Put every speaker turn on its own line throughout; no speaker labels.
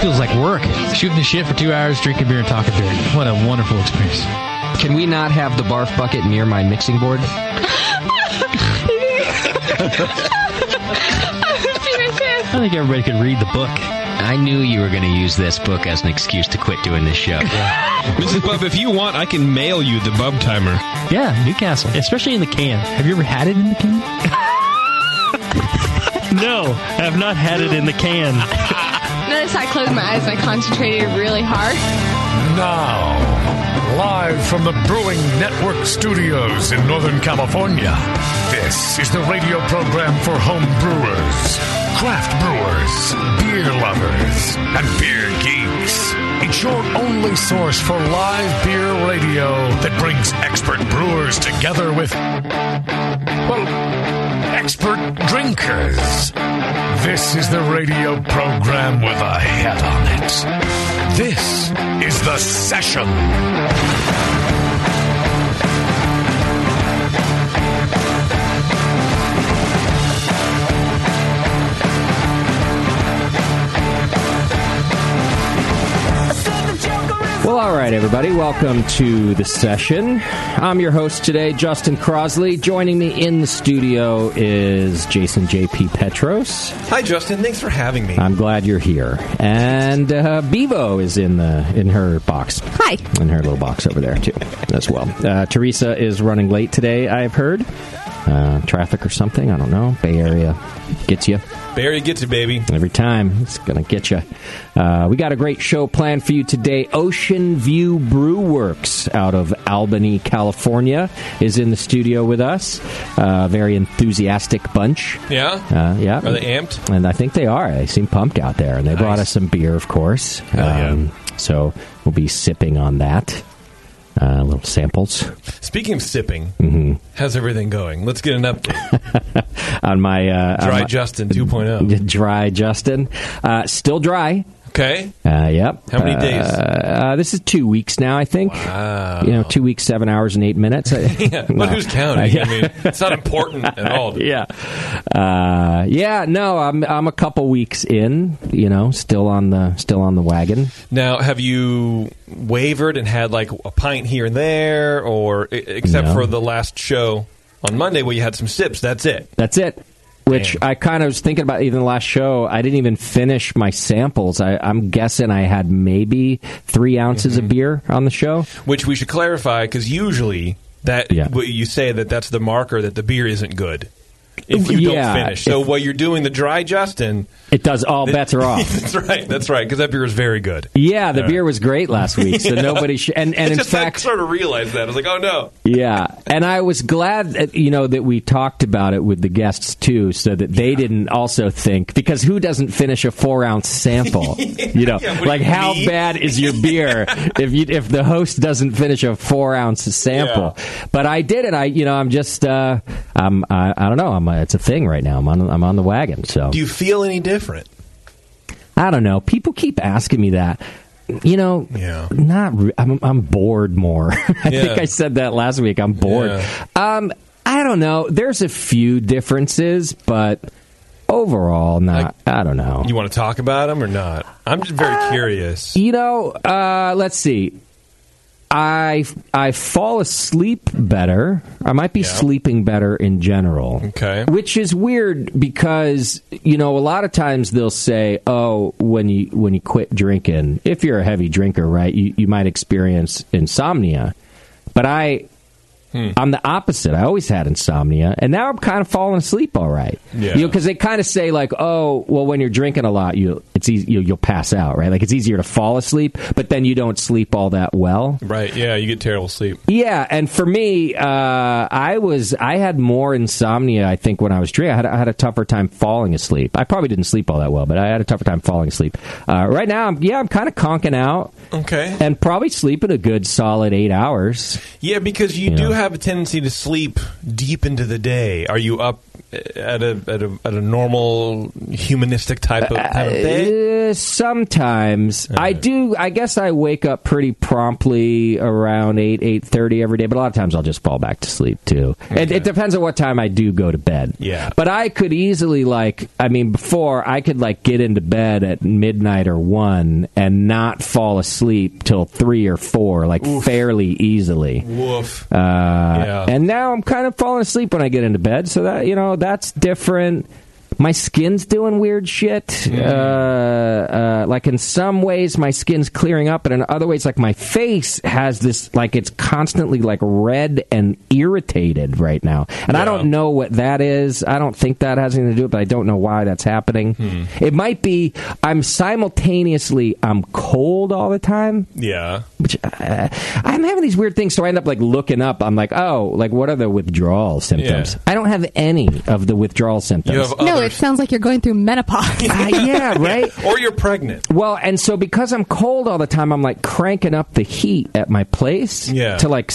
Feels like work. Shooting the shit for two hours, drinking beer, and talking dirty. What a wonderful experience.
Can we not have the barf bucket near my mixing board?
I think everybody could read the book.
I knew you were going to use this book as an excuse to quit doing this show.
Mrs. Buff, if you want, I can mail you the Bub Timer.
Yeah, Newcastle, especially in the can. Have you ever had it in the can? no, I've not had it in the can.
Notice I closed my eyes and I concentrated really hard.
Now, live from the Brewing Network studios in Northern California, this is the radio program for home brewers, craft brewers, beer lovers, and beer geeks. It's your only source for live beer radio that brings expert brewers together with, well, expert drinkers. This is the radio program with a head on it. This is The Session.
well, all right, everybody. Welcome to the session. I'm your host today, Justin Crosley. Joining me in the studio is Jason J.P. Petros.
Hi, Justin. Thanks for having me.
I'm glad you're here. And uh, Bebo is in the in her box.
Hi.
In her little box over there too, as well. Uh, Teresa is running late today. I've heard uh, traffic or something. I don't know. Bay Area gets you.
Barry gets it, baby.
Every time, it's going to get you. Uh, we got a great show planned for you today. Ocean View Brew Works out of Albany, California, is in the studio with us. Uh, very enthusiastic bunch.
Yeah?
Uh, yeah.
Are they amped?
And I think they are. They seem pumped out there. And they brought us some beer, of course. Um,
yeah.
So we'll be sipping on that. Uh, little samples. Mm-hmm.
Speaking of sipping, how's everything going? Let's get an update.
on my uh, on
Dry
my-
Justin 2.0.
Dry Justin, uh, still dry.
Okay?
Uh, yep.
How many
Uh,
days?
Uh, this is two weeks now, I think. Wow. You know, two weeks, seven hours, and eight minutes. yeah.
But who's counting? I mean, it's not important at all.
Yeah. Uh, yeah. No, I'm I'm a couple weeks in. You know, still on the still on the wagon.
Now, have you wavered and had like a pint here and there, or e- except
No.
for the last show on Monday where you had some sips? That's it.
That's it. Which I kind of was thinking about even the last show. I didn't even finish my samples. I, I'm guessing I had maybe three ounces of beer on the show.
Which we should clarify because usually that
Yeah.
what you say that that's the marker that the beer isn't good if you
Yeah,
don't finish. So
if-
while you're doing the dry Justin,
It does. All bets are off.
that's right. That's right. Because that beer is very good.
Yeah, the beer was great last week, so nobody should. And, and
It's
in
just I
fact,
sort of realized that I was like, oh no.
yeah, and I was glad that you know that we talked about it with the guests too, so that they didn't also think because who doesn't finish a four ounce sample? you know,
yeah, what
like
do you
how
mean?
bad is your beer if you if the host doesn't finish a four ounce sample? But I did it. I you know I'm just uh, I'm I, I don't know. I'm uh it's a thing right now. I'm on I'm on the wagon. So
Do you feel any different?
I don't know. People keep asking me that. You know,
Yeah.
not. Re- I'm, I'm bored more. I think I said that last week. I'm bored. Um, I don't know. There's a few differences, but overall, not. I don't know.
You want to
Uh,
talk about them or not? I'm just very curious.
You know, uh, let's see. I I fall asleep better. I might be sleeping better in general. Okay. Which is weird because you know a lot of times they'll say, "Oh, when you when you quit drinking, if you're a heavy drinker, right, you, you might experience insomnia." But I I'm the opposite. I always had insomnia, and now I'm kind of falling asleep all right.
Yeah.
You know, because they kind of say like, "Oh, well, when you're drinking a lot, you it's easy, you, you'll pass out, right? Like it's easier to fall asleep, but then you don't sleep all that well."
Right. Yeah, you get terrible sleep.
Yeah, and for me, uh, I was I had more insomnia. I think when I was drinking, I had, I had a tougher time falling asleep. I probably didn't sleep all that well, but I had a tougher time falling asleep. Uh, right now, I'm, yeah, I'm kind of conking out.
Okay,
and probably sleeping a good solid eight hours.
Yeah, because you
Yeah.
do have a tendency to sleep deep into the day. Are you up at a at a, at a normal humanistic type of, type of day?
Uh, sometimes I do. I guess I wake up pretty promptly around eight eight thirty every day, but a lot of times I'll just fall back to sleep too. It, it depends on what time I do go to bed. Yeah, but I could easily like. I mean, before I could like get into bed at midnight or one and not fall asleep till three or four, like fairly easily.
Woof.
Uh, And now I'm kind of falling asleep when I get into bed, so that you know that's different. My skin's doing weird shit. Uh, uh, like in some ways, my skin's clearing up, and in other ways, like my face has this like it's constantly like red and irritated right now. And I don't know what that is. I don't think that has anything to do with it, but I don't know why that's happening. It might be I'm simultaneously I'm cold all the time,
Yeah.
which uh, I'm having these weird things, so I end up like looking up. I'm like, oh, like what are the withdrawal symptoms? I don't have any of the withdrawal symptoms. uh,
No, it sounds like you're going through menopause.
yeah, right?
or you're pregnant.
Well, and so because I'm cold all the time, I'm like cranking up the heat at my place
Yeah.
to like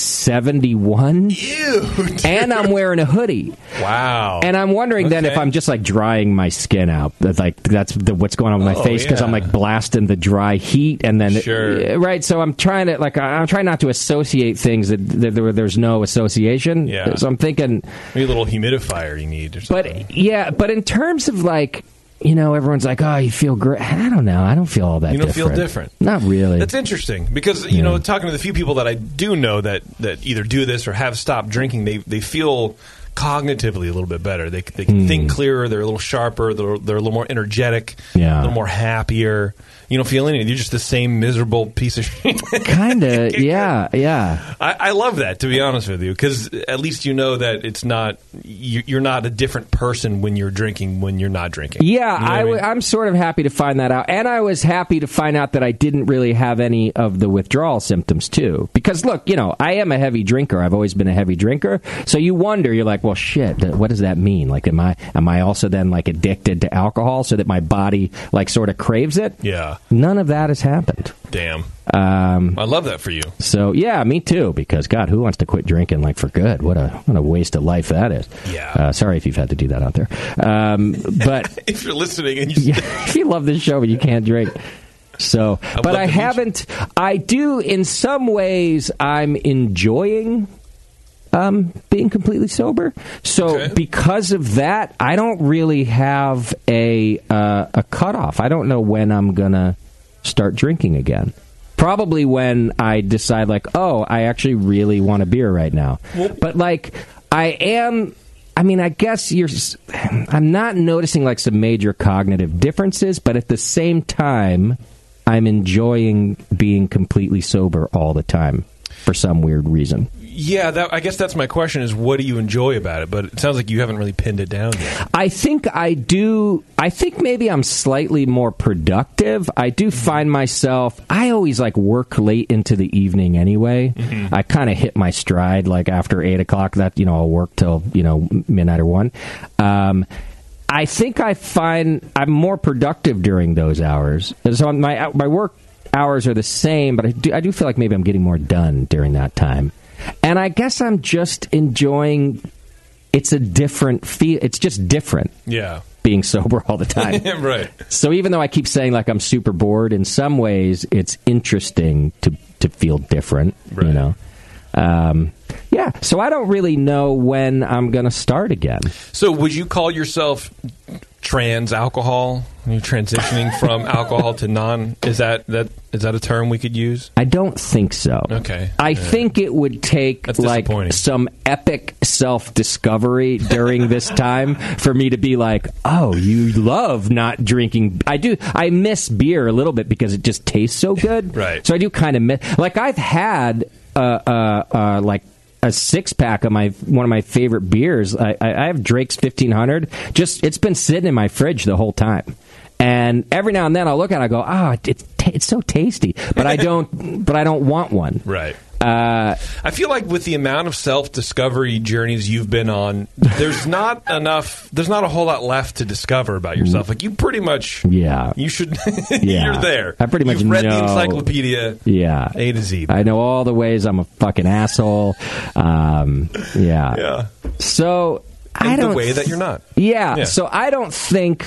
71.
Ew.
And I'm wearing a hoodie.
Wow.
And I'm wondering then if I'm just like drying my skin out, that, like that's the, what's going on with my
Oh,
face because I'm
yeah.
like blasting the dry heat, and then
Sure.
Yeah, right. So I'm trying to like I- I'm trying not to associate things that, that there, there's no association.
Yeah.
So I'm thinking,
Maybe a little humidifier you need or something.
but yeah, but in terms of like you know, everyone's like, oh, you feel great. I don't know. I don't feel all that.
You don't feel
different. Not
different.
really.
That's interesting because you know, talking to the few people that I do know that that either do this or have stopped drinking, they they feel cognitively a little bit better. They they
Hmm.
can think clearer. They're a little sharper. They're they're a little more energetic.
Yeah.
a little more happier. You don't feel anything. You're just the same miserable piece of shit.
kind of. Yeah. Yeah.
I, I love that to be honest with you because at least you know that it's not you, you're not a different person when you're drinking when you're not drinking.
Yeah,
You know what
I
mean?
w- I'm sort of happy to find that out, and I was happy to find out that I didn't really have any of the withdrawal symptoms too. Because look, you know, I am a heavy drinker. I've always been a heavy drinker, so you wonder, you're like, well, shit, th- what does that mean? Like, am I am I also then like addicted to alcohol so that my body like sort of craves it?
Yeah.
None of that has happened.
Damn.
Um,
I love that for you.
so yeah, me too. Because God, who wants to quit drinking like for good? What a what a waste of life that is.
Yeah.
Uh, sorry if you've had to do that out there, um, but.
If you're listening and you
Yeah, if you love this show, but you can't drink. So, but
love
I
the beach.
haven't. I do, in some ways, I'm enjoying um, being completely sober. So, because of that, I don't really have a uh, a cutoff. I don't know when I'm gonna start drinking again. Probably when I decide, like, oh, I actually really want a beer right now. But like, I am. I mean, I guess you're. s- I'm not noticing like some major cognitive differences, but at the same time, I'm enjoying being completely sober all the time for some weird reason.
Yeah, that, I guess that's my question: is what do you enjoy about it? But it sounds like you haven't really pinned it down yet.
I think I do. I think maybe I'm slightly more productive. I do find myself. I always like work late into the evening anyway. I kind of hit my stride like after eight o'clock. That you know I'll work till you know midnight or one. Um, I think I find I'm more productive during those hours. And So my my work hours are the same, but I do I do feel like maybe I'm getting more done during that time. And I guess I'm just enjoying it's a different feel. It's just different
Yeah,
being sober all the time.
right.
So even though I keep saying like I'm super bored, in some ways it's interesting to to feel different. You know. Um, yeah. So I don't really know when I'm going to start again.
So, would you call yourself trans alcohol? When you're transitioning from alcohol to non, is that that is that a term we could use?
I don't think so.
Okay.
I think it would take
That's
like
disappointing.
some epic self discovery during this time for me to be like, oh, you love not drinking. I do. I miss beer a little bit because it just tastes so good.
Right.
So I do kind of miss. Like I've had uh, uh, uh, like a six pack of my one of my favorite beers. I, I I have Drake's fifteen hundred. Just it's been sitting in my fridge the whole time. And every now and then I'll look at it, I go, ah, it's, ta it's so tasty, but I don't, but I don't want one.
Right. Uh, I feel like with the amount of self-discovery journeys you've been on, there's not enough. There's not a whole lot left to discover about yourself. Like you pretty much,
Yeah.
you should.
Yeah.
you're there.
I pretty much
You've read the
know.
encyclopedia.
Yeah.
A to Z.
I know all the ways I'm a fucking asshole. Um, yeah.
Yeah.
So I
And the
don't
way that you're not.
Yeah,
Yeah.
So I don't think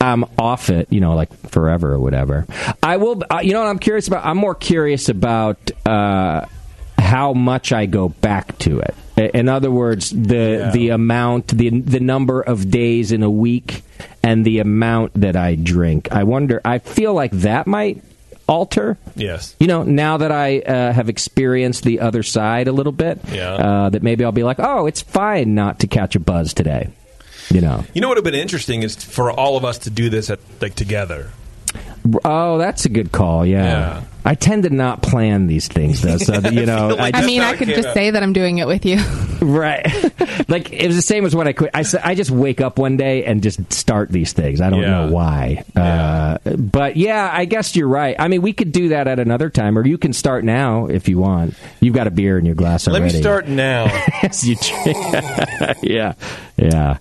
I'm off it. You know, like forever or whatever. I will. Uh, you know what I'm curious about? I'm more curious about uh, how much I go back to it. I- In other words, the the amount, the the number of days in a week, and the amount that I drink. I wonder. I feel like that might alter
Yes.
you know, now that I uh, have experienced the other side a little bit,
Yeah.
uh, that maybe I'll be like, oh, it's fine not to catch a buzz today. You know,
You know what would have been interesting is for all of us to do this at like together.
oh, that's a good call. Yeah.
Yeah.
I tend to not plan these things, though. So, that, you know,
like
I
That's
mean,
how
I
it
could
came
just
out.
say that I'm doing it with you.
right. like, it was the same as when I quit. I, s- I just wake up one day and just start these things. I don't
Yeah.
know why. Uh, but yeah, I guess you're right. I mean, we could do that at another time, or you can start now if you want. You've got a beer in your glass
Let
already.
me start now.
Yes, you do. yeah, yeah.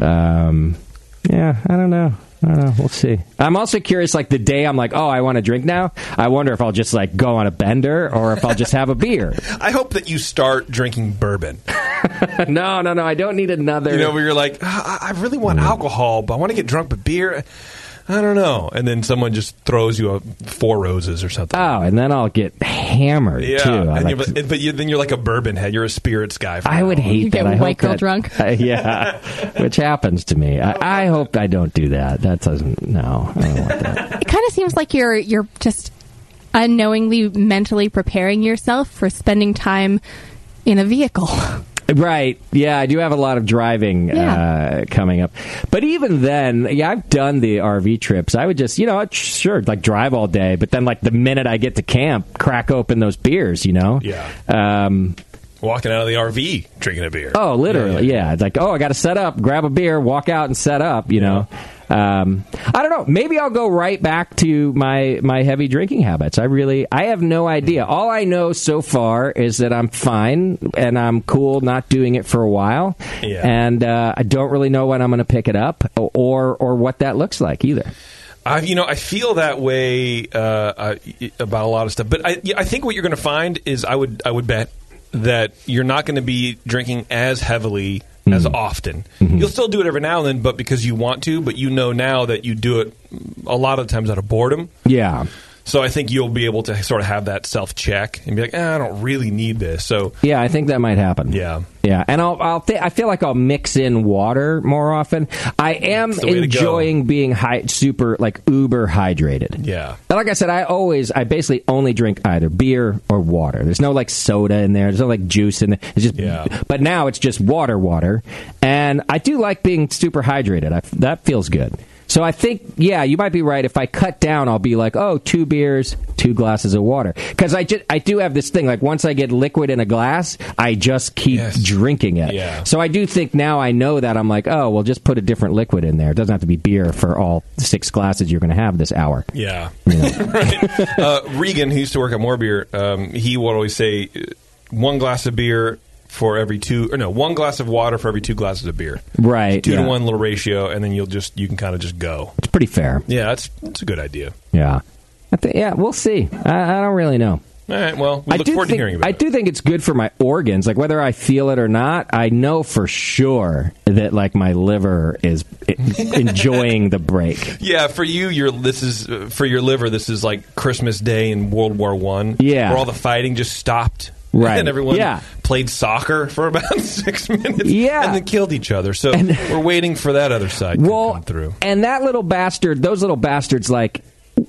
Um, yeah. I don't know. I don't know. We'll see. I'm also curious. Like the day I'm like, oh, I want to drink now. I wonder if I'll just like go on a bender or if I'll just have a beer.
I hope that you start drinking bourbon.
no, no, no. I don't need another.
You know, where you're like, ah, I I really want
Mm.
alcohol, but I want to get drunk with beer. I don't know. And then someone just throws you a four roses or something.
oh, and then I'll get hammered
yeah.
too. I,
and
like
you're, but- but you, then you're like a bourbon head. You're a spirits guy. from
I would
now on.
hate
You
that.
get
I hope
white girl
that-
drunk.
Uh, yeah, which happens to me. I, I hope I don't do that. That doesn't. No, I don't want that.
it kind of seems like you're you're just unknowingly mentally preparing yourself for spending time in a vehicle.
Right. Yeah, I do have a lot of driving uh,
Yeah.
coming up. But even then, yeah, I've done the RV trips. I would just, you know, I'd- sure, like drive all day, but then like the minute I get to camp, crack open those beers, you know?
Yeah.
Um,
Walking out of the RV drinking a beer.
oh, literally. Yeah, It's like, oh, I got to set up, grab a beer, walk out and set up, you know? Um, I don't know. Maybe I'll go right back to my my heavy drinking habits. I really, I have no idea. All I know so far is that I'm fine and I'm cool not doing it for a while.
Yeah.
And uh, I don't really know when I'm going to pick it up o- or or what that looks like either.
I, you know, I feel that way uh, uh, y- about a lot of stuff. But I, yeah, I think what you're going to find is, I would, I would bet that you're not going to be drinking as heavily as often. You'll still do it every now and then, but because you want to. But you know now that you do it a lot of times out of boredom.
Yeah.
So I think you'll be able to sort of have that self check and be like, eh, I don't really need this. So
Yeah, I think that might happen.
Yeah.
yeah, and I'll, I'll th- I feel like I'll mix in water more often. I am
the way to go.
enjoying being high, super like uber hydrated.
Yeah.
and like I said, I always, I basically only drink either beer or water. There's no like soda in there. There's no like juice in there. It's just,
Yeah.
but now it's just water, water, and I do like being super hydrated. I, that feels good. So I think, yeah, you might be right. If I cut down, I'll be like, oh, two beers, two glasses of water, because I just, I do have this thing. Like once I get liquid in a glass, I just keep
Yes.
drinking it.
Yeah.
So I do think now I know that I'm like, oh, well, just put a different liquid in there. It doesn't have to be beer for all six glasses you're going to have this hour.
Yeah. right. uh, Regan, who used to work at More Beer, um, he would always say uh, one glass of beer for every two, or no, one glass of water for every two glasses of beer.
Right,
Two
yeah.
to one little ratio, and then you'll just, you can kind of just go.
It's pretty fair.
Yeah, that's, that's a good idea.
Yeah. I thi- yeah, we'll see. I, I don't really know.
All right. Well, we
I
look
do
forward
think,
to hearing about
I
it.
do think it's good for my organs. Like whether I feel it or not, I know for sure that like my liver is e- enjoying the break.
Yeah, for you, your this is uh, for your liver. This is like Christmas Day in World War One.
Yeah.
where all the fighting just stopped.
Right.
And everyone
Yeah.
played soccer for about six minutes.
Yeah.
And then killed each other. So we're waiting for that other side
well,
to come through.
And that little bastard, those little bastards, like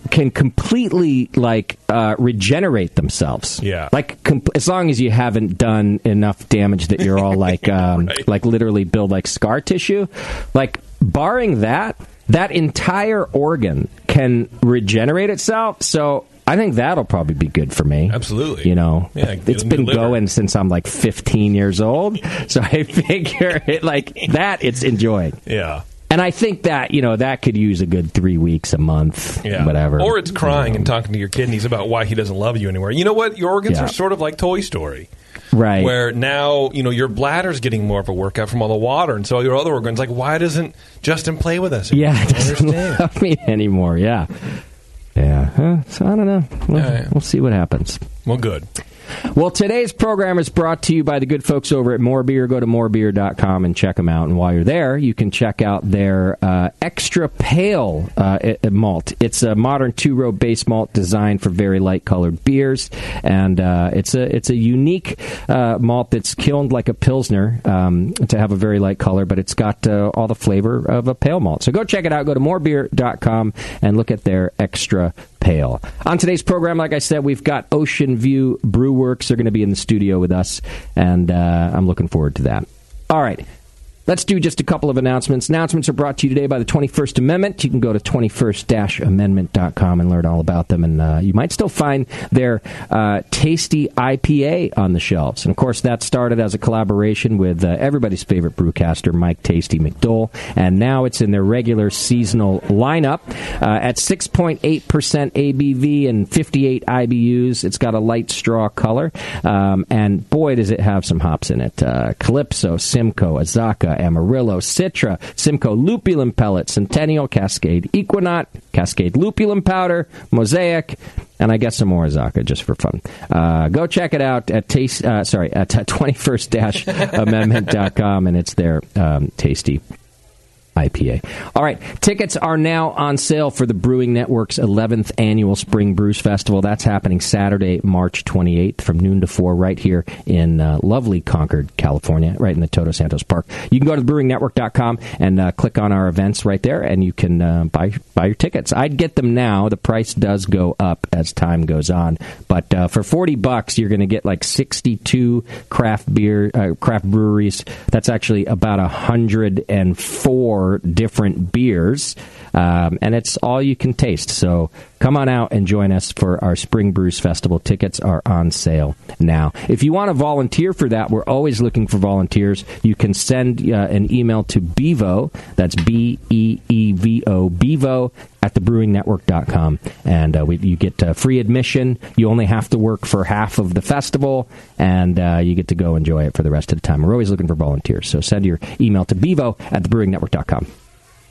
can completely like uh, regenerate themselves.
Yeah.
Like com- as long as you haven't done enough damage that you're all like um,
Right.
like literally build like scar tissue. Like barring that, that entire organ can regenerate itself. So. I think that'll probably be good for me.
Absolutely.
You know,
Yeah, get
it's
a new
been
liver.
going Oh, since I'm like 15 years old. So I figure it like that it's enjoyed.
Yeah.
And I think that you know that could use a good three weeks, a month,
Yeah.
whatever.
Or it's crying and talking to your kidneys about why he doesn't love you anymore. You know what? Your organs
Yeah.
are sort of like Toy Story.
right.
Where now, you know, your bladder's getting more of a workout from all the water, and so your other organs, like, why doesn't Justin play with us?
yeah,
I
it
don't
doesn't
understand.
love me anymore. Yeah, yeah. Huh, So I don't know. We'll,
Yeah, yeah.
we'll see what happens.
Well, good.
Well, today's program is brought to you by the good folks over at More Beer. Go to morebeer.com and check them out. And while you're there, you can check out their uh, extra pale uh, i- i- malt. It's a modern two-row base malt designed for very light-colored beers, and uh, it's a it's a unique uh, malt that's kilned like a pilsner um, to have a very light color, but it's got uh, all the flavor of a pale malt. So go check it out. Go to morebeer.com and look at their extra pale. On today's program, like I said, we've got Ocean View Brew Works. They're going to be in the studio with us, and uh, I'm looking forward to that. All right. Let's do just a couple of announcements. Announcements are brought to you today by the 21st Amendment. You can go to 21st-amendment.com and learn all about them. And uh, you might still find their uh, tasty IPA on the shelves. And of course, that started as a collaboration with uh, everybody's favorite brewcaster, Mike Tasty McDowell. And now it's in their regular seasonal lineup uh, at 6.8% ABV and 58 IBUs. It's got a light straw color. Um, and boy, does it have some hops in it. Uh, Calypso, Simcoe, Azaka, Amarillo, Citra, Simcoe Lupulin Pellet, Centennial, Cascade Equinaut, Cascade Lupulin Powder, Mosaic, and I guess some more Azaka just for fun. Uh, go check it out at taste, uh, sorry, at 21st-amendment.com, and it's there, um, tasty. IPA. All right, tickets are now on sale for the Brewing Network's 11th annual Spring Brews Festival. That's happening Saturday, March 28th from noon to 4 right here in uh, lovely Concord, California, right in the Toto Santos Park. You can go to thebrewingnetwork.com and uh, click on our events right there and you can uh, buy buy your tickets. I'd get them now. The price does go up as time goes on, but uh, for 40 bucks you're going to get like 62 craft beer uh, craft breweries. That's actually about 104 different beers, um, and it's all you can taste. So come on out and join us for our Spring Brews Festival. Tickets are on sale now. If you want to volunteer for that, we're always looking for volunteers. You can send uh, an email to Bevo, that's B E E V O, Bevo at thebrewingnetwork.com, and uh, we, you get uh, free admission. You only have to work for half of the festival, and uh, you get to go enjoy it for the rest of the time. We're always looking for volunteers, so send your email to bevo at thebrewingnetwork.com.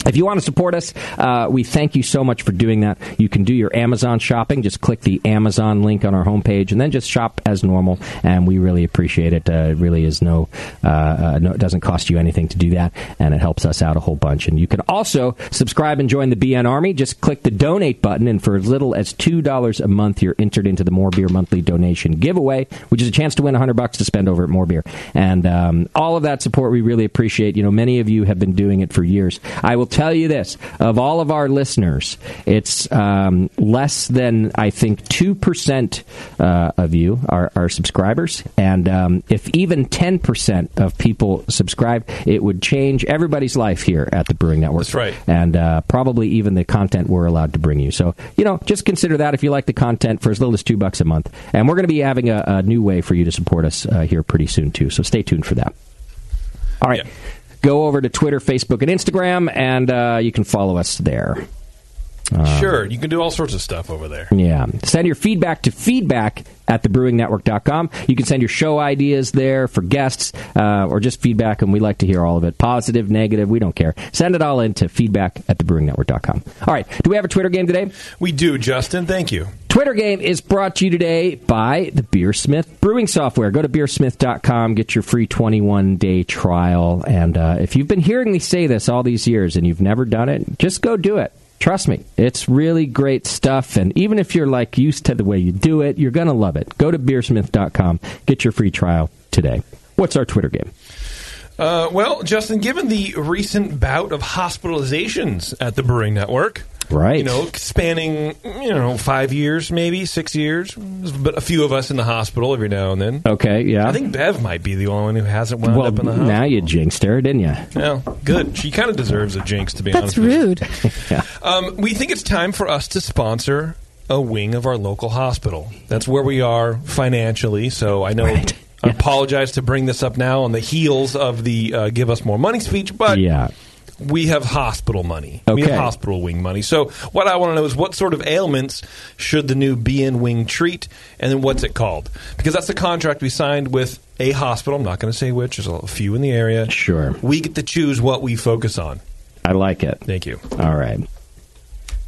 If you want to support us, uh, we thank you so much for doing that. You can do your Amazon shopping. Just click the Amazon link on our homepage, and then just shop as normal. And we really appreciate it. Uh, it really is no, uh, uh, no, it doesn't cost you anything to do that, and it helps us out a whole bunch. And you can also subscribe and join the BN Army. Just click the donate button, and for as little as two dollars a month, you're entered into the More Beer monthly donation giveaway, which is a chance to win hundred bucks to spend over at More Beer. And um, all of that support we really appreciate. You know, many of you have been doing it for years. I will tell you this: of all of our listeners, it's um, less than I think two percent uh, of you are, are subscribers, and um, if even ten percent of people subscribe, it would change everybody's life here at the Brewing Network.
That's right.
And uh, probably even the content we're allowed to bring you. So, you know, just consider that if you like the content for as little as two bucks a month. And we're going to be having a, a new way for you to support us uh, here pretty soon, too. So stay tuned for that. All right.
Yeah.
Go over to Twitter, Facebook, and Instagram, and uh, you can follow us there. Uh,
sure, you can do all sorts of stuff over there.
Yeah. Send your feedback to feedback at thebrewingnetwork.com. You can send your show ideas there for guests uh, or just feedback, and we like to hear all of it positive, negative, we don't care. Send it all in to feedback at thebrewingnetwork.com. All right. Do we have a Twitter game today?
We do, Justin. Thank you.
Twitter game is brought to you today by the Beersmith Brewing Software. Go to beersmith.com, get your free 21 day trial. And uh, if you've been hearing me say this all these years and you've never done it, just go do it. Trust me, it's really great stuff. And even if you're like used to the way you do it, you're going to love it. Go to beersmith.com, get your free trial today. What's our Twitter game?
Uh, well, Justin, given the recent bout of hospitalizations at the Brewing Network,
Right.
You know, spanning you know five years, maybe six years, but a few of us in the hospital every now and then.
Okay, yeah.
I think Bev might be the only one who hasn't wound
well,
up in the hospital.
now you jinxed her, didn't you?
No, good. She kind of deserves a jinx, to be honest.
That's
with you.
rude.
Um, we think it's time for us to sponsor a wing of our local hospital. That's where we are financially. So I know
Right.
I apologize to bring this up now on the heels of the uh, "Give Us More Money" speech, but
Yeah.
we have hospital money. We
Okay.
have hospital wing money. So what I want to know is what sort of ailments should the new BN wing treat, and then what's it called? Because that's the contract we signed with a hospital. I'm not going to say which. There's a few in the area.
Sure.
We get to choose what we focus on.
I like it.
Thank you.
All right.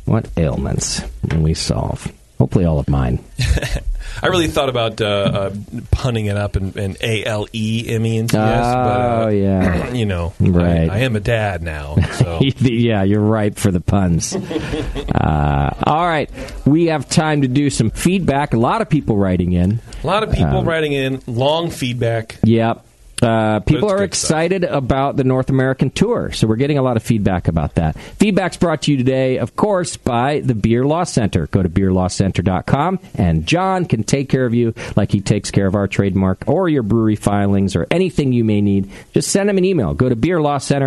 What ailments can we solve? Hopefully, all of mine.
I really thought about uh, uh, punning it up and, and A L E M E N T S. but,
Oh,
uh,
yeah.
You know,
Right.
I, I am a dad now. So.
yeah, you're ripe for the puns. Uh, all right. We have time to do some feedback. A lot of people writing in. Um,
a lot of people writing in long feedback.
Yep. Uh, people
That's
are
good
excited about the North American tour, so we're getting a lot of feedback about that. Feedback's brought to you today, of course, by the Beer Law Center. Go to beerlawcenter.com, and John can take care of you like he takes care of our trademark or your brewery filings or anything you may need. Just send him an email. Go to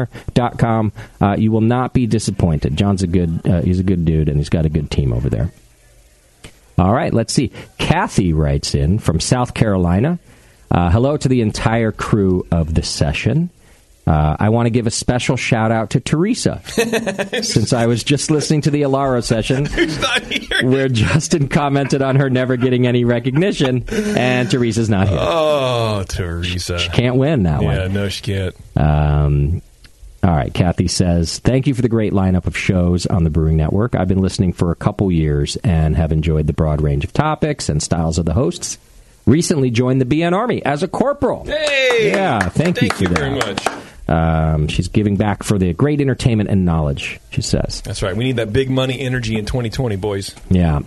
beerlawcenter.com. Uh, you will not be disappointed. John's a good, uh, he's a good dude, and he's got a good team over there. All right, let's see. Kathy writes in from South Carolina. Uh, hello to the entire crew of the session. Uh, I want to give a special shout out to Teresa, since I was just listening to the Alaro session
Not here.
where Justin commented on her never getting any recognition, and Teresa's not here.
Oh, Teresa.
Can't win that one.
Yeah, no, she can't.
Um, all right, Kathy says, Thank you for the great lineup of shows on the Brewing Network. I've been listening for a couple years and have enjoyed the broad range of topics and styles of the hosts. Recently joined the BN Army as a corporal.
Hey!
Yeah, thank,
Thank
you
you
for
very
that.
much.
Um, she's giving back for the great entertainment and knowledge, she says.
That's right. We need that big money energy in 2020, boys.
Yeah.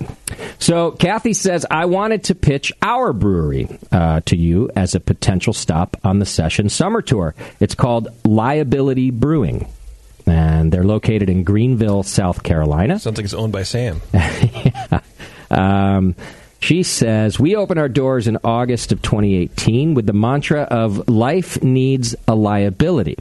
So Kathy says, I wanted to pitch our brewery uh, to you as a potential stop on the session summer tour. It's called Liability Brewing, and they're located in Greenville, South Carolina.
Sounds like it's owned by Sam.
Um, she says, We opened our doors in August of 2018 with the mantra of life needs a liability.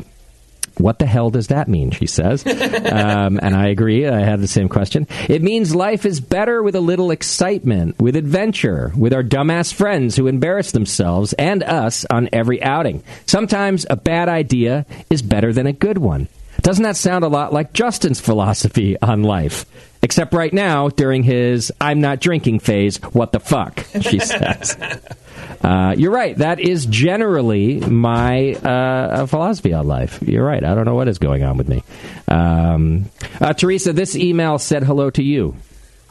What the hell does that mean? She says. um, and I agree. I had the same question. It means life is better with a little excitement, with adventure, with our dumbass friends who embarrass themselves and us on every outing. Sometimes a bad idea is better than a good one. Doesn't that sound a lot like Justin's philosophy on life? Except right now, during his I'm not drinking phase, what the fuck, she says. Uh, you're right. That is generally my uh, philosophy on life. You're right. I don't know what is going on with me. Um, uh, Teresa, this email said hello to you,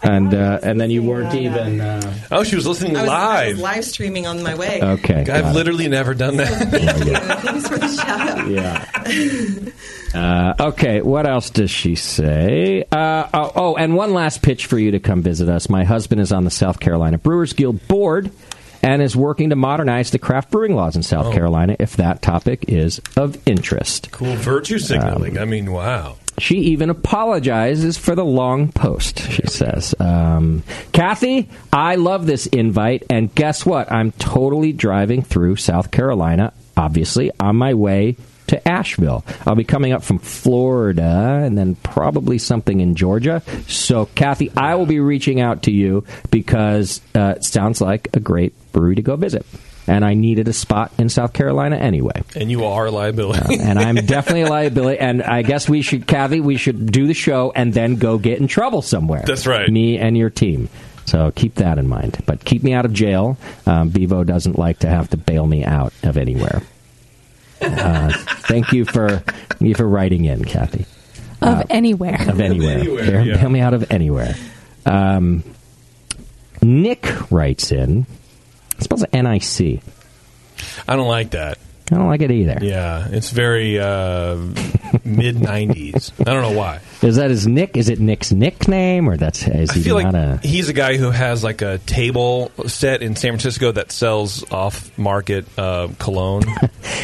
and uh, and then you weren't even uh,
Oh, she was listening
I was, I was
live.
live streaming on my way.
okay. got
I've
it.
literally never done that.
Thanks for the shout out.
Yeah. Uh, okay, what else does she say? Uh, oh, oh, and one last pitch for you to come visit us. My husband is on the South Carolina Brewers Guild board and is working to modernize the craft brewing laws in South Carolina if that topic is of interest.
cool virtue signaling.
Um,
I mean, wow.
She even apologizes for the long post, she says. Um, Kathy, I love this invite, and guess what? I'm totally driving through South Carolina, obviously, on my way to Asheville. I'll be coming up from Florida and then probably something in Georgia. So, Kathy, I will be reaching out to you because uh, it sounds like a great brewery to go visit. And I needed a spot in South Carolina anyway
And you are a liability.
and I'm definitely a liability. And I guess we should, Kathy, we should do the show and then go get in trouble somewhere.
That's right.
Me and your team. So keep that in mind. But keep me out of jail. Um, Bevo doesn't like to have to bail me out of anywhere. Uh, thank you for thank you for writing in, Kathy.
Of anywhere.
Of anywhere,
anywhere,
Bail-
yeah.
bail me out of anywhere. Um, Nick writes in. It spells N I C.
I don't like that.
I don't like it either.
Yeah, it's very uh, mid 90s. I don't know why.
Is that his nick? Is it Nick's nickname, or that's is
I
he
feel
not
like
a?
he's a guy who has like a table set in San Francisco that sells off market uh, cologne.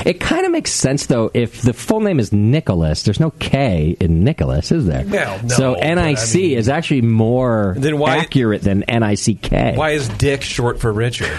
It kind of makes sense though if the full name is Nicholas. There's no K in Nicholas, is there?
Well, no,
so
but
NIC
I mean-
is actually more
Then why-
accurate than NICK.
Why is Dick short for Richard?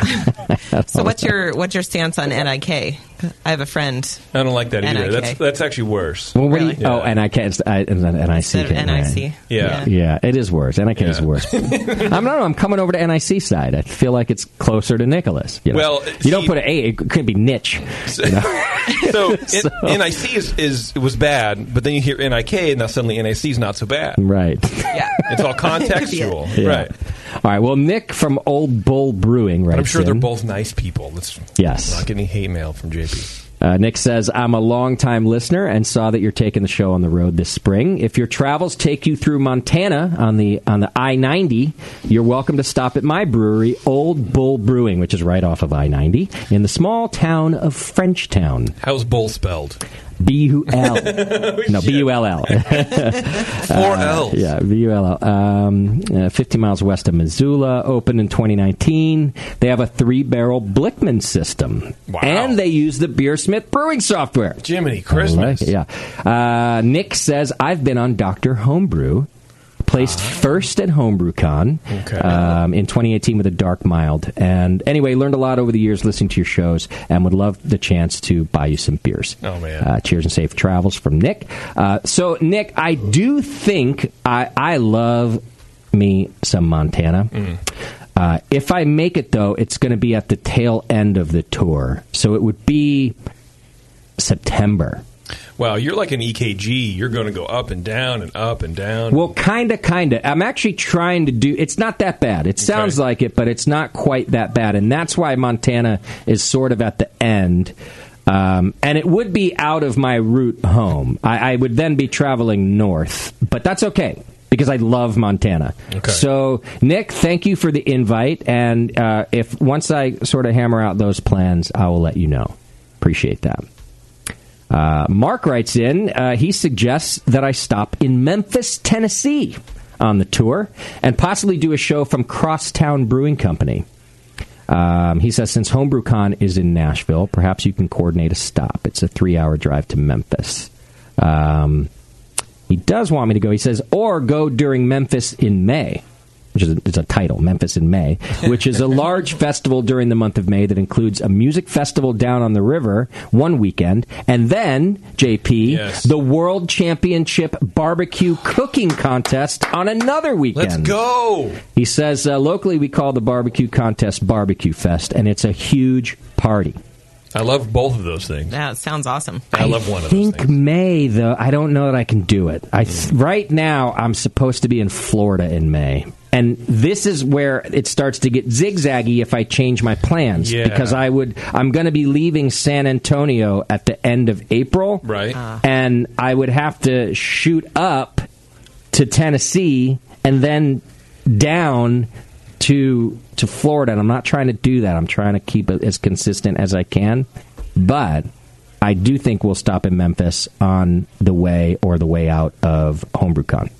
So what's your what's your stance on NIK? I have a friend.
I don't like that either.
NIK.
That's that's actually worse.
Well, what do you-
Really?
Oh, and I can't. I, and then NIC.
Instead of
came, right.
NIC.
Yeah.
Yeah, it is worse. NIC is
Yeah.
worse. I'm not. I'm coming over to NIC side. I feel like it's closer to Nicholas. you know.
Well,
you don't
see-
put an A. It could be niche.
so, it- NIC is, is it was bad, but then you hear NIK, and now suddenly NIC is not so bad.
Right.
Yeah.
It's all contextual,
Yeah.
right?
All right. Well, Nick from Old Bull Brewing, right?
I'm sure they're both nice people. Let's
Yes.
not get any hate mail from JP.
Uh, Nick says, I'm a longtime listener and saw that you're taking the show on the road this spring. If your travels take you through Montana on the on the I 90, you're welcome to stop at my brewery, Old Bull Brewing, which is right off of I 90, in the small town of Frenchtown.
How's bull spelled?
B U L. No, B U L L.
Oh, Four L's.
Yeah, VULL. Um, uh, 50 miles west of Missoula, opened in 2019. They have a three barrel Blickman system.
Wow.
And they use the Beersmith brewing software.
Jiminy
I
Christmas.
like it, yeah. Uh, Nick says, I've been on Dr. Homebrew. Placed first at HomebrewCon
Ah. Okay.
um, in 2018 with a dark mild, and anyway, learned a lot over the years listening to your shows, and would love the chance to buy you some beers.
Oh, man.
Uh, cheers and safe travels from Nick. Uh, so Nick, I do think I I love me some Montana.
Mm.
Uh, if I make it though, it's going to be at the tail end of the tour, so it would be September.
Wow, you're like an EKG. You're going to go up and down and up and down.
Well, kinda, kinda. I'm actually trying to do. It's not that bad. It sounds like it, but it's not quite that bad, and that's why Montana is sort of at the end. Um, and it would be out of my route home. I, I would then be traveling north, but that's okay because I love Montana.
Okay.
So, Nick, thank you for the invite, and uh, if once I sort of hammer out those plans, I will let you know. Appreciate that. Uh, Mark writes in, uh, he suggests that I stop in Memphis, Tennessee on the tour and possibly do a show from Crosstown Brewing Company. Um, he says, since HomebrewCon is in Nashville, perhaps you can coordinate a stop. It's a three hour drive to Memphis. Um, he does want me to go. He says, or go during Memphis in May, which is a, it's a title, Memphis in May, which is a large festival during the month of May that includes a music festival down on the river one weekend, and then, JP,
Yes.
the World Championship Barbecue Cooking Contest on another weekend.
Let's go.
He says, uh, locally we call the barbecue contest Barbecue Fest, and it's a huge party.
I love both of those things.
That sounds awesome.
I, love one of those
think
things. Hmm.
May though. I don't know that I can do it. I th- right now I'm supposed to be in Florida in May. And this is where it starts to get zigzaggy if I change my plans
Yeah.
because I would I'm going to be leaving San Antonio at the end of April.
Right. Ah.
And I would have to shoot up to Tennessee and then down to to Florida and I'm not trying to do that. I'm trying to keep it as consistent as I can. But I do think we'll stop in Memphis on the way or the way out of HomebrewCon.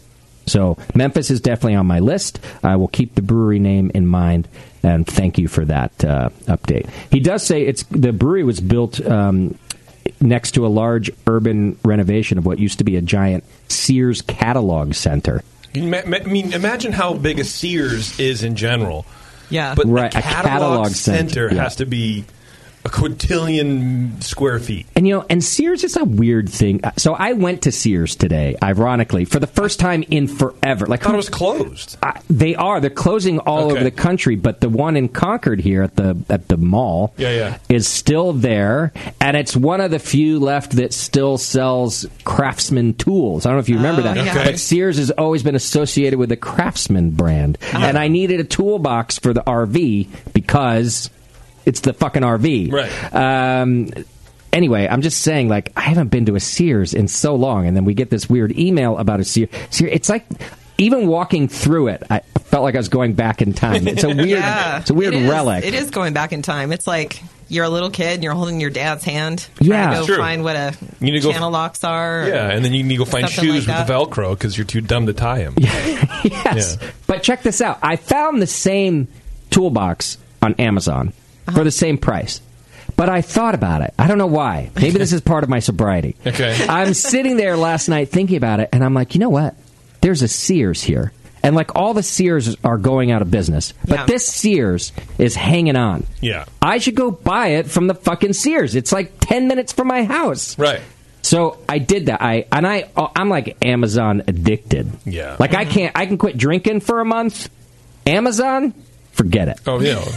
So Memphis is definitely on my list. I will keep the brewery name in mind, and thank you for that uh, update. He does say it's the brewery was built um, next to a large urban renovation of what used to be a giant Sears catalog center.
You ma- ma- I mean, imagine how big a Sears is in general.
Yeah.
But
Right,
a
a
catalog,
catalog center,
center,
yeah.
has to be a quintillion square feet.
And you know, and Sears is a weird thing. Uh, So I went to Sears today, ironically, for the first time in forever. Like
I thought it was closed.
I- they are. They're closing all
Okay.
over the country, but the one in Concord here at the at the mall
Yeah, yeah.
is still there, and it's one of the few left that still sells Craftsman tools. I don't know if you remember that,
yeah. Okay.
but Sears has always been associated with the Craftsman brand, and I needed a toolbox for the RV because it's the fucking RV,
Right.
Um, Anyway, I'm just saying, like, I haven't been to a Sears in so long, and then we get this weird email about a Sears. Sears it's like, even walking through it, I felt like I was going back in time. It's a weird,
Yeah.
it's a weird
It is-
relic.
It is going back in time. It's like you're a little kid and you're holding your dad's hand.
Yeah.
trying to go
Sure.
find what a
You need to go-
channel locks are. or-
Yeah, and then you need to go find
Something
shoes
like
with the
that.
Velcro because you're too dumb to tie them.
yes.
Yeah.
But check this out. I found the same toolbox on Amazon for the same price. But I thought about it. I don't know why. Maybe this is part of my sobriety.
Okay.
I'm sitting there last night thinking about it, and I'm like, you know what? There's a Sears here. And like all the Sears are going out of business. But
Yeah.
this Sears is hanging on.
Yeah.
I should go buy it from the fucking Sears. It's like 10 minutes from my house.
Right.
So I did that. I and I I'm like Amazon addicted.
Yeah.
Like I can't I can quit drinking for a month. Amazon, forget it.
Oh yeah.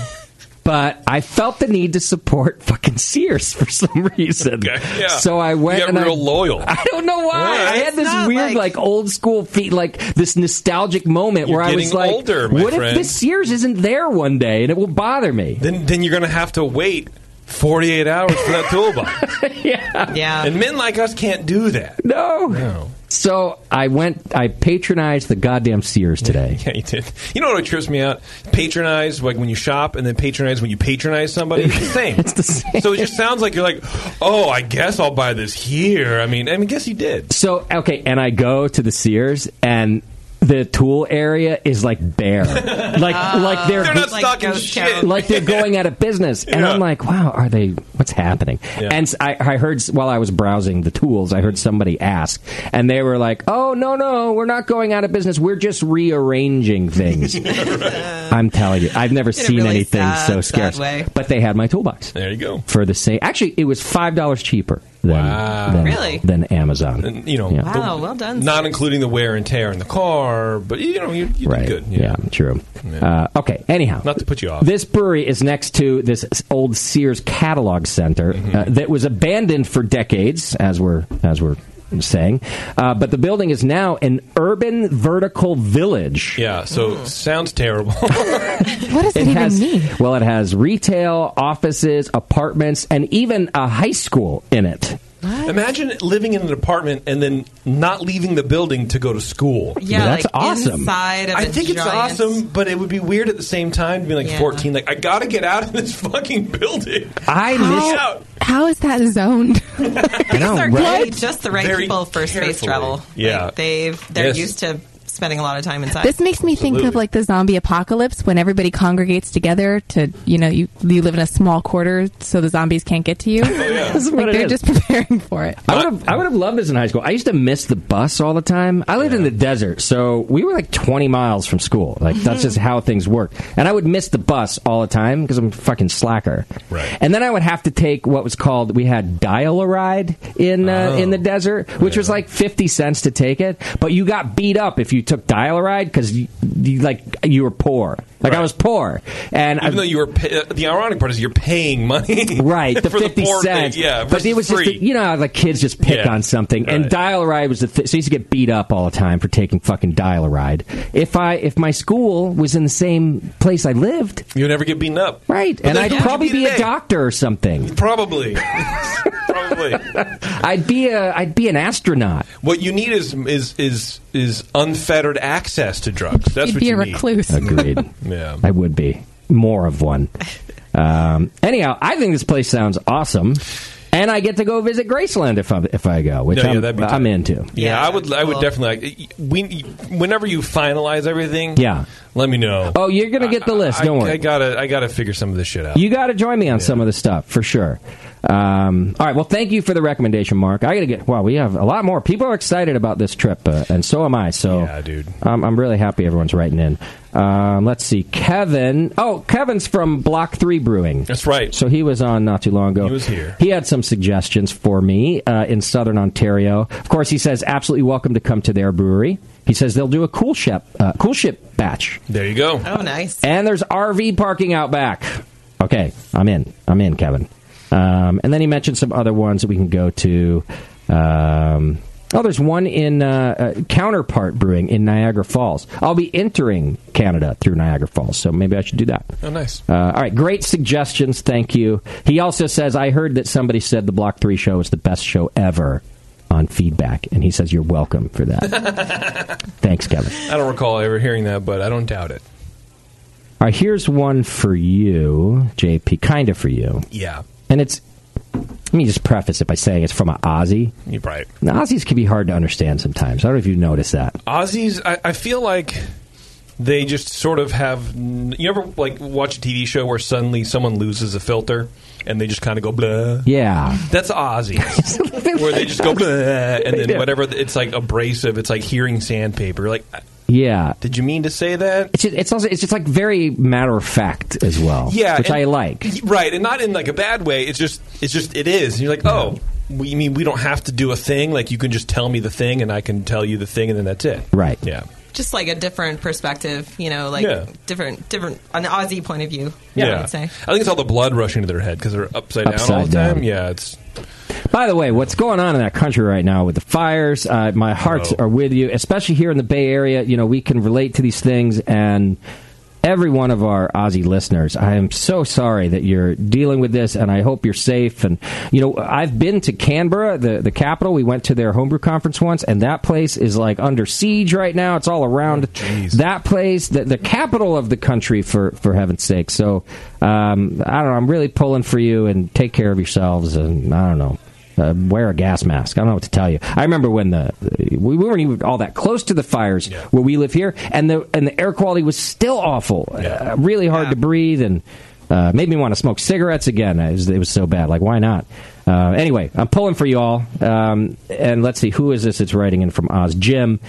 But I felt the need to support fucking Sears for some reason.
Okay. Yeah.
So I went
You got
and I-
real loyal.
I don't know why.
All right.
I had
It's
this
not
weird, like,
like-
old school feet, like this nostalgic moment
You're
where I was
getting
like,
older, my
"What if
friend."
this Sears isn't there one day and it will bother me?"
then then you're gonna have to wait 48 hours for that toolbox.
yeah.
and men like us can't do that.
No.
No.
So I went. I patronized the goddamn Sears today.
Yeah, you did. You know what trips me out? Patronize like when you shop, and then patronize when you patronize somebody. It's the same.
It's the same.
So it just sounds like you're like, oh, I guess I'll buy this here. I mean, I mean, guess you did.
So okay, and I go to the Sears and the tool area is like bare, like Uh, like they're,
They're not
Like
stocking
ghost
shit.
town.
like they're going out of business. And
Yeah.
I'm like, wow, are they? What's happening?
Yeah.
And s- I, I heard s- while I was browsing the tools, I heard somebody ask, and they were like, oh no no, we're not going out of business. We're just rearranging things. I'm telling you, I've never
a
seen
really
anything
sad,
so
sad
scarce.
way.
But they had my toolbox
There you go.
for the same. Actually, it was five dollars cheaper than
Wow.
than,
Really?
than Amazon.
And, you know,
Yeah.
the-
Wow, well done.
Not
Sears.
including the wear and tear in the car, but you know, you, you
right.
did good.
Yeah, true. Uh, okay. Anyhow,
Not to put you off.
This brewery is next to this old Sears catalog center
Mm-hmm.
uh, that was abandoned for decades, as we're as we're saying. Uh, but the building is now an urban vertical village.
Yeah, so
Mm.
sounds terrible.
What does it, even
has,
mean?
Well, it has retail, offices, apartments, and even a high school in it.
Imagine living in an apartment and then not leaving the building to go to school.
Yeah,
That's
like
awesome.
Inside of
I
a
think it's
giant-
awesome, but it would be weird at the same time to be like
Yeah.
14. Like, I gotta get out of this fucking building.
I
Get
miss.
out.
How is that zoned?
I know,
They're
right?
really just the right
Very
people for space
carefully.
travel.
Yeah.
Like, they've they're
Yes.
used to spending a lot of time inside.
This makes me think of
Absolutely.
like the zombie apocalypse when everybody congregates together to, you know, you, you live in a small quarter so the zombies can't get
Oh,
to you.
This is what
like
it
they're
is.
just preparing for it.
I would have I would have loved this in high school. I used to miss the bus all the time. I lived in the desert, so we were like 20 miles from school. Like
Mm-hmm.
that's just how things work. And I would miss the bus all the time because I'm a fucking slacker.
Right.
And then I would have to take what was called we had dial a ride in uh,
Oh.
in the desert, which was like 50 cents to take it, but you got beat up if you took dial a ride cuz you, you like you were poor. Like I
Right.
was poor. And I,
Even though you were, pay- the ironic part is you're paying money,
Right, the
for
fifty
the poor
cents.
Thing. Yeah,
but it
versus
was
free.
just the- you know how the kids just pick
Yeah.
on something, and
Right.
dial a ride was the th- so I used to get beat up all the time for taking fucking dial a ride. If I if my school was in the same place I lived,
you never get beaten up,
right,
But
and
then
I'd
who would you
probably be a
today?
doctor or something.
Probably, probably.
I'd be a I'd be an astronaut.
What you need is is is is unfettered access to drugs. That's
You'd
what
be
you
a
need.
recluse.
Agreed.
Yeah.
I would be more of one. Um, anyhow, I think this place sounds awesome. And I get to go visit Graceland if I if I go, which
No, yeah,
I'm,
that'd be
I'm
tight.
into.
Yeah,
Yeah,
I would. I would
cool.
definitely. Like, we whenever you finalize everything.
Yeah.
let me know.
Oh, you're gonna get the
I-
list.
I-
Don't worry.
I gotta. I gotta figure some of this shit out.
You got to join me on some of the stuff for sure. Um, all right. Well, thank you for the recommendation, Mark. I got to get. Wow, we have a lot more. People are excited about this trip, uh, and so am I. So,
Yeah, dude.
I'm, I'm really happy everyone's writing in. Um, let's see, Kevin. Oh, Kevin's from Block Three Brewing.
That's right.
So he was on not too long ago.
He was here.
He had some suggestions for me uh, in Southern Ontario. Of course, he says absolutely welcome to come to their brewery. He says they'll do a cool ship, uh, cool ship batch.
there you go.
oh, nice.
And there's RV parking out back. Okay, I'm in. I'm in, Kevin. Um, and then he mentioned some other ones that we can go to. Um, oh, there's one in uh, uh, Counterpart Brewing in Niagara Falls. I'll be entering Canada through Niagara Falls, so maybe I should do that.
Oh, nice.
Uh, all right, great suggestions. Thank you. He also says, I heard that somebody said the Block 3 show is the best show ever on feedback. And he says, You're welcome for that. Thanks, Kevin.
I don't recall ever hearing that, but I don't doubt it.
All right, here's one for you, JP, kind of for you.
Yeah.
And it's, let me just preface it by saying it's from an Aussie.
You're right.
Now, Aussies can be hard to understand sometimes. I don't know if you noticed that.
Aussies, I, I feel like they just sort of have. You ever like watch a TV show where suddenly someone loses a filter and they just kind of go blah?
Yeah.
That's Aussies, where they just go blah, and then whatever. It's like abrasive. It's like hearing sandpaper. Like,
Yeah.
did you mean to say that?
It's just, it's also it's just like very matter of fact as well.
Yeah,
which
and-
I like.
Right, and not in like a bad way. It's just, it's just, it is. And you're like, oh, we you mean we don't have to do a thing. Like you can just tell me the thing, and I can tell you the thing, and then that's it.
Right.
Yeah.
Just like a different perspective, you know, like
Yeah.
different, different, an Aussie point of view. I would say.
I think it's all the blood rushing to their head because they're upside, down all
Upside
the time.
down.
Yeah, it's
By the way, what's going on in that country right now with the fires? Uh, my hearts
Oh.
are with you, especially here in the Bay Area. You know, we can relate to these things, and every one of our Aussie listeners, I am so sorry that you're dealing with this, and I hope you're safe. And you know, I've been to Canberra, the the capital. We went to their homebrew conference once, and that place is like under siege right now. It's all around that place, the, the capital of the country, for for heaven's sake. So um, I don't know. I'm really pulling for you, and take care of yourselves. And I don't know uh, wear a gas mask. I don't know what to tell you. I remember when the we weren't even all that close to the fires where we live here, and the and the air quality was still awful, uh, really hard to breathe, and uh, made me want to smoke cigarettes again. It was, it was so bad. Like why not? Uh, anyway, I'm pulling for you all, um, and let's see who is this that's writing in from Oz, Jim.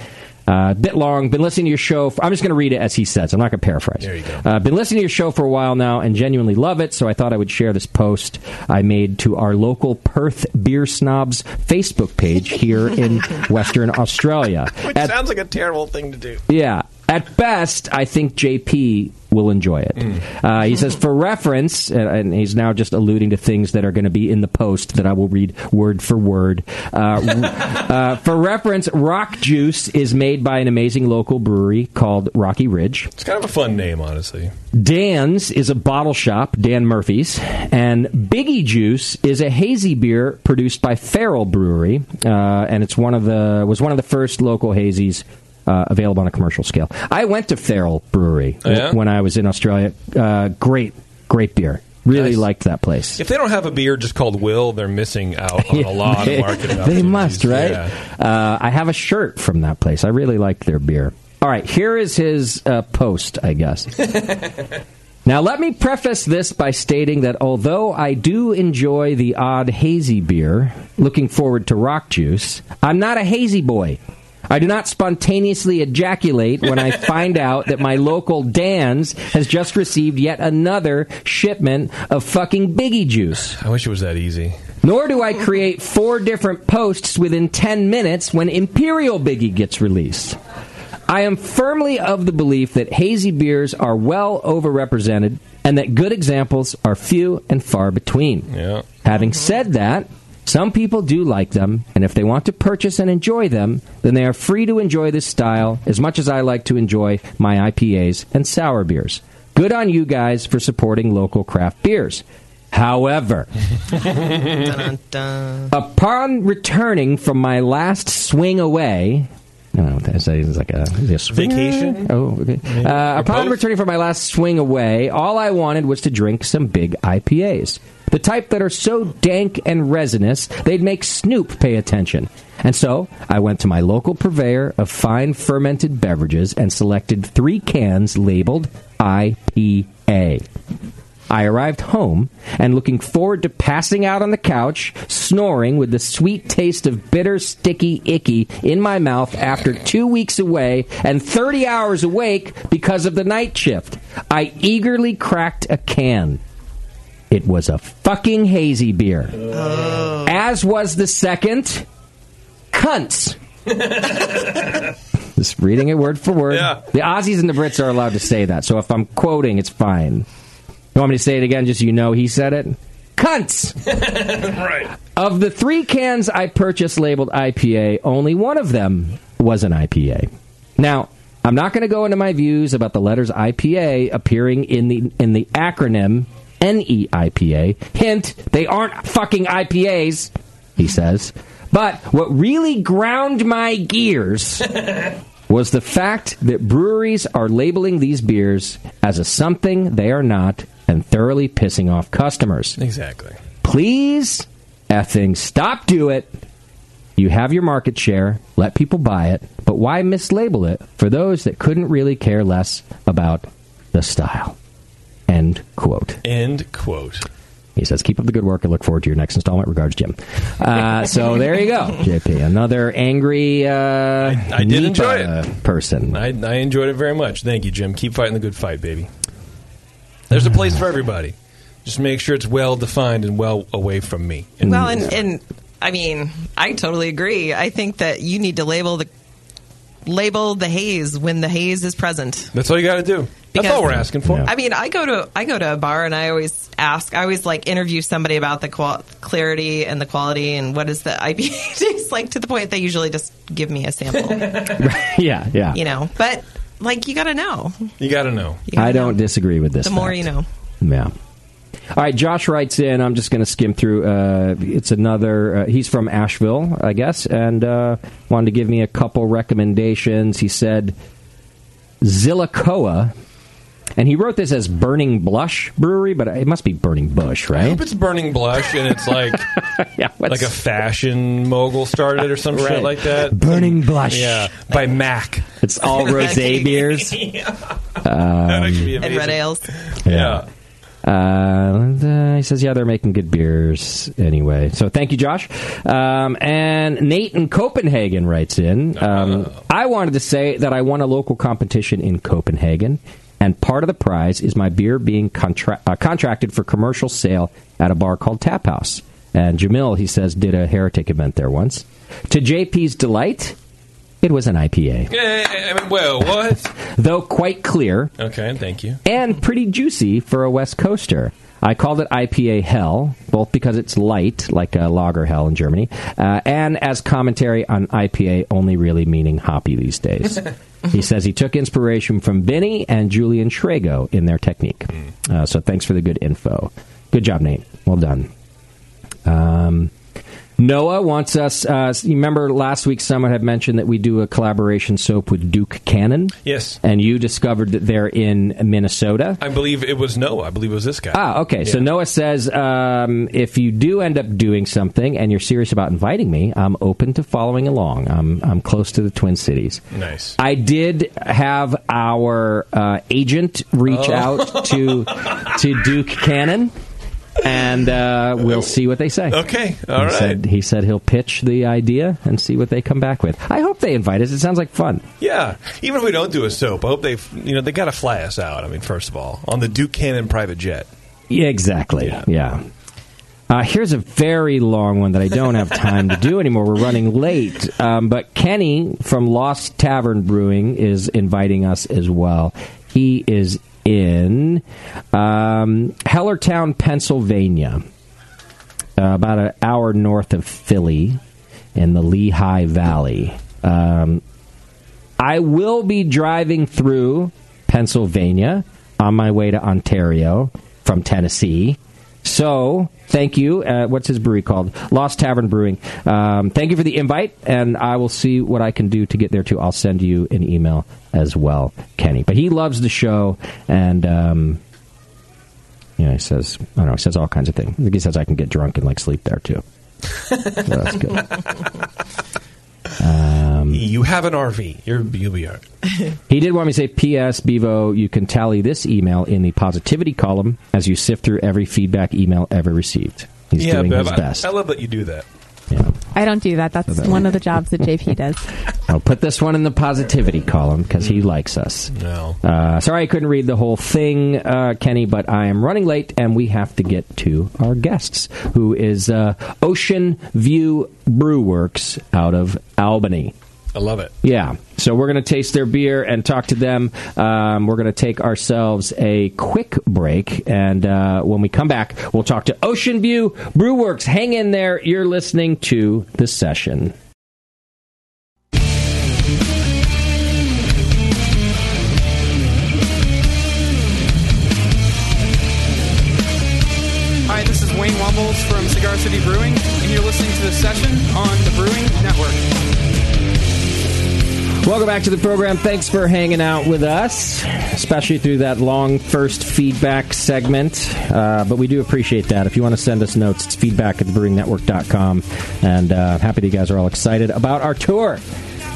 Uh, bit long. Been listening to your show. For, I'm just going to read it as he says. I'm not going to paraphrase. There you go. Uh, been listening to your show for a while now and genuinely love it. So I thought I would share this post I made to our local Perth beer snobs Facebook page here in Western Australia.
which
At-
sounds like a terrible thing to do.
yeah. At best, I think JP will enjoy it. Uh, he says, for reference, and- and he's now just alluding to things that are going to be in the post that I will read word for word. Uh, uh, for reference, Rock Juice is made by an amazing local brewery called Rocky Ridge.
It's kind of a fun name, honestly.
Dan's is a bottle shop, Dan Murphy's, and Biggie Juice is a hazy beer produced by Farrell Brewery, uh, and it's one of the was one of the first local hazies uh, available on a commercial scale. I went to Farrell Brewery
Oh, yeah?
when I was in Australia. Uh, great, great beer. Really liked that place.
If they don't have a beer just called Will, they're missing out on a lot
they,
of marketing.
They
opportunities.
must, right?
Yeah.
Uh, I have a shirt from that place. I really like their beer. All right, here is his uh, post, I guess. Now, let me preface this by stating that although I do enjoy the odd hazy beer, looking forward to rock juice, I'm not a hazy boy. I do not spontaneously ejaculate when I find out that my local Dan's has just received yet another shipment of fucking Biggie juice.
I wish it was that easy.
Nor do I create four different posts within 10 minutes when Imperial Biggie gets released. I am firmly of the belief that hazy beers are well overrepresented and that good examples are few and far between.
Yeah.
Having said that, some people do like them, and if they want to purchase and enjoy them, then they are free to enjoy this style as much as I like to enjoy my IPAs and sour beers. Good on you guys for supporting local craft beers. However,
Dun, dun, dun.
Upon returning from my last swing away, I don't know what that is. That is like a, is it a swing
Vacation?
Oh, okay. Uh, upon
both?
returning from my last swing away, all I wanted was to drink some big IPAs. The type that are so dank and resinous, they'd make Snoop pay attention. And so I went to my local purveyor of fine fermented beverages and selected three cans labeled IPA. I arrived home and looking forward to passing out on the couch, snoring with the sweet taste of bitter, sticky, icky in my mouth after two weeks away and 30 hours awake because of the night shift. I eagerly cracked a can. It was a fucking hazy beer. As was the second, cunts. Just reading it word for word.
Yeah.
The Aussies and the Brits are allowed to say that, so if I'm quoting, it's fine. You want me to say it again just so you know he said it? Cunts!
Right.
of the three cans I purchased labeled IPA, only one of them was an IPA. Now, I'm not going to go into my views about the letters IPA appearing in the in the acronym E NEIPA. Hint, they aren't fucking IPAs, he says. But what really ground my gears was the fact that breweries are labeling these beers as a something they are not and thoroughly pissing off customers.
Exactly.
Please effing stop do it. You have your market share, let people buy it, but why mislabel it for those that couldn't really care less about the style? End quote.
End quote.
He says, "Keep up the good work. I look forward to your next installment. Regards, Jim." Uh, so there you go, JP. Another angry uh,
I did enjoy
NEPA uh, person.
I, I enjoyed it very much. Thank you, Jim. Keep fighting the good fight, baby. There's a place for everybody. Just make sure it's well defined and well away from me.
Well, and, and I mean, I totally agree. I think that you need to label the label the haze when the haze is present.
that's all you got to do. That's
Because-
all we're asking for.
I mean, I go to I go to a bar and I always ask. I always like interview somebody about the qual- clarity and the quality and what is the IPA taste like. To the point they usually just give me a sample,
yeah, yeah.
you know. But like, you got to know.
You got to know.
You gotta
I don't
know.
disagree with this.
The more
fact.
you know.
Yeah. All right, Josh writes in. I'm just going to skim through. Uh, it's another. Uh, he's from Asheville, I guess, and uh, wanted to give me a couple recommendations. He said Zillicoa, and he wrote this as Burning Blush Brewery, but it must be Burning Bush,
I
right?
hope it's burning blush and it's like
yeah, what's-
like a fashion mogul started it or some
Right.
shit like that. Mm.
Burning Blush.
Yeah, by Mac.
It's all rosé beers.
That'd actually be
And
amazing.
red ales.
Yeah.
Uh, and, uh, he says, "Yeah, they're making good beers anyway." So thank you, Josh. Um, and Nate in Copenhagen writes in.
Uh-huh.
Um, I wanted to say that I won a local competition in Copenhagen, and part of the prize is my beer being contra- uh, contracted for commercial sale at a bar called Tap House. And Jamil, he says, did a heretic event there once. To JP's delight, it was an IPA,
Yeah, I mean, well, what?
though quite clear
Okay, thank you.
and pretty juicy for a West Coaster. I called it IPA hell, both because it's light, like a lager hell in Germany, uh, and as commentary on IPA only really meaning hoppy these days. he says he took inspiration from Benny and Julian Schrago in their technique. Uh, so thanks for the good info. Good job, Nate. Well done. Um, Noah wants us. Uh, you remember last week, someone had mentioned that we do a collaboration soap with Duke Cannon.
Yes.
And you discovered that they're in Minnesota.
I believe it was Noah. I believe it was this guy.
Ah, okay. So Noah says, um, if you do end up doing something and you're serious about inviting me, I'm open to following along. I'm I'm close to the Twin Cities.
Nice.
I did have our uh, agent reach
Oh.
out to to Duke Cannon, and uh, we'll see what they say.
Okay,
he
all right.
Said, he said he'll pitch the idea and see what they come back with. I hope they invite us. It sounds like fun.
Yeah, even if we don't do a soap, I hope they, you know, they got to fly us out. I mean, first of all, on the Duke Cannon private jet.
Yeah, exactly. Yeah.
Yeah.
Uh, here's a very long one that I don't have time to do anymore. We're running late. Um, but Kenny from Lost Tavern Brewing is inviting us as well. He is in um, Hellertown, Pennsylvania, uh, about an hour north of Philly in the Lehigh Valley. Um, I will be driving through Pennsylvania on my way to Ontario from Tennessee. So, thank you. Uh, what's his brewery called? Lost Tavern Brewing. Um, thank you for the invite, and I will see what I can do to get there too. I'll send you an email as well, Kenny. But he loves the show, and um, you know, he says, I don't know, he says all kinds of things. I think he says I can get drunk and like sleep there too. So that's good. Um,
you have an RV. You're, you'll be all right.
He did want me to say, P.S. Bevo, you can tally this email in the positivity column as you sift through every feedback email ever received. He's
yeah,
doing
Bev,
his
I-
best.
I, love that you do that.
I don't do that. That's one of the jobs that JP does.
I'll put this one in the positivity column because he likes us.
No.
Uh, sorry I couldn't read the whole thing, uh, Kenny, but I am running late and we have to get to our guests, who is uh, Ocean View Brewworks out of Albany.
I love it.
Yeah. So we're going to taste their beer and talk to them. Um, we're going to take ourselves a quick break. And uh, when we come back, we'll talk to Ocean View Brewworks. Hang in there. You're listening to The Session.
Hi, this is Wayne Wumbles from Cigar City Brewing, and you're listening to the session on the Brewing Network.
Welcome back to the program. Thanks for hanging out with us, especially through that long first feedback segment. Uh, but we do appreciate that. If you want to send us notes, it's feedback at thebrewingnetwork.com. And uh, happy that you guys are all excited about our tour.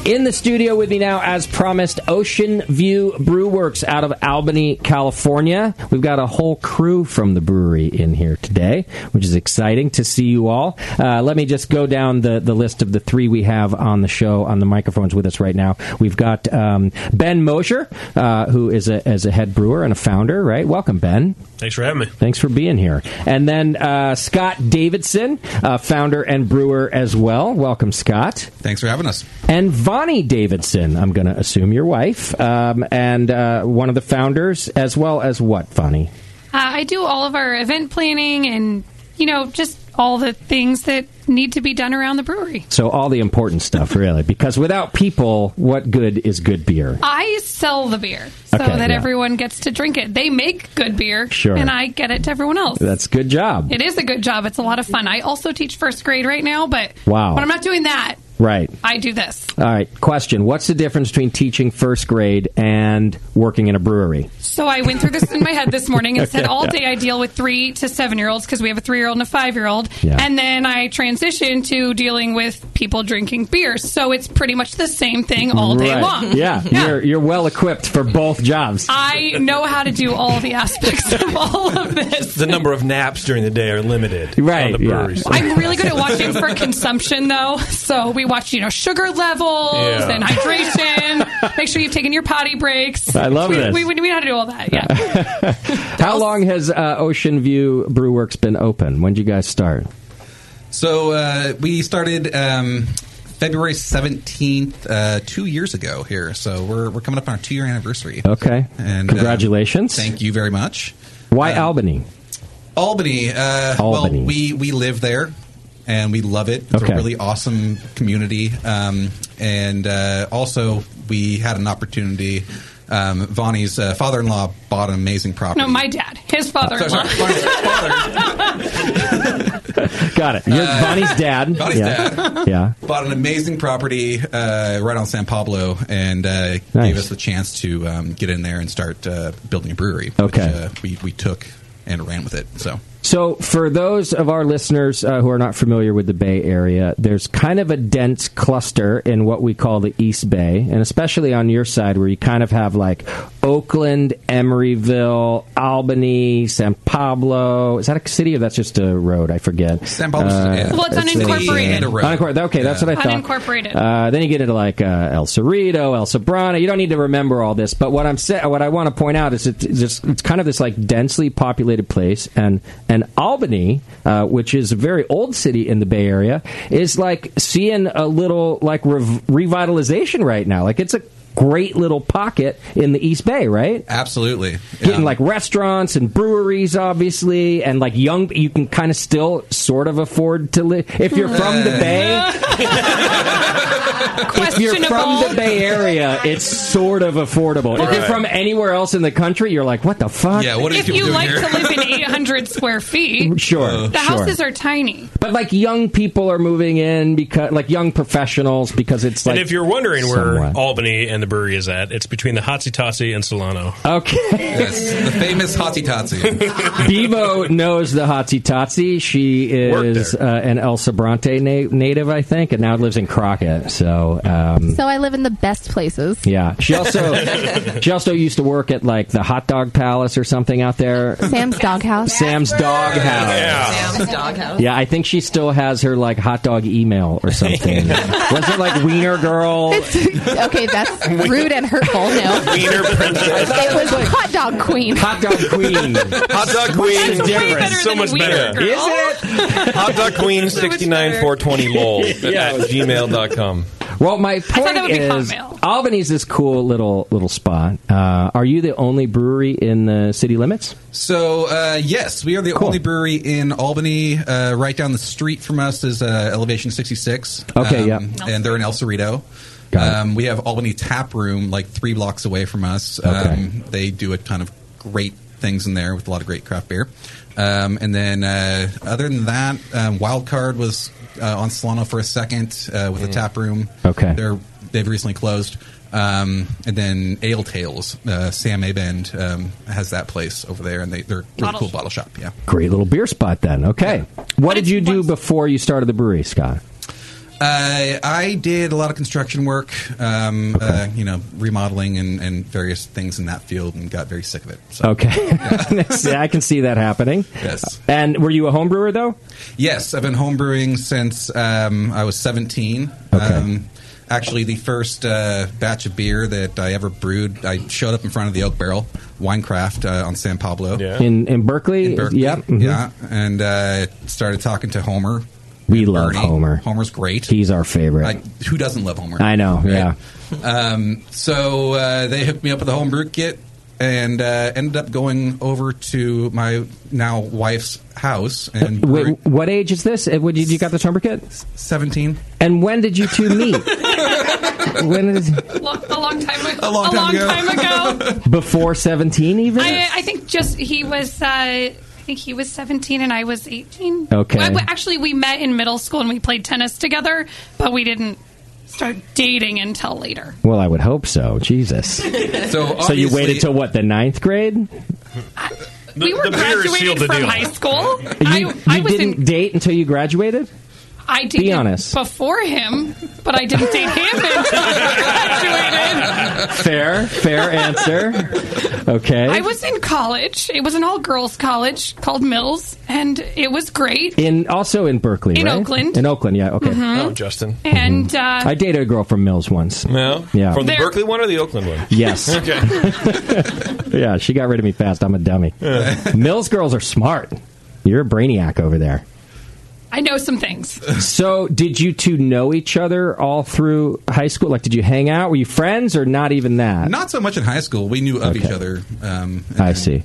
In the studio with me now, as promised, Ocean View Brew Works out of Albany, California. We've got a whole crew from the brewery in here today, which is exciting to see you all. Uh, let me just go down the, the list of the three we have on the show on the microphones with us right now. We've got um, Ben Mosher, uh, who is a, is a head brewer and a founder, right? Welcome, Ben.
Thanks for having me.
Thanks for being here. And then uh, Scott Davidson, uh, founder and brewer as well. Welcome, Scott.
Thanks for having us.
And Vonnie Davidson, I'm going to assume your wife, um, and uh, one of the founders, as well as what, Vonnie?
Uh, I do all of our event planning and, you know, just all the things that need to be done around the brewery.
So, all the important stuff, really, because without people, what good is good beer?
I sell the beer so
Okay,
that
yeah.
everyone gets to drink it. They make good beer,
Sure.
and I get it to everyone else.
That's good job.
It is a good job. It's a lot of fun. I also teach first grade right now, but
Wow.
when I'm not doing that,
Right.
I do this.
All right, question. What's the difference between teaching first grade and working in a brewery?
So I went through this in my head this morning and said,
Okay,
all
yeah.
day I deal with three to seven year olds because we have a three year old and a five year old.
Yeah.
And then I transitioned to dealing with people drinking beer. So it's pretty much the same thing all day
Right.
long. Uh,
Yeah, You're, you're well equipped for both jobs.
I know how to do all the aspects of all of this.
The number of naps during the day are limited.
Right,
On the
yeah.
brewery side.
I'm really good at watching for consumption, though. So we watch, you know, sugar levels
Yeah.
and hydration. Make sure you've taken your potty breaks.
I love
we,
this.
We, we know how to do all that. Yeah.
How long has uh, Ocean View Brew Works been open? When did you guys start?
So uh, we started um, February 17th, uh, two years ago here. So we're, we're coming up on our two year anniversary.
Okay.
And, uh,
Congratulations.
thank you Uh, very much.
Why Albany?
Albany. Uh,
Albany.
Well, we, we live there and we love it. It's
Okay.
a really awesome community. Um, and uh, also, we had an opportunity. Um, Vonnie's uh, father in law bought an amazing property.
No, my dad, his father in law.
Sorry, sorry.
Got it. You're Bonnie's dad.
uh, Bonnie's
yeah.
dad.
Yeah.
bought an amazing property uh, right on San Pablo and uh,
Nice.
gave us the chance to um, get in there and start uh, building a brewery.
Okay.
Which, uh, we, we took and ran with it. So
So, for those of our listeners uh, who are not familiar with the Bay Area, there's kind of a dense cluster in what we call the East Bay, and especially on your side, where you kind of have like Oakland, Emeryville, Albany, San Pablo. Is that a city or that's just a road? I forget. Uh,
San Pablo's yeah.
Well, it's
a-
unincorporated.
a road.
Unincorporated. Okay, that's
Yeah.
what I thought.
Unincorporated.
Uh, then you get into like uh, El Cerrito, El Sobrano. You don't need to remember all this, but what I'm sa- what I want to point out is it's just it's kind of this like densely populated place, and and Albany, uh, which is a very old city in the Bay Area, is like seeing a little like rev- revitalization right now. Like it's a great little pocket in the East Bay, right?
Absolutely.
getting
Yeah.
like restaurants and breweries, obviously, and like young. You can kind of still sort of afford to live if you're from
Uh,
the Bay. If you're from the
Questionable.
Bay Area, it's sort of affordable. If you're from anywhere else in the country, you're like, what the fuck? Mm,
Yeah, what are
If
people
you
doing
like
here?
to live in 800 square feet,
Uh,
Sure,
the
sure.
houses are tiny.
but like young people are moving in because like young professionals because it's like.
and if you're wondering where
somewhat.
Albany and the brewery is at, it's between the Hotsy Totsy and Solano.
okay,
Yes, the famous Hotsy Totsy.
Bevo knows the Hotsy Totsy. She
Worked
is uh, an El Sobrante na- native, I think, and now lives in Crockett. So um,
So I live in the best places.
Yeah, she also she also used to work at like the hot dog palace or something out there.
Sam's Doghouse.
Sam's Dog House.
Sam's doghouse.
Yeah, I think she still has her like hot dog email or something. Was it like Wiener Girl?
okay, that's rude and hurtful. No,
Wiener Princess.
it was hot dog queen.
Hot dog queen.
Hot dog queen.
That's way better
so
than
much
Wiener
better.
Girl.
Is it?
Hot dog queen
So much
69
better.
420 lol
Yeah.
yeah. at gmail.com.
Well, my point
that would be
is
Hotmail.
Albany's this cool little little spot. Uh, are you the only brewery in the city limits?
so uh, yes, we are the
Cool.
only brewery in Albany. Uh, right down the street from us is uh, Elevation 66.
Okay,
um,
yeah.
And they're in El Cerrito.
Got it.
Um, we have Albany Tap Room like three blocks away from us.
Okay.
Um, they do a ton of great things in there with a lot of great craft beer. Um, and then uh, other than that, um, Wild Card was uh, on Solano for a second uh, with a tap room.
Okay.
They're, they've recently closed. Um, and then Ale Tales, uh, Sam Abend um, has that place over there, and they, they're really
Bottle
cool
shop.
bottle shop. Yeah.
Great little beer spot then. Okay. What did you do before you started the brewery, Scott?
Uh, I did a lot of construction work, um, uh, you know, remodeling and, and various things in that field, and got very sick of it. So.
Okay. See, I can see that happening.
Yes.
And were you a home brewer though?
Yes, I've been homebrewing since um, I was 17. Um, actually, the first uh, batch of beer that I ever brewed, I showed up in front of the Oak Barrel Winecraft uh, on San Pablo.
In in Berkeley?
In Berkeley,
Yep. mhm.
yeah, and uh, started talking to Homer.
We
and
love
Bernie.
Homer.
Homer's great.
He's our favorite.
Like, who doesn't love Homer?
Mm-hmm. I know, yeah.
Um, so uh, they hooked me up with a home brew kit and uh, ended up going over to my now wife's house and
Wait, what age is this? Uh, What did you got this home kit?
Seventeen.
And when did you two meet? when is
Lo- a long time ago.
A long time ago.
time ago.
before seventeen even?
I, I think just he was. Uh, I think he was 17 and I was 18.
Okay.
Well, actually, we met in middle school and we played tennis together, but we didn't start dating until later.
well, I would hope so. Jesus.
So
so you
obviously-
waited till what? The ninth grade?
we were
the beer
graduating
sealed the
from
deal.
high school.
You,
I, I
you
was
didn't
in.
date until you graduated?
I
be
dated
honest.
before him, but I didn't date him until I graduated.
Fair, fair answer. Okay.
I was in college. It was an all girls college called Mills, and it was great.
in also in Berkeley,
In
right?
Oakland.
In Oakland, yeah. Okay.
Mhm. Oh,
Justin.
And uh,
I dated a girl from Mills once.
No.
Yeah.
From the
There-
Berkeley one or the Oakland one?
Yes.
okay.
yeah, she got rid of me fast. I'm a dummy. Mills girls are smart. You're a brainiac over there.
I know some things.
So, did you two know each other all through high school? Like, did you hang out? Were you friends, or not even that?
Not so much in high school. We knew of each other. Um, and
I
then
see.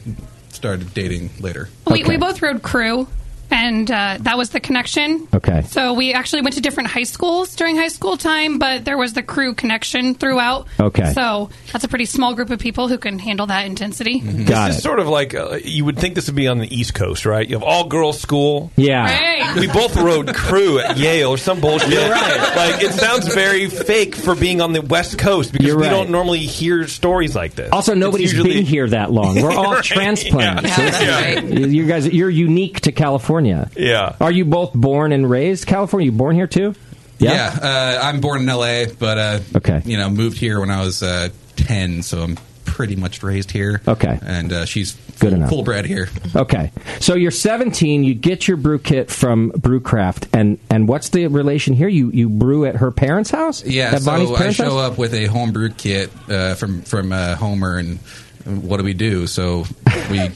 Started dating later.
We, we both rode crew, and uh, that was the connection.
Okay.
So we actually went to different high schools during high school time, but there was the crew connection throughout.
Okay.
So that's a pretty small group of people who can handle that intensity.
Mm-hmm. this is sort of like uh, you would think this would be on the East Coast, right? You have all girls school.
Yeah.
Right.
We both rode crew at Yale or some bullshit. Like it sounds very fake for being on the West Coast because
You're
we
right.
don't normally hear stories like this.
Also,
It's
nobody's
usually-
been here that long. We're all
Right,
transplants.
yeah.
So this
Yeah.
is- You guys, you're unique to California.
Yeah.
Are you both born and raised California? You born here too?
Yeah. uh, I'm born in L.A., but uh,
okay.
You know, moved here when I was uh, ten, so I'm pretty much raised here.
Okay.
And uh, she's
Good enough.
Full bred here.
Okay. So you're 17. You get your brew kit from Brewcraft, and and what's the relation here? You you brew at her parents' house?
Yeah,
At Bonnie's
so I
parents'
show
house?
up with a homebrew kit uh, from from uh, Homer, and what do we do? So we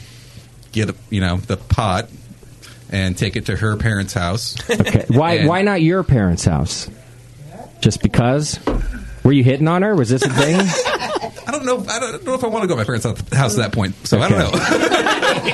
get you know the pot and take it to her parents' house.
Okay. Why
And-
why not your parents' house? Just because? Were you hitting on her? Was this a thing?
I don't know. I don't know if I want to go to my parents' house at that point. So I don't know.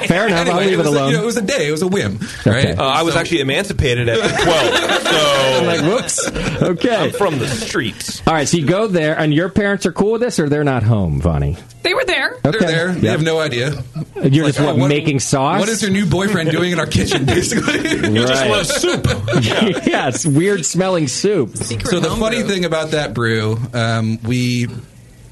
Fair enough.
Anyway,
I'll leave
it
it,
was a-
alone.
you know, it was a day. It was a whim.
Okay.
Uh, I was actually emancipated at 12. So
like, whoops. Okay.
I'm from the streets.
All right. So you go there, and your parents are cool with this, or they're not home, Vonnie.
They were there.
Okay.
They're there. They
Yeah.
have no idea.
You're
Like,
just what,
oh, what-
making sauce.
What is your new boyfriend doing in our kitchen? Basically,
You just Right. want soup. yeah, it's weird smelling soup.
so the funny thing about that brew, um, we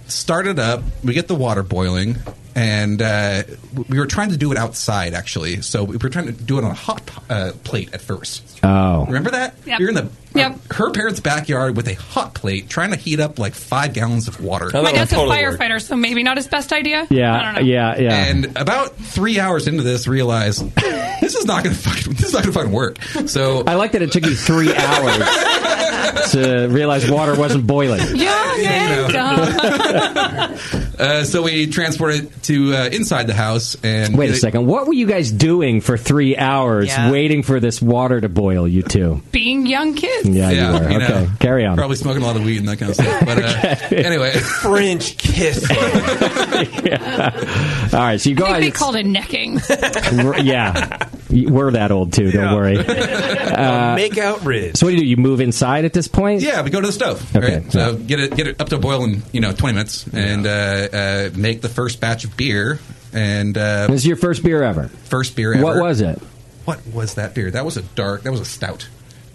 started up. We get the water boiling, and uh, we were trying to do it outside actually. So we were trying to do it on a hot uh, plate at first.
Oh.
Remember that?
Yep.
You're in the uh,
Yep.
her parents' backyard with a hot plate, trying to heat up like five gallons of water.
My dad's a firefighter, so maybe not his best idea. I don't know.
yeah, yeah.
And about three hours into this, realize this is not going to fucking this is not going to fucking work. So
I like that it took you three hours to realize water wasn't boiling.
Yeah,
yeah, Uh, so we transport it to uh, inside the house and
Wait a second. What were you guys doing for three hours
Yeah.
waiting for this water to boil, you two?
Being young kids.
Yeah, you were.
you know,
okay, carry on.
Probably smoking a lot of weed and that kind of stuff. But uh, anyway,
French kiss.
Yeah. All right, so you
I think they
guys.
called it necking.
We're- yeah. You- We're that old too, don't worry. Uh,
make out ridge.
So, what do you do? You move inside at this point?
Yeah, we go to the stove.
Okay.
right? So get it get it up to a boil in you know twenty minutes and uh, uh, make the first batch of beer. And uh,
This is your first beer ever.
First beer ever.
What was it?
What was that beer? That was a dark. That was a stout.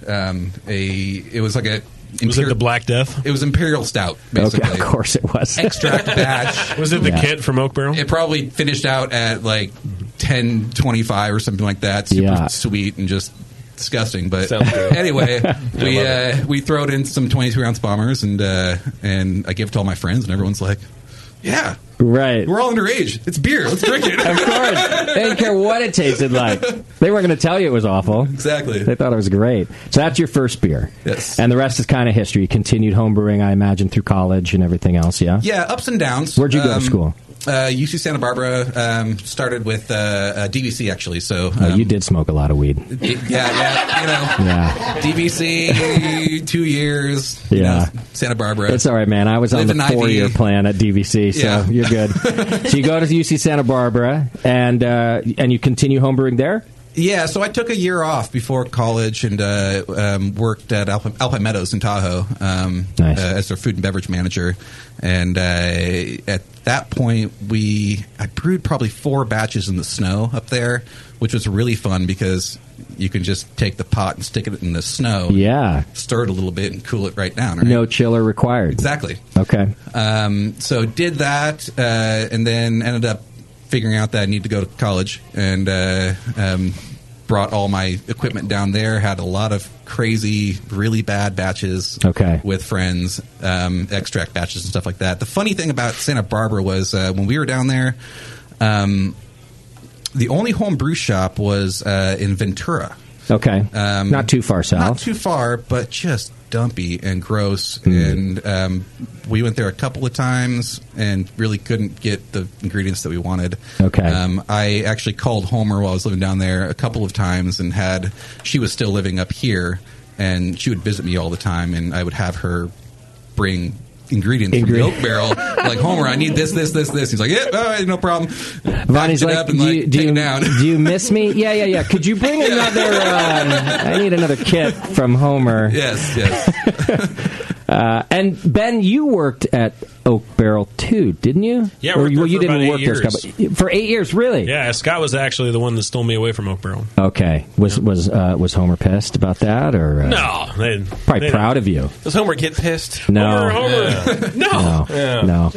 Um, a it was like a was it the
Black Death?
It was Imperial Stout, basically.
Okay, of course it was.
Extract batch.
Was it the Yeah. kit from Oak Barrel?
It probably finished out at like ten twenty five or something like that. Super
Yeah.
sweet and just disgusting. But
Sounds good.
anyway,
I
we
love
uh, we throwed in some twenty two ounce bombers and uh, and I give it to all my friends and everyone's like, yeah,
right.
We're all underage. It's beer. Let's drink it.
of course. They didn't care what it tasted like. They weren't going to tell you it was awful.
Exactly.
They thought it was great. So that's your first beer.
Yes.
And the rest is kind of history. You continued homebrewing, I imagine, through college and everything else, yeah?
Yeah, ups and downs.
Where'd you go to
Um,
school?
Uh, UC Santa Barbara um, started with uh, uh, DVC actually. So
Oh, you did smoke a lot of weed.
yeah, yeah, you know,
Yeah.
DVC two years. you
Yeah.
know, Santa Barbara.
It's all right, man. I was on
Lived
the
in Ivy.
four year plan at DVC, so
Yeah.
you're good. so you go to UC Santa Barbara and uh, and you continue homebrewing there?
Yeah, so I took a year off before college and uh, um, worked at Alp- Alpine Meadows in Tahoe um, uh, as their food and beverage manager. And uh, at that point, we I brewed probably four batches in the snow up there, which was really fun because you can just take the pot and stick it in the snow.
Yeah.
stir it a little bit and cool it right down. Right?
No chiller required.
Exactly.
Okay.
Um, so did that, uh, and then ended up figuring out that I need to go to college, and uh, um, brought all my equipment down there. Had a lot of crazy, really bad batches.
Okay.
With friends, um, extract batches and stuff like that. The funny thing about Santa Barbara was uh, when we were down there. Um, the only home brew shop was uh, in Ventura.
Okay.
Um,
not too far south.
Not too far, but just dumpy and gross.
Hmm.
And um, we went there a couple of times and really couldn't get the ingredients that we wanted.
Okay.
Um, I actually called Homer while I was living down there a couple of times and had, she was still living up here and she would visit me all the time and I would have her bring. Ingredients
Ingre-
from the oak barrel, like Homer. I need this, this, this, this. He's like, yeah, all right, no problem.
Vonnie's
Packed
like,
it up and,
do, you, do, you,
down.
do you miss me? Yeah, yeah, yeah. Could you bring another? Um, I need another kit from Homer.
Yes, yes.
Uh, and Ben, you worked at Oak Barrel too, didn't you?
Yeah, I
Or,
worked
well,
there
you
for
didn't
about eight
work there, Scott,
years.
but- for eight years, really.
Yeah, Scott was actually the one that stole me away from Oak Barrel.
Okay. Was was uh, was Homer pissed about that, or uh,
No, they-
Probably
they-
proud of you.
Does Homer get pissed?
No.
Homer, Homer.
No,
Yeah.
no.
Uh,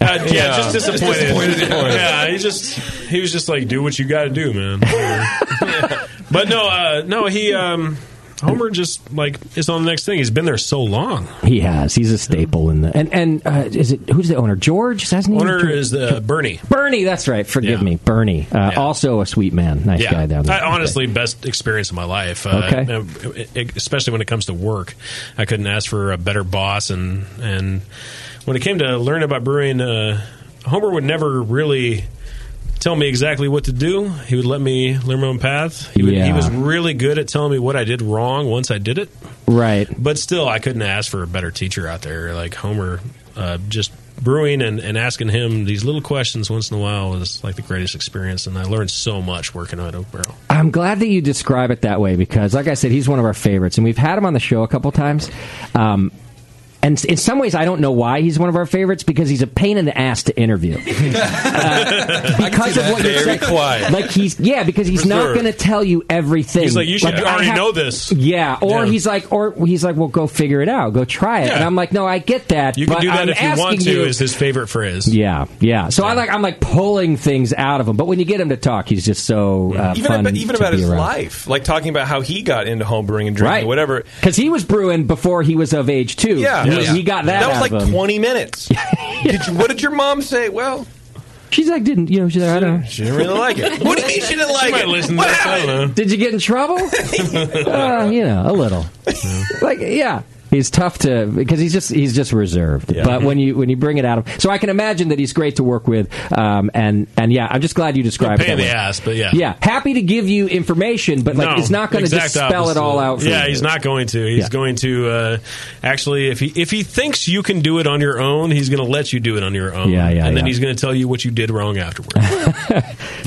yeah, just disappointed.
disappointed.
yeah, he just he was just like, do what you got to do, man. but no, uh, no, he um, Homer just like is on the next thing. He's been there so long.
He has. He's a staple in the. And and uh, is it who's the owner? George. Is that his name?
Owner is the Bernie.
Bernie. That's right. Forgive me, Bernie. Uh, Also a sweet man, nice guy down there.
I, honestly, best experience of my life.
Okay.
Uh, especially when it comes to work, I couldn't ask for a better boss. And and when it came to learning about brewing, uh, Homer would never really tell me exactly what to do. He would let me learn my own path. He, would, he
Yeah.
was really good at telling me what I did wrong once I did it.
Right.
But still, I couldn't ask for a better teacher out there. Like Homer, uh, just brewing and, and asking him these little questions once in a while was like the greatest experience. And I learned so much working on Oak Barrel.
I'm glad that you describe it that way because, like I said, he's one of our favorites, and we've had him on the show a couple times. Um, and s- in some ways, I don't know why he's one of our favorites because he's a pain in the ass to interview. because of what you
Very
said,
quiet.
like he's yeah, because he's not
Reserved.
going to tell you everything.
He's like, you should
I
already
have-
know this.
Yeah, or
Yeah.
he's like, or he's like, well, go figure it out, go try it.
Yeah.
And I'm like, no, I get that.
You can
but
do that
I'm
if you want
asking
to.
you-
Is his favorite phrase?
yeah, yeah. So I like I'm like pulling things out of him, but when you get him to talk, he's just so uh,
even
fun.
about, even
to
about
be
his
around.
life, like talking about how he got into homebrewing and drinking,
Right.
whatever.
Because he was brewing before he was of age too.
Yeah,
he, he got that.
That was
out
like
of him.
twenty minutes. did you, what did your mom say? Well,
She's like, didn't you know? She's like, I don't.
she didn't really like it. What do you mean she didn't like
might
it?
listen to
What
this, I
happened?
don't know.
Did you get in trouble? uh, you know, a little. like, yeah. He's tough to because he's just he's just reserved. But when you when you bring it out of so I can imagine that he's great to work with. Um, and and yeah, I'm just glad you described
Pain
it.
in
that
the
way.
ass, but yeah.
Yeah, happy to give you information, but like
No,
it's not going to just
exact
spell it
opposite.
all out. For
yeah,
you.
he's not going to. He's
Yeah.
going to uh, actually, if he if he thinks you can do it on your own, he's going to let you do it on your own.
Yeah, yeah,
And then
yeah.
he's going to tell you what you did wrong afterwards.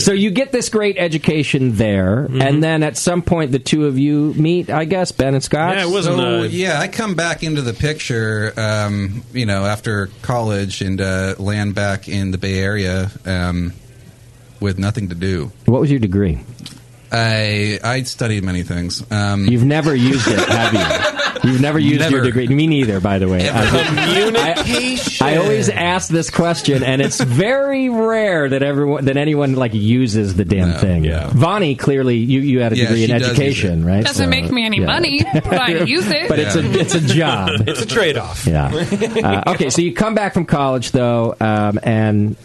So you get this great education there,
Mm-hmm.
and then at some point the two of you meet. I guess Ben and Scott.
uh,
uh,
So, yeah, I come back into the picture, um, you know, after college and uh, land back in the Bay Area um, with nothing to do.
What was your degree?
I I studied many things. Um,
You've never used it, have you? You've never used your
Never.
degree. Me neither, by the way.
Communication.
I always ask this question, and it's very rare that everyone that anyone like uses the damn thing. Vani clearly, you, you had a
Yeah,
degree in
she does use
education, right?
Doesn't
So,
make me any
yeah.
money, but I use it.
But it's a it's a job.
It's a trade off.
Yeah. Uh, okay, so you come back from college though, um, and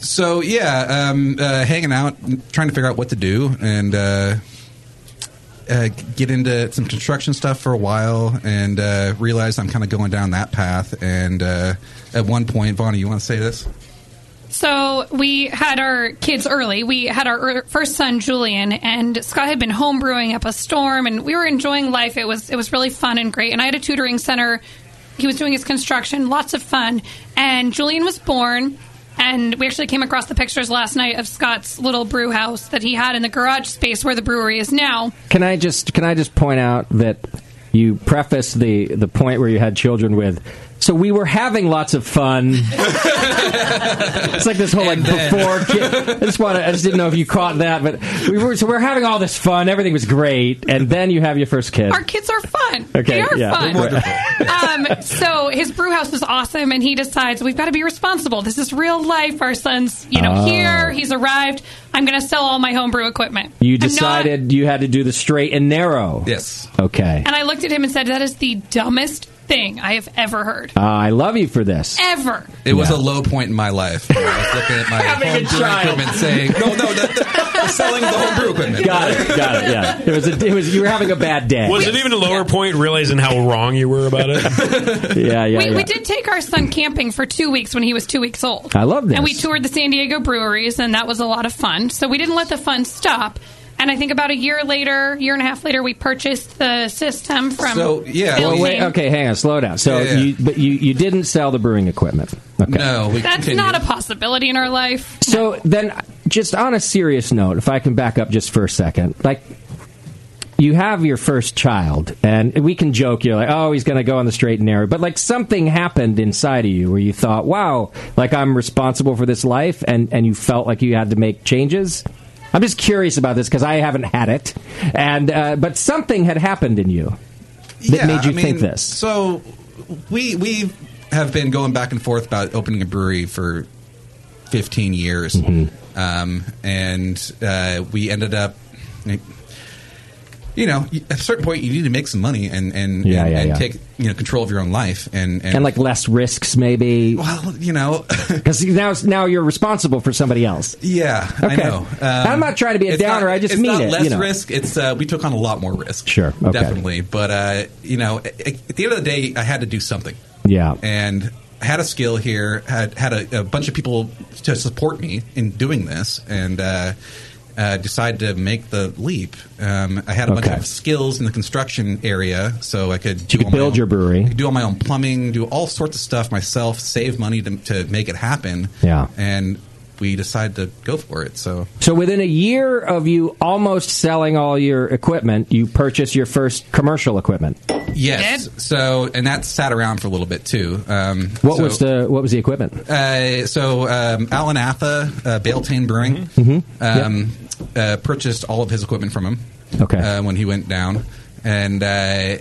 So yeah, um, uh, hanging out, trying to figure out what to do, and uh, uh, get into some construction stuff for a while, and uh, realized I'm kind of going down that path. And uh, at one point, Vonnie, you want to say this?
So we had our kids early. We had our er- first son Julian, and Scott had been homebrewing up a storm, and we were enjoying life. It was it was really fun and great. And I had a tutoring center. He was doing his construction, lots of fun. And Julian was born, and we actually came across the pictures last night of Scott's little brew house that he had in the garage space where the brewery is now.
Can I just can I just point out that you preface the the point where you had children with so we were having lots of fun. it's like this whole like before. Kid, I just want to. I just didn't know if you caught that, but we were. So we are having all this fun. Everything was great, and then you have your first kid.
Our kids are fun.
Okay,
they are
yeah.
fun.
They're wonderful.
um, so his brew house was awesome, and he decides we've got to be responsible. This is real life. Our son's, you know,
Oh.
here. He's arrived. I'm going to sell all my homebrew equipment.
You
I'm not-
decided you had to do the straight and narrow.
Yes.
Okay.
and I looked at him and said, "That is the dumbest thing I have ever heard,
Uh, I love you for this.
ever."
It was a low point in my life. I was looking at my
Having a
home brew
child.
equipment, saying, "No, no, that, that- selling the home brew equipment."
Got it. Got it. Yeah. It was. A, it was. You were having a bad day.
Was it even a lower point realizing how wrong you were about it?
yeah. Yeah.
we,
yeah.
we did take our son camping for two weeks when he was two weeks old.
I love this.
And we toured the San Diego breweries, and that was a lot of fun. So we didn't let the fun stop. And I think about a year later, year and a half later, we purchased the system from.
Well,
Building.
wait. Okay. Hang on. Slow down. So,
Yeah, yeah.
you but you you didn't sell the brewing equipment. Okay.
No. We
That's not a possibility in our life.
So then, just on a serious note, if I can back up just for a second, like you have your first child, and we can joke, you're like, oh, he's going to go on the straight and narrow, but like something happened inside of you where you thought, wow, like I'm responsible for this life, and and you felt like you had to make changes. I'm just curious about this because I haven't had it, and uh, but something had happened in you that
Yeah,
made you
I mean,
think this.
So we we have been going back and forth about opening a brewery for 15 years,
Mm-hmm.
um, and uh, we ended up. You know, at a certain point, you need to make some money and and,
Yeah,
and,
yeah,
and
yeah.
take you know control of your own life and and,
and like less risks, maybe. Well,
you know,
because now now you're responsible for somebody else.
yeah, I
Okay.
know. Um,
I'm not trying to be a
it's
downer, I just
it's
mean
not
it,
Less
you know.
risk. It's uh, we took on a lot more risk.
Sure, okay.
definitely. But uh, you know, at, at the end of the day, I had to do something.
Yeah.
and had a skill here, had had a, a bunch of people to support me in doing this, and uh, uh, decided to make the leap. Um, I had a
Okay.
bunch of skills in the construction area, so I could do
You could build your brewery.
do all my own plumbing, do all sorts of stuff myself, save money to, to make it happen.
Yeah.
and we decided to go for it. So
So within a year of you almost selling all your equipment, you purchase your first commercial equipment.
yes, so and that sat around for a little bit too. Um,
What
so-
was the what was the equipment?
Uh, so um, Alan Atha, uh, Baltane Brewing,
Mhm.
um, uh, purchased all of his equipment from him.
Okay.
Uh, when he went down, and uh,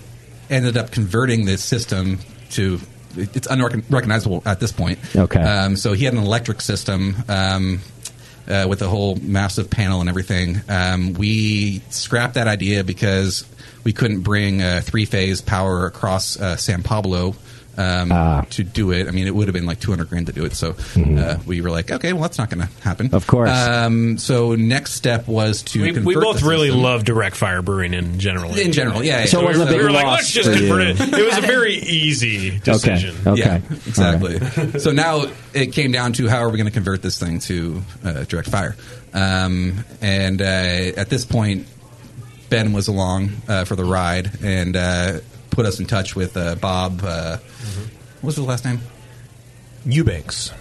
ended up converting this system to it's unrecognizable at this point.
Okay.
Um, so he had an electric system. Um, uh, with a whole massive panel and everything, um, we scrapped that idea because we couldn't bring uh, three-phase power across uh, San Pablo um,
Ah.
to do it. I mean, it would have been like 200 grand to do it. So
Mm-hmm.
uh, we were like, okay, well, that's not going to happen. Of
course.
Um, so next step was to
We,
convert
we both
the
really
system.
love direct fire brewing in general.
In general, yeah, yeah. So it
we
wasn't
were-
a big
we were like,
loss
let's just
for
convert
you.
it. It was a very easy decision.
Okay.
Yeah,
All
exactly. so now it came down to how are we going to convert this thing to uh, direct fire? Um, and uh, at this point, Ben was along uh, for the ride and uh, put us in touch with uh, Bob. Uh, What was his last name?
Eubanks.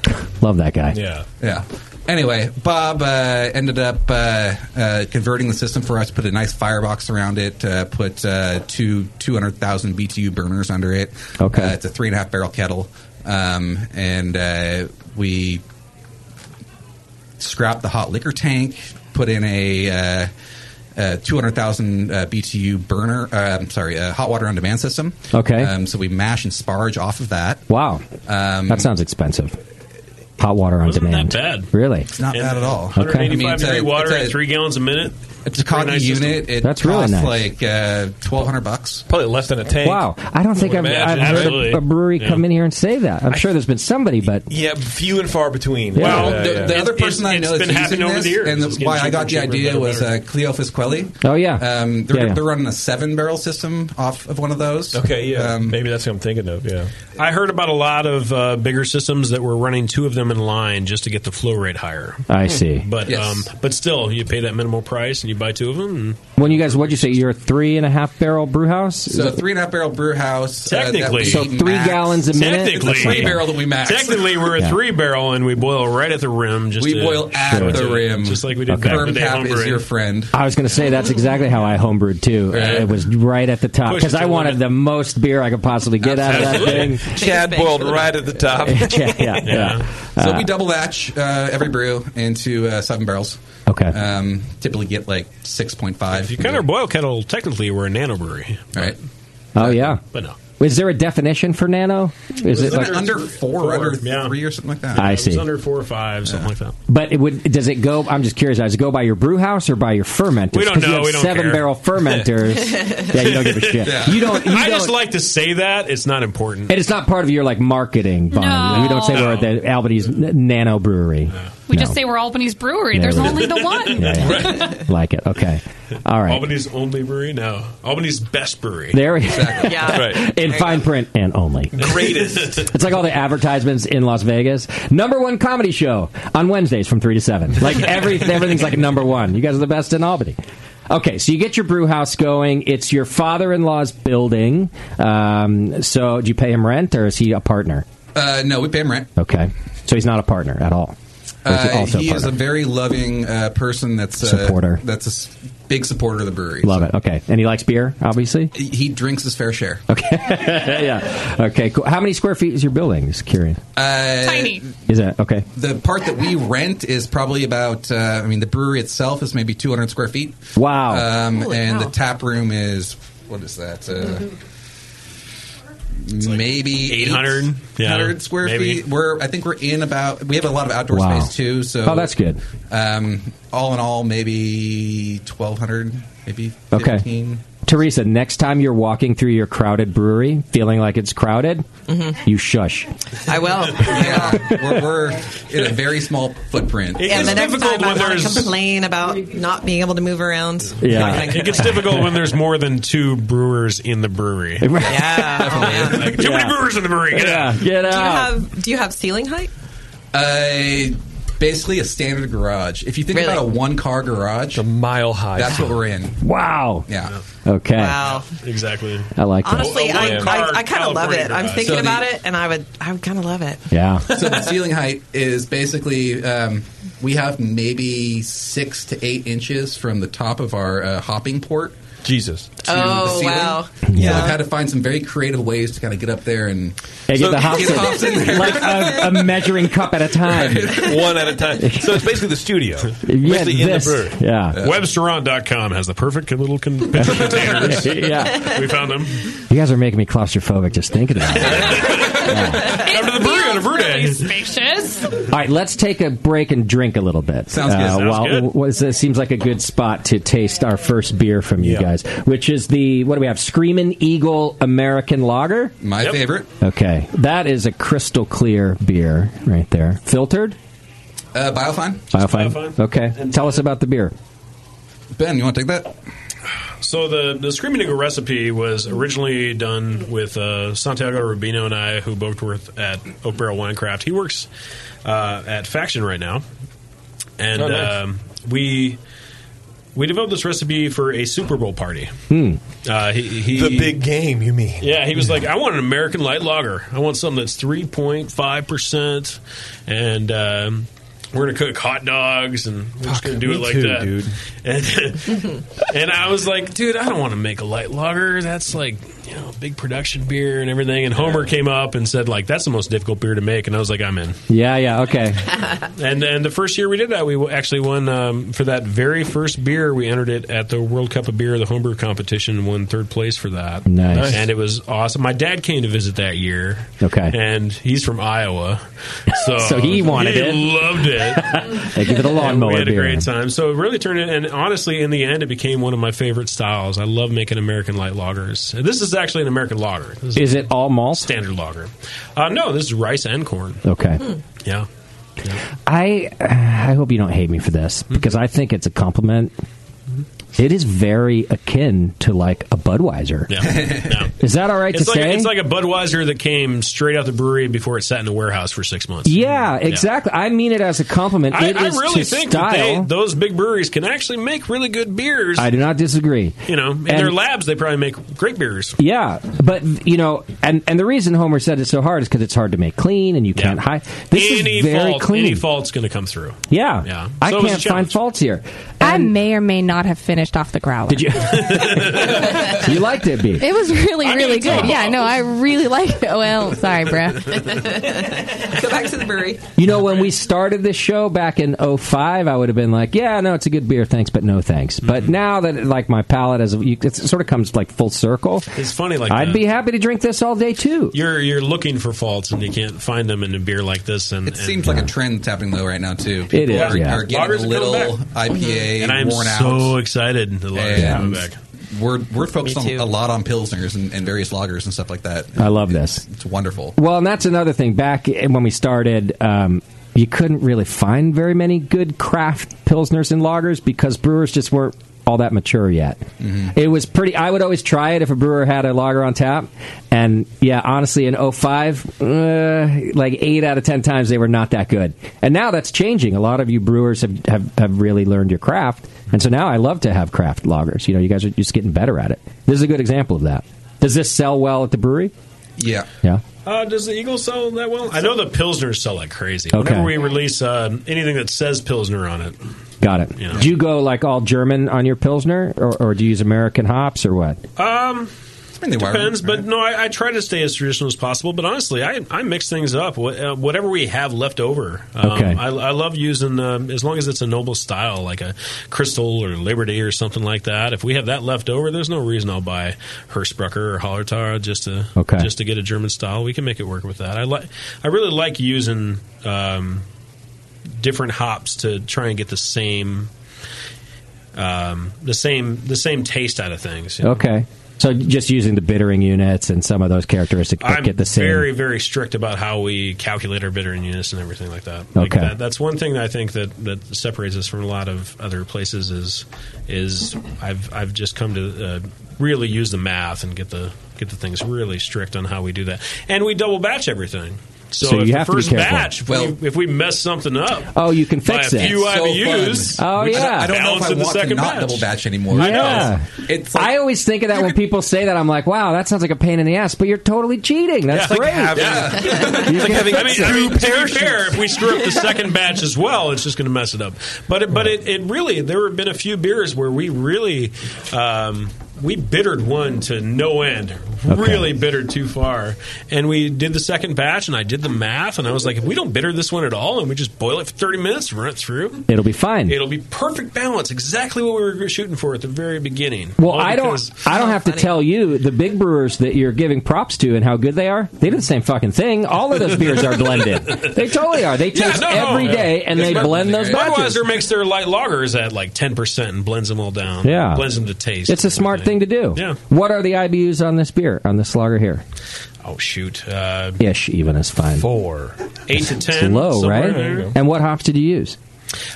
Love that guy.
Yeah. Anyway, Bob uh, ended up uh, uh, converting the system for us. Put a nice firebox around it. Uh, put uh, two two hundred thousand BTU burners under it.
Okay.
Uh, it's a three and a half barrel kettle, um, and uh, we scrapped the hot liquor tank. Put in a. Uh, uh, 200,000 uh, BTU burner, uh, I'm sorry, uh, hot water on demand system.
Okay.
Um, so we mash and sparge off of that.
Wow.
Um,
that sounds expensive. Hot water on demand.
bad.
Really?
It's not bad at all.
Okay.
I mean,
185
it's a-
degree water
it's a-
at three gallons a minute.
It's a cotton
Very nice system.
unit. It
That's really
costs
nice.
like uh, 1,200 bucks.
Probably less than a tank.
Wow. I don't think I've, I've heard a- a, brewery come in here and say that. I'm sure there's been somebody, but
Yeah, few and far between.
Yeah.
Well,
Yeah,
the,
yeah.
the
It-
other
it-
person I
it's
know is
been
using
happening over
this,
the years.
and
It's
the,
getting
why I got the
cheaper and cheaper,
idea
better
was uh,
and
Cleo Fisquelli.
Oh, yeah.
Um, they're,
Yeah, yeah.
they're running a seven barrel system off of one of those. Um,
Okay, yeah.
Maybe that's what I'm thinking of. Yeah.
I heard about a lot of uh, bigger systems that were running two of them in line just to get the flow rate higher.
I see.
But
Yes.
um, but still, you pay that minimal price and you buy two of them. And
when you guys, what'd you say? You're a three and a half barrel brew house?
So three and a half barrel brew house. uh,
Technically. So
three gallons a minute?
Technically,
It's a three barrel that we max.
Technically, we're a
Yeah.
three barrel and we boil right at the rim. Just
We
to-
boil at
Sure.
the rim.
just like we did.
Okay.
Back in the
Firm
day,
cap
home
is
brewing.
your
friend.
I was going to say that's exactly how I homebrewed too.
Right.
It was right at the top
Push
because I
to
wanted the most beer I could possibly get out of that thing.
Chad boiled right at the top.
yeah, yeah, yeah.
So
Uh,
we double batch uh, every brew into uh, seven barrels.
Okay.
Um, typically get like six point five.
If you cut our boil kettle, technically we're a nano brewery.
Right.
oh yeah,
But no.
Is there a definition for nano? Is it like?
under four, or under three or something like that?
I
it was
see.
under four or five, something like that.
But it would does it go? I'm just curious. Does it go by your brew house or by your fermenters?
We don't
'Cause You
know,
have
we don't
seven
care.
barrel fermenters. yeah, you don't give a shit. You don't. You
I
don't
just like to say that it's not important.
and it's not part of your like marketing. Bonnie. We don't say we're at the Albany's n- Nano Brewery.
We just say we're Albany's brewery.
Yeah,
There's
we-
only the one.
Yeah, yeah. like it. Okay. All right.
Albany's only brewery? No. Albany's best brewery.
There we go.
Exactly. Right.
In fine print and only.
Greatest.
It's like all the advertisements in Las Vegas. Number one comedy show on Wednesdays from three to seven. Like every everything's like number one. You guys are the best in Albany. Okay, so you get your brew house going. It's your father-in-law's building. Um, so, do you pay him rent, or is he a partner?
Uh, no, we pay him rent.
Okay, so he's not a partner at all. Or is he
Uh,
also a
he is
partner?
a very loving uh, person. That's uh,
Supporter.
That's a s- big supporter of the brewery.
Love it. Okay, and he likes beer, obviously.
He- He drinks his fair share.
yeah. Okay. Cool. How many square feet is your building? Just curious.
Uh, Tiny.
Is that okay?
The part that we rent is probably about. Uh, I mean, the brewery itself is maybe 200 square feet.
Wow.
Um,
Holy
and
cow.
the tap room is what is that? Uh, maybe
800?
800
Yeah,
square
maybe.
feet. We're I think we're in about. We have a lot of outdoor
Wow.
space too. So
Oh, that's good.
Um, all in all, maybe 1,200, maybe
Okay.
15.
Teresa, next time you're walking through your crowded brewery, feeling like it's crowded,
Mhm.
you shush.
I will. we're, we're in a very small footprint.
and the next time I want to
there's-
complain about not being able to move around. I'm not gonna
It gets
complain.
difficult when there's more than two brewers in the brewery.
Yeah.
Like, too many brewers in the brewery. Get out.
Do you have do you have ceiling height?
Uh, basically a standard garage. If you think
Really?
about a one car garage, a
mile high.
That's what we're in.
Wow.
Yeah.
Okay.
Exactly.
I like that.
Honestly, I, I, I kind of love it. I'm thinking
So the-
about it, and I would I would kind of love it.
Yeah.
so the ceiling height is basically um, we have maybe six to eight inches from the top of our uh, hopping port.
Jesus.
To the
Oh,
ceiling.
wow.
Yeah. I've had to find some very creative ways to kind of get up there and
Hey, get
So
the hops
get hops in there.
like uh, a, a measuring cup at a time.
One at a time. So it's basically the studio.
Yeah,
basically in the
this.
brewery.
Yeah.
Websterant.com has the perfect little con- picture containers.
Yeah.
We found them.
You guys are making me claustrophobic just thinking about it.
Come to the brewery on a brew day.
Spacious.
All right, let's take a break and drink a little bit. Uh,
Sounds good. Sounds
while,
good.
what is- it seems like a good spot to taste our first beer from you guys, which is the what do we have? Screaming Eagle American Lager.
my favorite.
Okay, that is a crystal clear beer right there, filtered.
Uh, Biofine.
Biofine. Okay, tell us about the beer.
Ben, you want to take that?
So the the Screaming Eagle recipe was originally done with uh, Santiago Rubino and I, who both worked at Oak Barrel Winecraft. He works uh, at Faction right now, and
Oh, nice.
um, we we developed this recipe for a Super Bowl party.
Hmm.
Uh, he, he,
The big game, you mean?
Yeah, he was like, I want an American light lager. I want something that's 3.5%. And um, we're going to cook hot dogs and we're just going to do
me
it like
too,
that.
dude.
And, and I was like, dude, I don't want to make a light lager. That's like, you know, big production beer and everything. And Homer came up and said, like, that's the most difficult beer to make. And I was like, I'm in.
Yeah, yeah, okay.
And and the first year we did that, we actually won um, for that very first beer. We entered it at the World Cup of Beer, the homebrew competition, and won third place for that.
Nice.
and it was awesome. My dad came to visit that year.
Okay.
and he's from Iowa, so
So he wanted
he
it.
loved it.
They give it a
And
lawnmower
we had a
beer.
great time. So it really turned it, and honestly, in the end, it became one of my favorite styles. I love making American light lagers. And This is actually an American lager. This
Is it all malt?
standard lager? Uh, no, this is rice and corn.
Okay.
Yeah.
I uh, I hope you don't hate me for this
Mm-hmm.
because I think it's a compliment. It is very akin to like a Budweiser.
Yeah. No.
Is that all right
it's
to
like
say?
it's like a Budweiser that came straight out the brewery before it sat in the warehouse for six months.
yeah, exactly. I mean it as a compliment.
I,
It
I
is to
really think that
style.
they, those big breweries can actually make really good beers.
I do not disagree.
You know, in
And-
their labs, they probably make great beers.
Yeah, but you know, and and the reason Homer said it's so hard is because it's hard to make clean, and you can't hide. This
any
is very
fault,
clean.
any fault's going to come through.
yeah,
Yeah.
I
So it was a
can't find faults here.
I may or may not have finished off the growler.
Did you? you liked it, B?
It was really, really good. Yeah, no, I really liked it. Well, sorry, bruh.
Go back to the brewery.
You know, when we started this show back in '05, I would have been like, yeah, no, it's a good beer, thanks, but no thanks.
Mm-hmm.
But now that, like, my palate has, you- it sort of comes, like, full circle.
It's funny like
I'd
that.
be happy to drink this all day, too.
You're you're looking for faults and you can't find them in a beer like this. And it
seems like a trend that's happening though right now too. People
is,
are,
yeah.
are getting
Lagers
a
are
little
coming back.
IPA
And I'm
worn out.
so excited. The lagers are
and
coming back.
We're we're focused
Me
on,
too.
a lot on pilsners and, and various lagers and stuff like that.
I love this.
It's wonderful.
Well, and that's another thing. Back when we started, um, you couldn't really find very many good craft pilsners and lagers because brewers just weren't all that mature yet. It was pretty. I would always try it if a brewer had a lager on tap, and yeah, honestly, in 05, uh, like eight out of ten times they were not that good. And now that's changing. A lot of you brewers have, have, have really learned your craft, and so now I love to have craft lagers. You know, you guys are just getting better at it. This is a good example of that. Does this sell well at the brewery?
Yeah.
Yeah.
Uh, does the Eagle sell that well? I know the Pilsners sell like crazy.
Okay.
Whenever we release uh, anything that says Pilsner on it,
Got it.
Yeah.
Do you go like all German on your Pilsner, or, or do you use American hops, or what?
um,
mean, they wire
depends. But no, I, I try to stay as traditional as possible. But honestly, I, I mix things up. What, uh, whatever we have left over, um,
Okay.
I, I love using um, as long as it's a noble style, like a Crystal or Labor Day or something like that. If we have that left over, there's no reason I'll buy Hirschbrucker or Hollertau just to
Okay.
just to get a German style. We can make it work with that. I like I really like using. Um, different hops to try and get the same um, the same the same taste out of things. you know.
Okay, so just using the bittering units and some of those characteristics that
I'm
get the same.
very very strict about how we calculate our bittering units and everything like that. Like
Okay.
that, that's one thing that I think that, that separates us from a lot of other places is is I've I've just come to uh, really use the math and get the get the things really strict on how we do that, and we double batch everything. So,
So
if
you
the
have to be
first
careful.
batch, if,
Well-
we, if we mess something up,
Oh, you can fix
by a
it.
few
So
IBUs.
fun. Oh,
we
yeah.
just
I don't know
balance
if I
in the
want to
second
not
batch.
double batch anymore.
Yeah, I always think of that when people say that. I'm like, wow, that sounds like a pain in the ass, but you're totally cheating. That's great.
It's like having- I mean, I mean, to be fair, if we screw up the second batch as well, it's just going to mess it up. But it, but it, it really there have been a few beers where we really um, we bittered one to no end, really bittered too far, and we did the second batch, and I did the math, and I was like, if we don't bitter this one at all, and we just boil it for thirty minutes, run it through.
It'll be fine.
It'll be perfect balance, exactly what we were shooting for at the very beginning.
Well,
All
I
because-
don't. I don't have to tell you the big brewers that you're giving props to and how good they are. They do the same fucking thing. All of those beers are blended. They totally are. They taste every day and they blend those batches.
Budweiser makes their light lagers at like ten percent and blends them all down.
Yeah.
blends them to taste.
It's a smart thing to do.
Yeah.
What are the IBUs on this beer, on this lager here?
Oh shoot, uh,
Ish, even is fine.
Four. eight to
It's
ten.
low,
somewhere
right?
there.
And what hops did you use?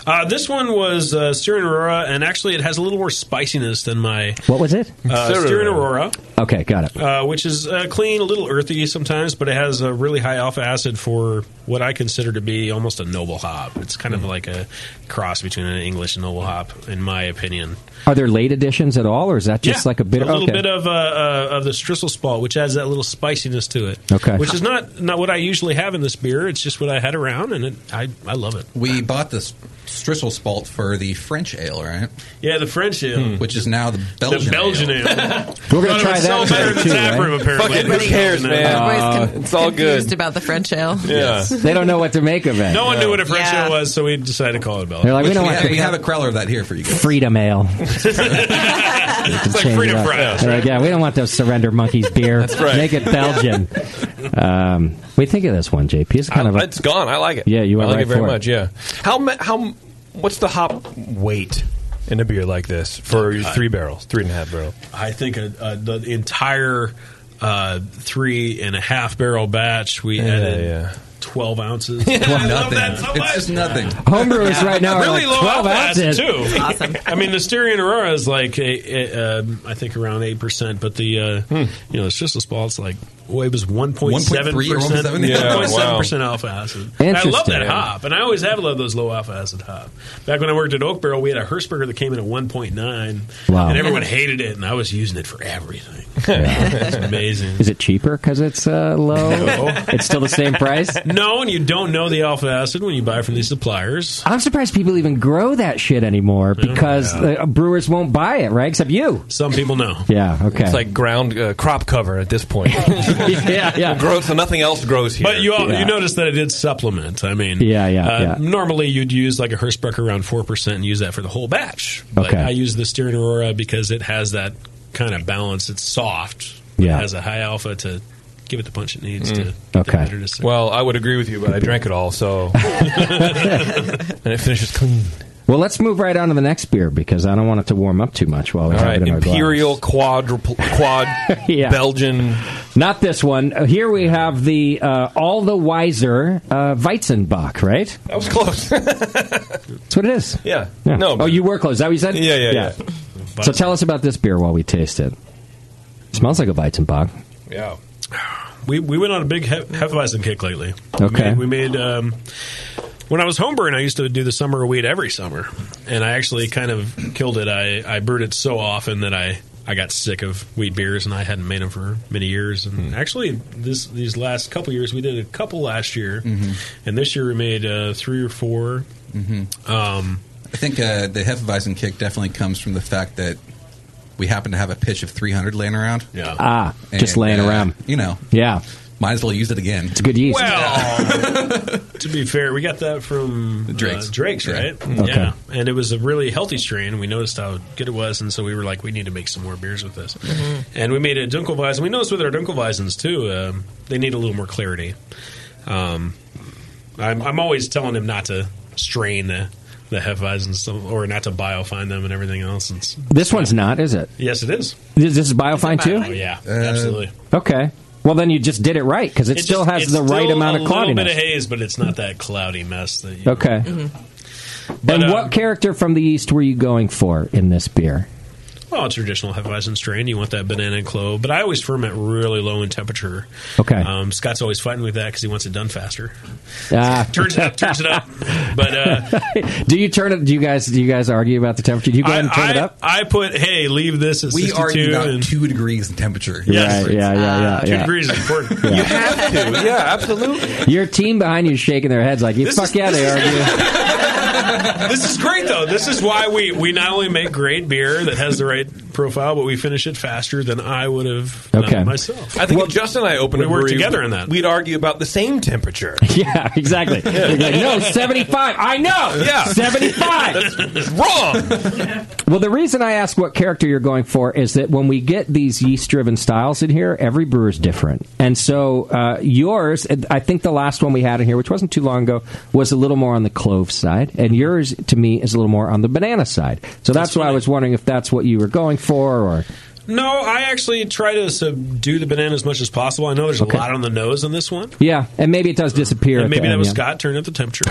Uh, this one was uh, Styrian Aurora, and actually it has a little more spiciness than my
What was it?
uh, Styrian Aurora.
Okay, got it.
uh, which is uh, clean, a little earthy sometimes, but it has a really high alpha acid for what I consider to be almost a noble hop. It's kind
Hmm.
of like a cross between an English and noble hop, in my opinion.
Are there late additions at all, or is that just
Yeah.
like a bit?
a little
okay.
bit of uh, uh, of the Strisselspalt, which adds that little spiciness to it.
Okay.
which is not not what I usually have in this beer. It's just what I had around, and it, I I love it.
We bought this Strisselspalt for the French ale, right?
Yeah, the French ale,
which is now the Belgian.
the Belgian ale.
We're gonna
None of
try
it's
that
sold better in the
too,
tap
right?
room, apparently.
Fuck it, who
cares, man?
Everybody's
Uh,
con-
it's all good.
confused about the French ale.
they don't know what to make of it.
No one knew what a French
Yeah.
ale was, so we decided to call it Belgian.
They're like, we don't want to.
crowler of that here for you.
Freedom ale. it's
like freedom fries, right?
Yeah, we don't want those surrender monkeys beer.
That's right.
Make it Belgian. um, we think of this one, JP. It's kind of a,
it's gone. I like it.
Yeah, you
I
are
like
right
it very
for it.
much. Yeah. How ma- how what's the hop weight in a beer like this for your three barrels, three and a half barrel?
I think a, a, the entire uh, three and a half barrel batch we added twelve ounces. I love that so much.
Homebrewers right now are
really
like
low
12
alpha acid
ounces.
too. I mean, the Styrian Aurora is like a, a, um, I think around eight percent, but the uh, you know it's just a small. It's like well, it was one point seven
1.3 or
percent,
1.7?
one point
Yeah, wow.
seven percent alpha acid. And I love
Interesting.
that hop, and I always have loved those low alpha acid hop. Back when I worked at Oak Barrel, we had a Hertzberger that came in at one point nine,
Wow.
and everyone hated it, and I was using it for everything. it's amazing.
Is it cheaper because it's uh, low?
No.
It's still the same price?
No, and you don't know the alpha acid when you buy from these suppliers.
I'm surprised people even grow that shit anymore because uh, brewers won't buy it, right? Except you.
Some people know.
Yeah, okay.
It's like ground uh, crop cover at this point.
yeah, yeah.
Grows, so nothing else grows here.
But you all,
Yeah.
you notice that it did supplement. I mean,
Yeah, yeah, yeah.
uh, Normally you'd use like a Hertzbrecher around four percent and use that for the whole batch. But
Okay.
I use the Styrian Aurora because it has that kind of balance. It's soft.
Yeah.
It has a high alpha to give it the punch it
Mm.
needs to.
Okay.
Well, I would agree with you, but I drank it all, so and it finishes clean.
Well, let's move right on to the next beer because I don't want it to warm up too much while we
All
have
right,
it in our glass.
imperial quadruple quad Belgian.
Not this one. Uh, Here we have the uh, All the Wiser uh, Weizenbach, right?
That was close.
That's what it is.
Yeah. No.
Oh, you were close. Is that what you said?
Yeah, yeah,
So tell us about this beer while we taste it. Smells like a Weizenbach.
Yeah. We, we went on a big he- Hefeweizen kick lately.
Okay.
We made, we made um, when I was homebrewing, I used to do the summer wheat every summer, and I actually kind of killed it. I, I brewed it so often that I, I got sick of wheat beers, and I hadn't made them for many years. And actually, this these last couple years, we did a couple last year,
Hmm.
and this year we made uh, three or 4 Um,
Mm-hmm. I think uh, the Hefeweizen kick definitely comes from the fact that we happen to have a pitch of 300 laying around. uh,
Yeah.
Ah, just laying around.
You know.
Yeah.
Might as well use it again. It's
a good yeast.
Well, to be fair, we got that from uh,
Drake's.
Drake's,
Yeah. Mm.
right?
Okay.
Yeah, and it was a really healthy strain. We noticed how good it was, and so we were like, we need to make some more beers with this.
Mm-hmm.
And we made a Dunkelweizen. We noticed with our Dunkelweizens too, um, they need a little more clarity. Um, I'm, I'm always telling him not to strain the the Hefeweizens so- or not to biofine them and everything else. And, s-
This one's not, is it?
yes, it is.
This this is Biofine too?
Oh, yeah, absolutely.
Okay. Well, then you just did it right because it,
It
still
just-
has
it's
the right
still
amount of
A little
cloudiness.
bit of haze, but it's not that cloudy mess that you
okay.
But,
and
um,
what character from the East were you going for in this beer?
Well, it's traditional Hefeweizen strain. You want that banana and clove, but I always ferment really low in temperature.
Okay.
Um, Scott's always fighting with that because he wants it done faster.
Ah.
turns it up, turns it up. But uh,
do you turn it? Do you guys? Do you guys argue about the temperature? Do you go ahead and turn
I,
it up?
I put, hey, leave this at
We
62.
argued about
and,
two degrees in temperature.
Yes. Ah,
Right, yeah, yeah, yeah,
Two
yeah.
degrees is important.
Yeah. You
have to. Yeah, absolutely.
Your team behind you is shaking their heads like,
This
"Fuck
is-
yeah,
this
they
is-
argue."
this is great, though. This is why we, we not only make great beer that has the right profile, but we finish it faster than I would have done
Okay.
it myself.
I think if Justin and I opened
we
a
work
brewery,
together in that.
We'd argue about the same temperature.
yeah, exactly. They're like, no, seventy-five. I know.
Yeah.
seventy-five.
It's wrong.
Well, the reason I ask what character you're going for is that when we get these yeast driven styles in here, every brewer is different. And so uh, yours, I think the last one we had in here, which wasn't too long ago, was a little more on the clove side. And yours, to me, is a little more on the banana side. So that's, why I was wondering if that's what you were going for or.
No, I actually try to subdue the banana as much as possible. I know there's a lot on the nose on this one.
Yeah, and maybe it does disappear.
And
at the
maybe that
end,
was
yeah.
Scott turning up the temperature.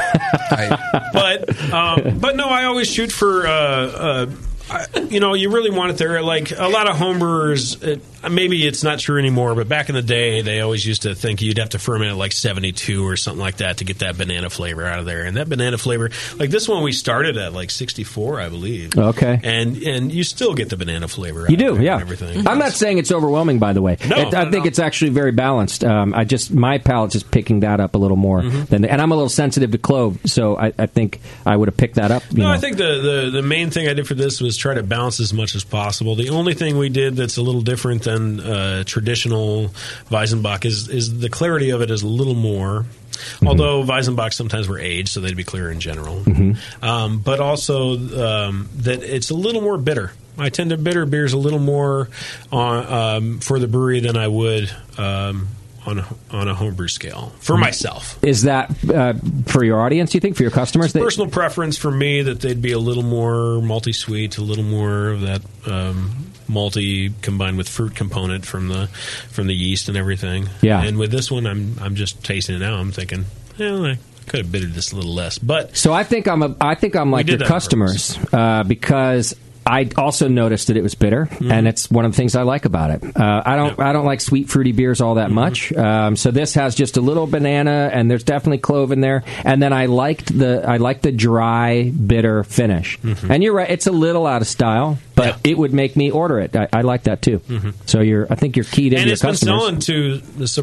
but um, but no, I always shoot for uh, uh, I- you know, you really want it there. Like a lot of homebrewers, it, maybe it's not true anymore, but back in the day, they always used to think you'd have to ferment it like 72 or something like that to get that banana flavor out of there. And that banana flavor, like this one, we started at like 64, I believe.
Okay.
And and you still get the banana flavor.
You
out of
do,
there
yeah.
And everything.
I'm not saying it's overwhelming, by the way.
No,
It- I
no,
think it's actually very balanced. Um, I just my palate's just picking that up a little more
Mhm.
than, and I'm a little sensitive to clove, so I, I think I would have picked that up. You
No,
know.
I think the, the, the main thing I did for this was try to balance as much as possible. The only thing we did that's a little different than uh, traditional Weizenbach is is the clarity of it is a little more.
Mm-hmm.
Although Weizenbach sometimes were aged, so they'd be clear in general.
Mhm.
Um, but also um, that it's a little more bitter. I tend to bitter beers a little more on, um, for the brewery than I would um, on a, on a homebrew scale for
Mm-hmm.
myself.
Is that uh, for your audience? You think for your customers? that-
personal preference for me that they'd be a little more multi sweet, a little more of that um, malty combined with fruit component from the from the yeast and everything.
Yeah.
And with this one, I'm I'm just tasting it now. I'm thinking, well, I could have bittered this a little less, but
So I think I'm a I think I'm
We
like
did
your
that on
customers uh, because I also noticed that it was bitter,
Mm-hmm.
and it's one of the things I like about it. Uh, I don't I don't like sweet fruity beers all that
Mm-hmm.
much. Um, so this has just a little banana, and there's definitely clove in there. And then I liked the I liked the dry bitter finish.
Mm-hmm.
And you're right, it's a little out of style, but it would make me order it. I, I like that too.
Mhm.
So you're I think you're keyed into
and
your
it's been
customers.
selling to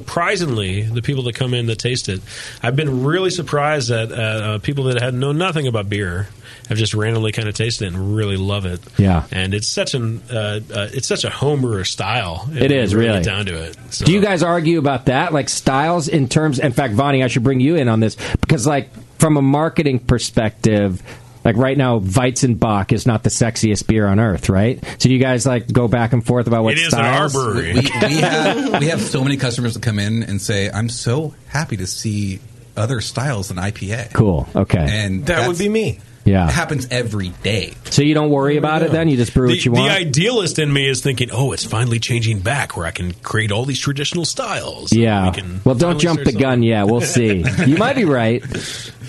surprisingly the people that come in that taste it. I've been really surprised that uh, uh, people that had know nothing about beer have just randomly kind of tasted it and really love it.
Yeah.
and it's such an uh, uh, it's such a homebrewer style.
It is,
when you
really.
get down to it. So-
Do you guys argue about that, like styles in terms? In fact, Vani, I should bring you in on this because, like, from a marketing perspective, like right now, Weizenbach is not the sexiest beer on earth, right? So you guys like go back and forth about what styles.
We, we have, we have so many customers that come in and say, "I'm so happy to see other styles than IPA."
Cool. Okay.
and that would be
me.
Yeah.
it happens every day.
So you don't worry about it then. You just brew
The,
what you
the
want.
idealist in me is thinking, "Oh, it's finally changing back, where I can create all these traditional styles."
yeah. well, don't
finally
jump
start
the gun. Yeah, we'll see. you might be right.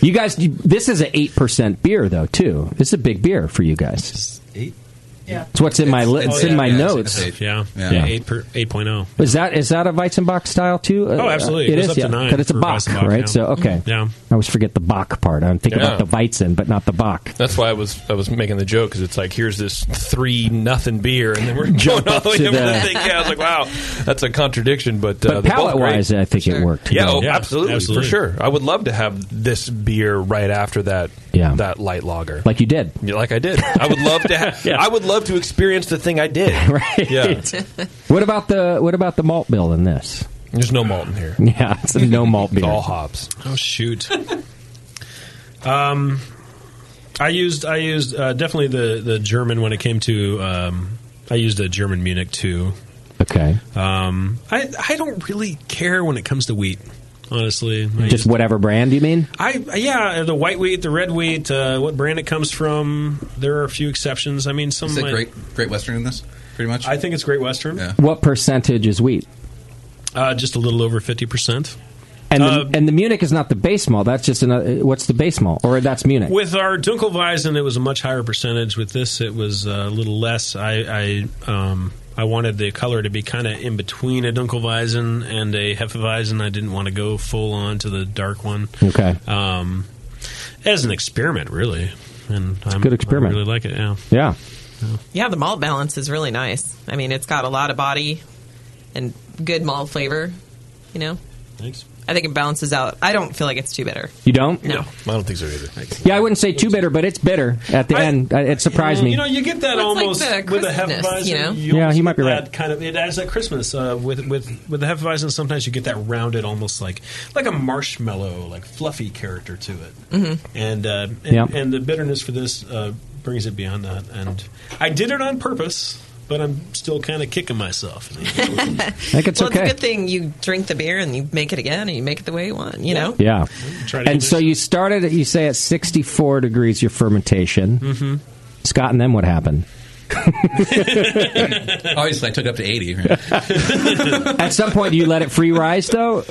You guys, you, this is an eight percent beer though, too. This is a big beer for you guys.
Eight?
Yeah. It's what's in my li- it's,
Oh,
in
yeah,
my
yeah, it's-
notes.
it's- Yeah,
Yeah.
yeah, eight per, eight point oh.
Is that is that a Weizenbach style too? Uh,
Oh, absolutely.
It
It goes
is,
up to
yeah.
nine
But it's a
for
Bach,
Weizenbach,
right?
yeah.
So okay.
Yeah.
I always forget the Bach part. I'm thinking
Yeah.
about the Weizen, but not the Bach.
That's why I was I was making the joke because it's like here's this three nothing beer and then we're
Jump
going all
up
the way
to
over
the-
the thing. Yeah, I was like, wow, that's a contradiction. But, uh,
But
they're both
palate
great.
wise, I think it worked.
Yeah, oh,
Yeah,
absolutely,
absolutely.
for sure. I would love to have this beer right after that.
Yeah.
that light lager,
like you did.
Yeah, like I did. I would love to. Ha- I would love to experience the thing I did.
right.
Yeah.
What about the what about the malt bill in this?
There's no malt in here.
Yeah, it's a no malt beer.
It's all hops.
Oh shoot. um, I used I used uh, definitely the the German when it came to um, I used a German Munich too.
Okay.
Um, I I don't really care when it comes to wheat, honestly. I
Just whatever brand you mean?
I yeah, the white wheat, the red wheat, uh, what brand it comes from. There are a few exceptions. I mean, some
Is it
might-
Great Great Western in this? Pretty much.
I think it's Great Western.
What percentage is wheat?
Uh, just a little over fifty percent.
And the, and the Munich is not the base malt. That's just another. What's the base malt? Or that's Munich.
With our Dunkelweizen, it was a much higher percentage. With this, it was a little less. I I, um, I wanted the color to be kind of in between a Dunkelweizen and a Hefeweizen. I didn't want to go full on to the dark one.
Okay.
Um, as an experiment, really, and it's
good experiment.
I really like it. Yeah.
Yeah.
Yeah, the malt balance is really nice. I mean, it's got a lot of body and good malt flavor. You know.
Thanks.
I think it balances out. I don't feel like it's too bitter.
You don't?
No.
I don't think so either.
Yeah, I wouldn't say too bitter, but it's bitter at the end. Uh, It surprised me.
You know, you get that
Well, it's
almost
like the
with a
crispness,
Hefeweizen.
you know?
you
Yeah,
almost
he might
get
be
that
right.
Kind of, it adds that Christmas uh, with with with the Hefeweizen. Sometimes you get that rounded, almost like like a marshmallow, like fluffy character to it. Mm-hmm. And uh, and,
Yeah.
and the bitterness for this uh, brings it beyond that. And I did it on purpose, but I'm still kind of kicking myself. I
think it's
well,
okay.
it's a good thing you drink the beer and you make it again and you make it the way you want. You know.
Yeah.
Try to
And
get
so you started, at, you say, at 64 degrees, your fermentation.
Mm-hmm.
Mhm.
Scott, and then what happened?
Obviously, I took up to 80. right?
At some point, do you let it free rise though,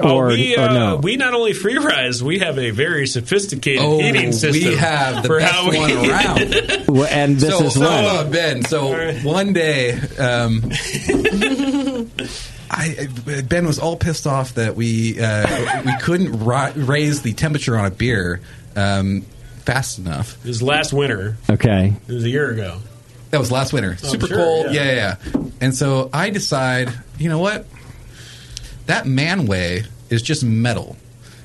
Oh,
or,
we,
or no?
we not only free rise, we have a very sophisticated
Oh,
heating system.
we have the
for
best
how we,
one around.
uh,
Well, and this
so,
is
so,
when?
uh, Ben. So one day, um, I I- Ben was all pissed off that we uh, we couldn't ri- raise the temperature on a beer um, fast enough.
It was last winter.
Okay.
It was a year ago.
That was last winter.
Oh,
Super
sure,
cold.
yeah.
Yeah. yeah, yeah. And so I decide, you know what? That manway is just metal.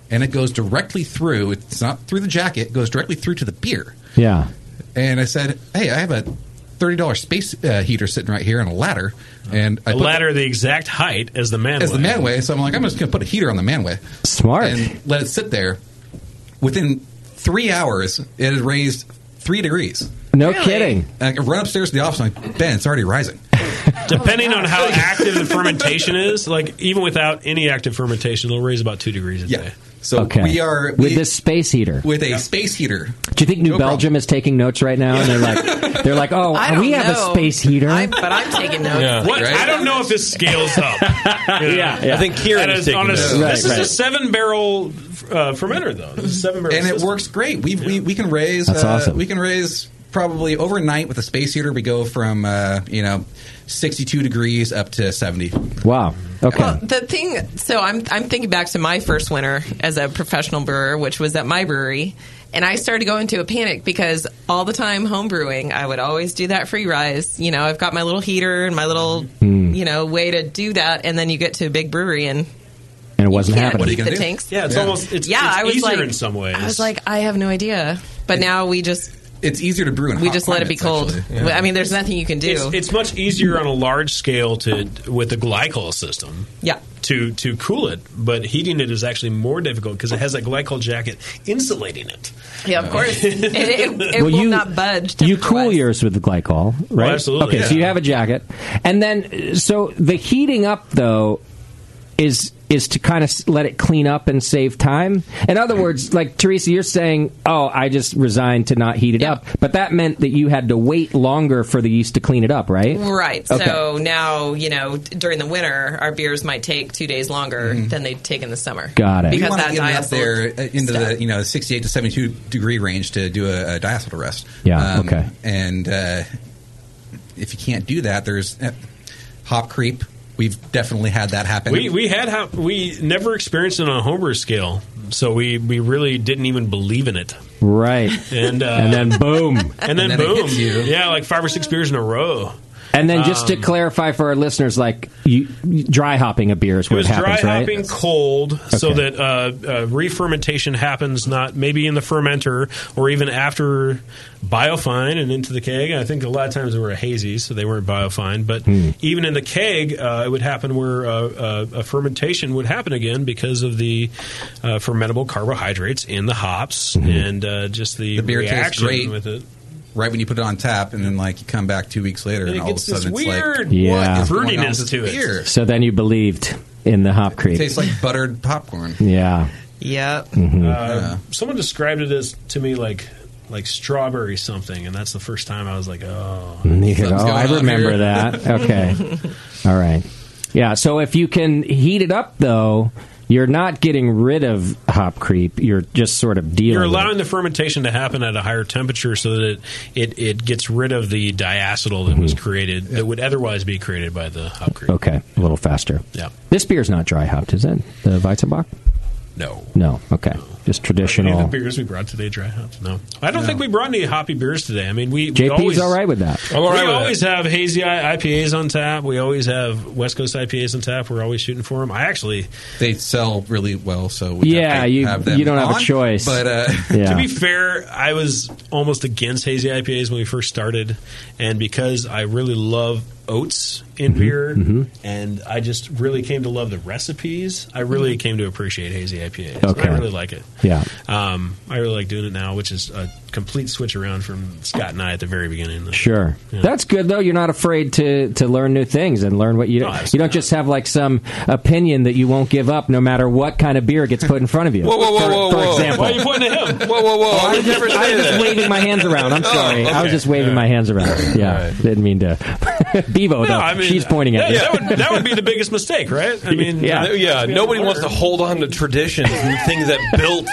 And it goes directly through. It's not through the jacket. It goes directly through to the beer.
Yeah.
And I said, hey, I have a $30 space uh, heater sitting right here on a ladder. And I
A
put-
ladder the exact height as the man.
as the manway. So I'm like, I'm just going to put a heater on the manway.
Smart.
And let it sit there. Within three hours, it had raised three degrees.
No kidding.
And I run upstairs to the office. and I'm like, Ben, it's already rising.
Depending on how active the fermentation is, like even without any active fermentation, it'll raise about two degrees a day.
So
okay.
we are
with this space heater.
with a space heater.
do you think New
No
Belgium is taking notes right now? And they're like, they're like, oh,
I don't
we have
know.
a space heater.
but I'm taking notes.
What? I don't know if this scales up. yeah,
I think Kieran
That
is
is
taking
on a-
notes.
This
Right,
is a
right.
seven barrel uh, fermenter, though. This is a seven barrel.
and it works great. We we we can raise
That's
uh,
awesome.
we can raise probably overnight with a space heater. We go from uh, you know sixty two degrees up to seventy.
wow. Okay.
Well, the thing, so I'm I'm thinking back to my first winter as a professional brewer, which was at my brewery, and I started going into a panic because all the time home brewing, I would always do that free rise. You know, I've got my little heater and my little you know way to do that, and then you get to a big brewery and
and Hmm. it wasn't
can't
happening.
keep the tanks.
Yeah, it's almost it's,
yeah,
it's
I was
easier
like,
in some ways.
I was like, I have no idea, but now we just
It's easier to brew. In
we
hot
just let it be
climates,
cold.
actually.
I mean, there's nothing you can do.
It's, it's much easier on a large scale to with the glycol system
yeah.
to to cool it, but heating it is actually more difficult because it has that glycol jacket insulating it.
Yeah, of course. it it, it
Well,
will
you-
not budge.
You cool
temperature-wise.
yours with the glycol, right?
Oh, absolutely,
Okay,
yeah.
so you have a jacket, and then so the heating up though is is to kind of s- let it clean up and save time. In other words, like Teresa, you're saying, "Oh, I just resigned to not heat it up," but that meant that you had to wait longer for the yeast to clean it up, right?
Right.
Okay.
So now, you know, d- during the winter, our beers might take two days longer than they take in the summer.
Got it.
We
Because
want to
that
get it up
diastolic
there uh, into
stuff.
the you know sixty eight to seventy two degree range to do a, a diacetyl rest. Um,
Yeah, okay.
And uh, if you can't do that, there's uh, hop creep. We've definitely had that happen.
We we had how we never experienced it on a homebrew scale, so we we really didn't even believe in it,
Right.
and uh,
and then boom.
and then
And then it
boom,
hits you.
yeah, like five or six beers in a row.
And then just
um,
to clarify for our listeners, like you, dry hopping a beer is
It
where it,
was
happens,
dry
right?
hopping cold, so
Okay.
that uh, uh, re-fermentation happens not maybe in the fermenter or even after biofine and into the keg. I think a lot of times they were a hazy, so they weren't biofine. But
Hmm.
even in the keg, uh, it would happen where uh, uh, a fermentation would happen again because of the uh, fermentable carbohydrates in the hops
Mm-hmm.
and uh, just the,
The beer tastes
reaction
great.
with it.
right when you put it on tap, and then like you come back two weeks later, and,
And it
all of a
gets this
sudden it's
weird
like
Yeah.
what is going on with
fruitiness
this
to it.
beer?
So then you believed in the hop creep.
tastes like buttered popcorn.
yeah.
Yep.
Mm-hmm.
Uh, someone described it as to me like like strawberry something, and that's the first time I was like, oh.
And you could,
Something's
oh,
going
I
on
remember
here."
that. Okay. All right. Yeah. So if you can heat it up, though, you're not getting rid of hop creep. You're just sort of dealing.
You're
with
allowing
it.
the fermentation to happen at a higher temperature so that it, it, it gets rid of the diacetyl that
Mm-hmm.
was created that would otherwise be created by the hop creep.
Okay, a little faster.
Yeah.
This beer's not dry hopped, is it? The Weizenbach?
No.
No. Okay. Just
Any of the
traditional.
beers we brought today dry hops? No. I don't think we brought any hoppy beers today. I mean, we, we
JP's
always,
all right with that.
I'm all right
we
with
always
that.
have hazy I- IPAs on tap. We always have West Coast IPAs on tap. We're always shooting for them. I actually,
They sell really well, so we
Yeah,
have to
you-
have them
you don't have a
on,
choice.
But uh,
Yeah.
To be fair, I was almost against hazy IPAs when we first started, and because I really love oats
Mm-hmm.
in beer, and I just really came to love the recipes, I really came to appreciate hazy IPAs. And
Mm-hmm. Okay.
I really like it.
Yeah.
Um, I really like doing it now, which is a complete switch around from Scott and I at the very beginning.
Sure, that's good though. You're not afraid to to learn new things and learn what you don't. you don't just have like some opinion that you won't give up no matter what kind of beer gets put in front of you.
Whoa, whoa, whoa,
For-
whoa,
for
whoa.
example.
Why are you pointing at him? Whoa, whoa, whoa. I would never say
I was
that.
just waving my hands around. I'm
Oh,
sorry. I
okay.
was just waving my hands around. Yeah, didn't mean to. Bevo, though,
I mean,
she's pointing at
that,
me.
that would, that would be the biggest mistake, right? I mean,
yeah, yeah. Nobody wants to hold on to traditions and things that built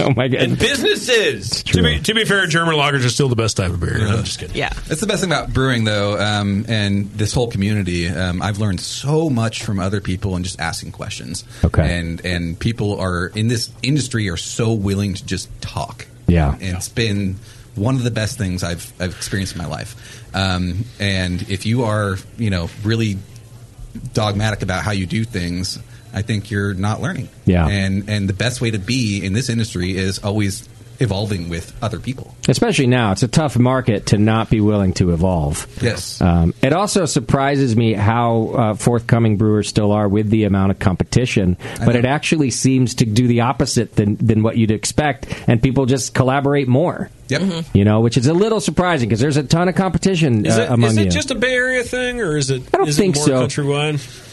Oh my god!
and businesses.
To be, to be fair, German lagers are still the best type of beer. I'm just kidding.
Yeah.
That's the best thing about brewing, though, um, and this whole community. Um, I've learned so much from other people and just asking questions. Okay. And and people are in this industry are so willing to just talk.
Yeah.
And it's been one of the best things I've I've experienced in my life. Um, and if you are you know really dogmatic about how you do things, I think you're not learning.
Yeah.
And and the best way to be in this industry is always evolving with other people.
Especially now, it's a tough market to not be willing to evolve.
Yes.
Um, it also surprises me how uh, forthcoming brewers still are with the amount of competition, but it actually seems to do the opposite than, than what you'd expect, and people just collaborate more.
Yep.
You know, which is a little surprising because there's a ton of competition
Mm-hmm. Is
uh,
it, is
among
it
you.
just a Bay Area thing, or is it? I
don't
is
think
it more
so.
Countrywide.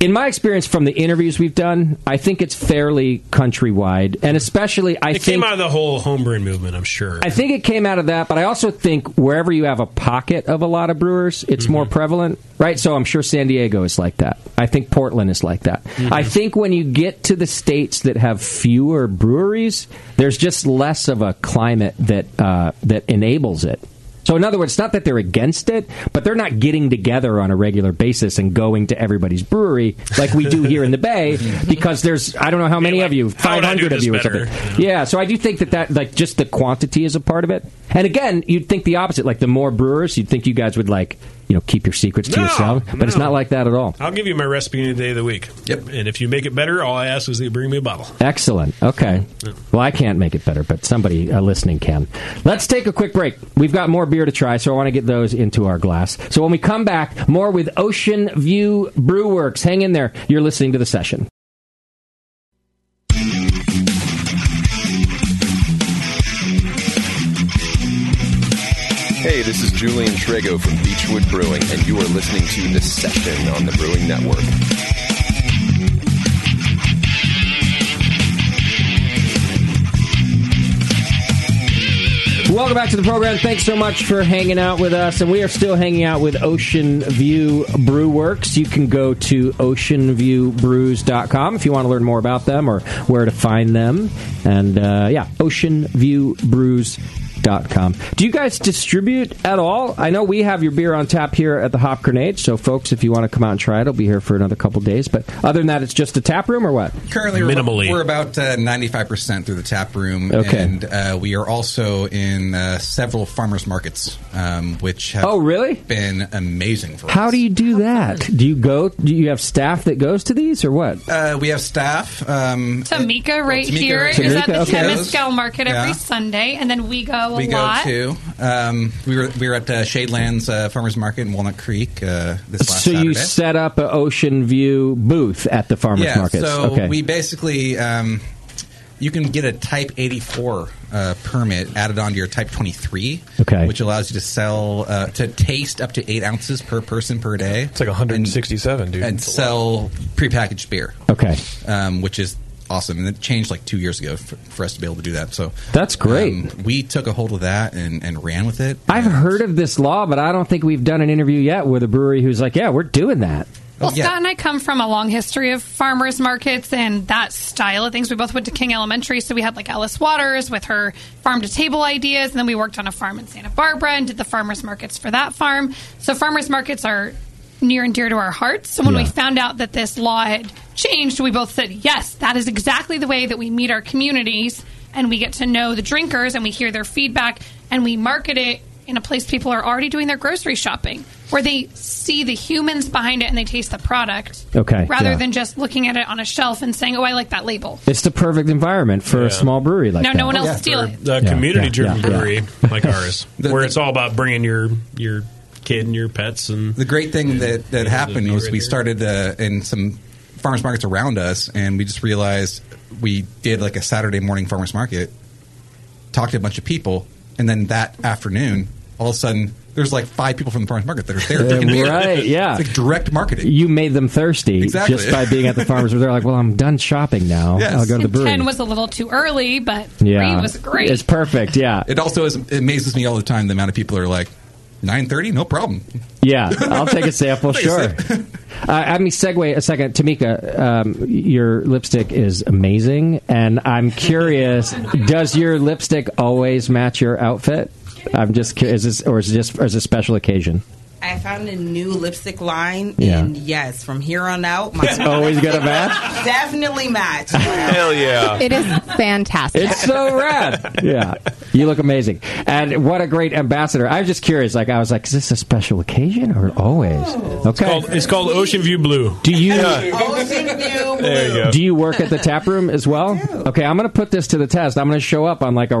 in my experience from the interviews we've done, I think it's fairly countrywide, and especially I
it
think
came out of the whole homebrewing movement. I'm sure.
I think it came out of that, but I also think wherever you have a pocket of a lot of brewers, it's
Mhm.
more prevalent, right? So I'm sure San Diego is like that. I think Portland is like that.
Mhm.
I think when you get to the states that have fewer breweries, there's just less of a climate that uh, that enables it. So in other words, it's not that they're against it, but they're not getting together on a regular basis and going to everybody's brewery like we do here in the Bay because there's I don't know how many of you,
how would I do
500 of
this
you or
better?
something. Yeah, so I do think that that like just the quantity is a part of it. And again, you'd think the opposite. Like the more brewers, you'd think you guys would like you know keep your secrets to
No,
yourself, but it's
no.
not like that at all.
I'll give you my recipe any day of the week. Yep. And if you make it better, all I ask is that you bring me a bottle.
Excellent. Okay. Well, I can't make it better, but somebody uh, listening can. Let's take a quick break. We've got more beer to try, so I want to get those into our glass. So when we come back, more with Ocean View Brewworks. Hang in there. You're listening to the session.
Hey, this is Julian Trago from Beechwood Brewing, and you are listening to The Session on the Brewing Network.
Welcome back to the program. Thanks so much for hanging out with us. And we are still hanging out with Ocean View Brew Works. You can go to oceanviewbrews.com if you want to learn more about them or where to find them. And uh, yeah, oceanviewbrews.com. Do you guys distribute at all? I know we have your beer on tap here at the Hop Grenade. So, folks, if you want to come out and try it, it'll be here for another couple days. But other than that, it's just a tap room or what?
Currently, we're- we're about ninety five percent through the tap room,
Okay.
and uh, we are also in uh, several farmers markets, um, which have
Oh, really
been amazing for us.
How do you do that? Do you go? Do you have staff that goes to these, or what?
Uh, we have staff. Um,
Tamika right
Tamika
here
right
is
here.
at the
Tamika, okay.
Temescal Market
Yeah.
every Sunday, and then we go a
we go
lot.
to. oh, Um, we were we were at uh, Shadelands uh, Farmers Market in Walnut Creek uh, this last
so
Saturday.
you set up an ocean view booth at the farmers
yeah,
markets
so
okay
we basically um, you can get a Type 84 uh, permit added onto your Type 23,
Okay.
which allows you to sell uh, to taste up to eight ounces per person per day. It's
like 167, dude,
and sell prepackaged beer,
okay
um, which is awesome. And it changed like two years ago for, for us to be able to do that. So
That's great.
um, we took a hold of that and, and ran with it.
i've heard of this law but i don't think we've done an interview yet with a brewery who's like yeah we're doing that
Well, Scott and I come from a long history of farmers markets and that style of things. We both went to King Elementary, so we had like Alice Waters with her farm to table ideas, and then we worked on a farm in Santa Barbara and did the farmers markets for that farm. So farmers markets are near and dear to our hearts. So when we
Yeah.
found out that this law had changed, we both said, "Yes, that is exactly the way that we meet our communities and we get to know the drinkers and we hear their feedback and we market it in a place people are already doing their grocery shopping." Where they see the humans behind it and they taste the product
Okay,
rather
yeah.
than just looking at it on a shelf and saying, "Oh, I like that label."
it's the perfect environment for a small brewery like
No,
that
no one else Yeah. steal it.
The
Yeah,
community
yeah,
driven
yeah, yeah.
brewery like ours, where it's all about bringing your your kid and your pets and
the great thing that that
Yeah,
happened
the
was
beer
we
in there.
started uh, in some farmers markets around us, and we just realized we did like a Saturday morning farmers market. talked to a bunch of people, and then that afternoon, all of a sudden, there's like five people from the farmers market that are there drinking beer.
Uh, right? Yeah,
It's like direct marketing.
You made them thirsty
Exactly.
just by being at the farmers. Where they're like, "Well, I'm done shopping now.
Yes.
I'll go to the
And
brewery."
ten was a little too early, but
yeah,
three was great.
It's perfect. Yeah,
It also is, it amazes me all the time the amount of people who are like, 9.30? No problem.
Yeah, I'll take a sample.
Take a
sure. Uh, I mean, segue a second, Tamika. Um, your lipstick is amazing, and I'm curious: does your lipstick always match your outfit? I'm just curious, is this, or is it just or is it a special occasion?
I found a new lipstick line,
Yeah.
and yes, from here on out, my
It's always gonna match?
Definitely match.
Hell yeah!
It is fantastic.
It's so rad. Yeah, you look amazing, and what a great ambassador. I was just curious. Like, I was like, is this a special occasion or always? Okay,
It's called, it's called Ocean View Blue.
Do you?
There you go.
Do you work at the tap room as well? Okay, I'm going to put this to the test. I'm going to show up on like a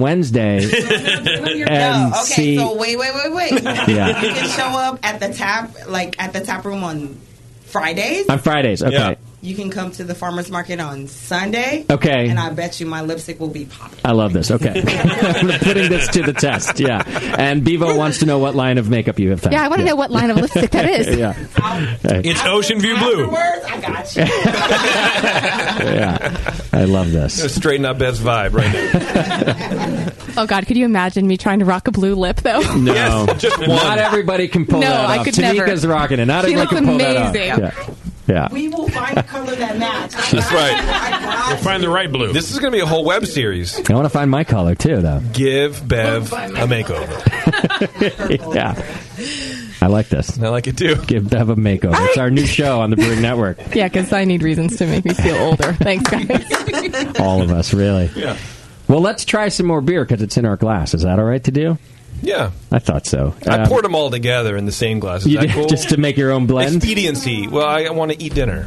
Wednesday and
okay,
see.
so wait, wait, wait, wait.
Yeah.
You can show up at the tap, like at the tap room on Fridays.
on Fridays, okay.
You can come to the farmers market on Sunday.
Okay.
and I bet you my lipstick will be popping.
I love this. Okay, I'm putting this to the test. Yeah, and Bevo wants to know what line of makeup you have. Found.
Yeah, I want to know what line of lipstick that is.
yeah,
It's Ocean View Blue.
I got you.
yeah, I love this.
straighten up Bev's vibe right
Oh God, could you imagine me trying to rock a blue lip though?
No, Um, not everybody can pull
No,
that
I
off.
could
Tamika's
never.
rocking it. Not
She
everyone
looks
can pull that
amazing.
off. Yeah, yeah.
We will find a color that matches.
That's right.
We'll
find the right blue. This is going to be a whole web series.
I want to find my color too, though.
Give Bev a makeover.
yeah. I like this.
I like it too.
Give Bev a makeover. It's our new show on the Brewing Network.
Yeah, because I need reasons to make me feel older. Thanks, guys.
All of us, really.
Yeah.
Well, let's try some more beer because it's in our glass. Is that all right to do?
Yeah.
I thought so.
I
Um,
poured them all together in the same glass. Is
You
that
did-
cool?
just to make your own blend?
Expediency. Well, I want to eat dinner.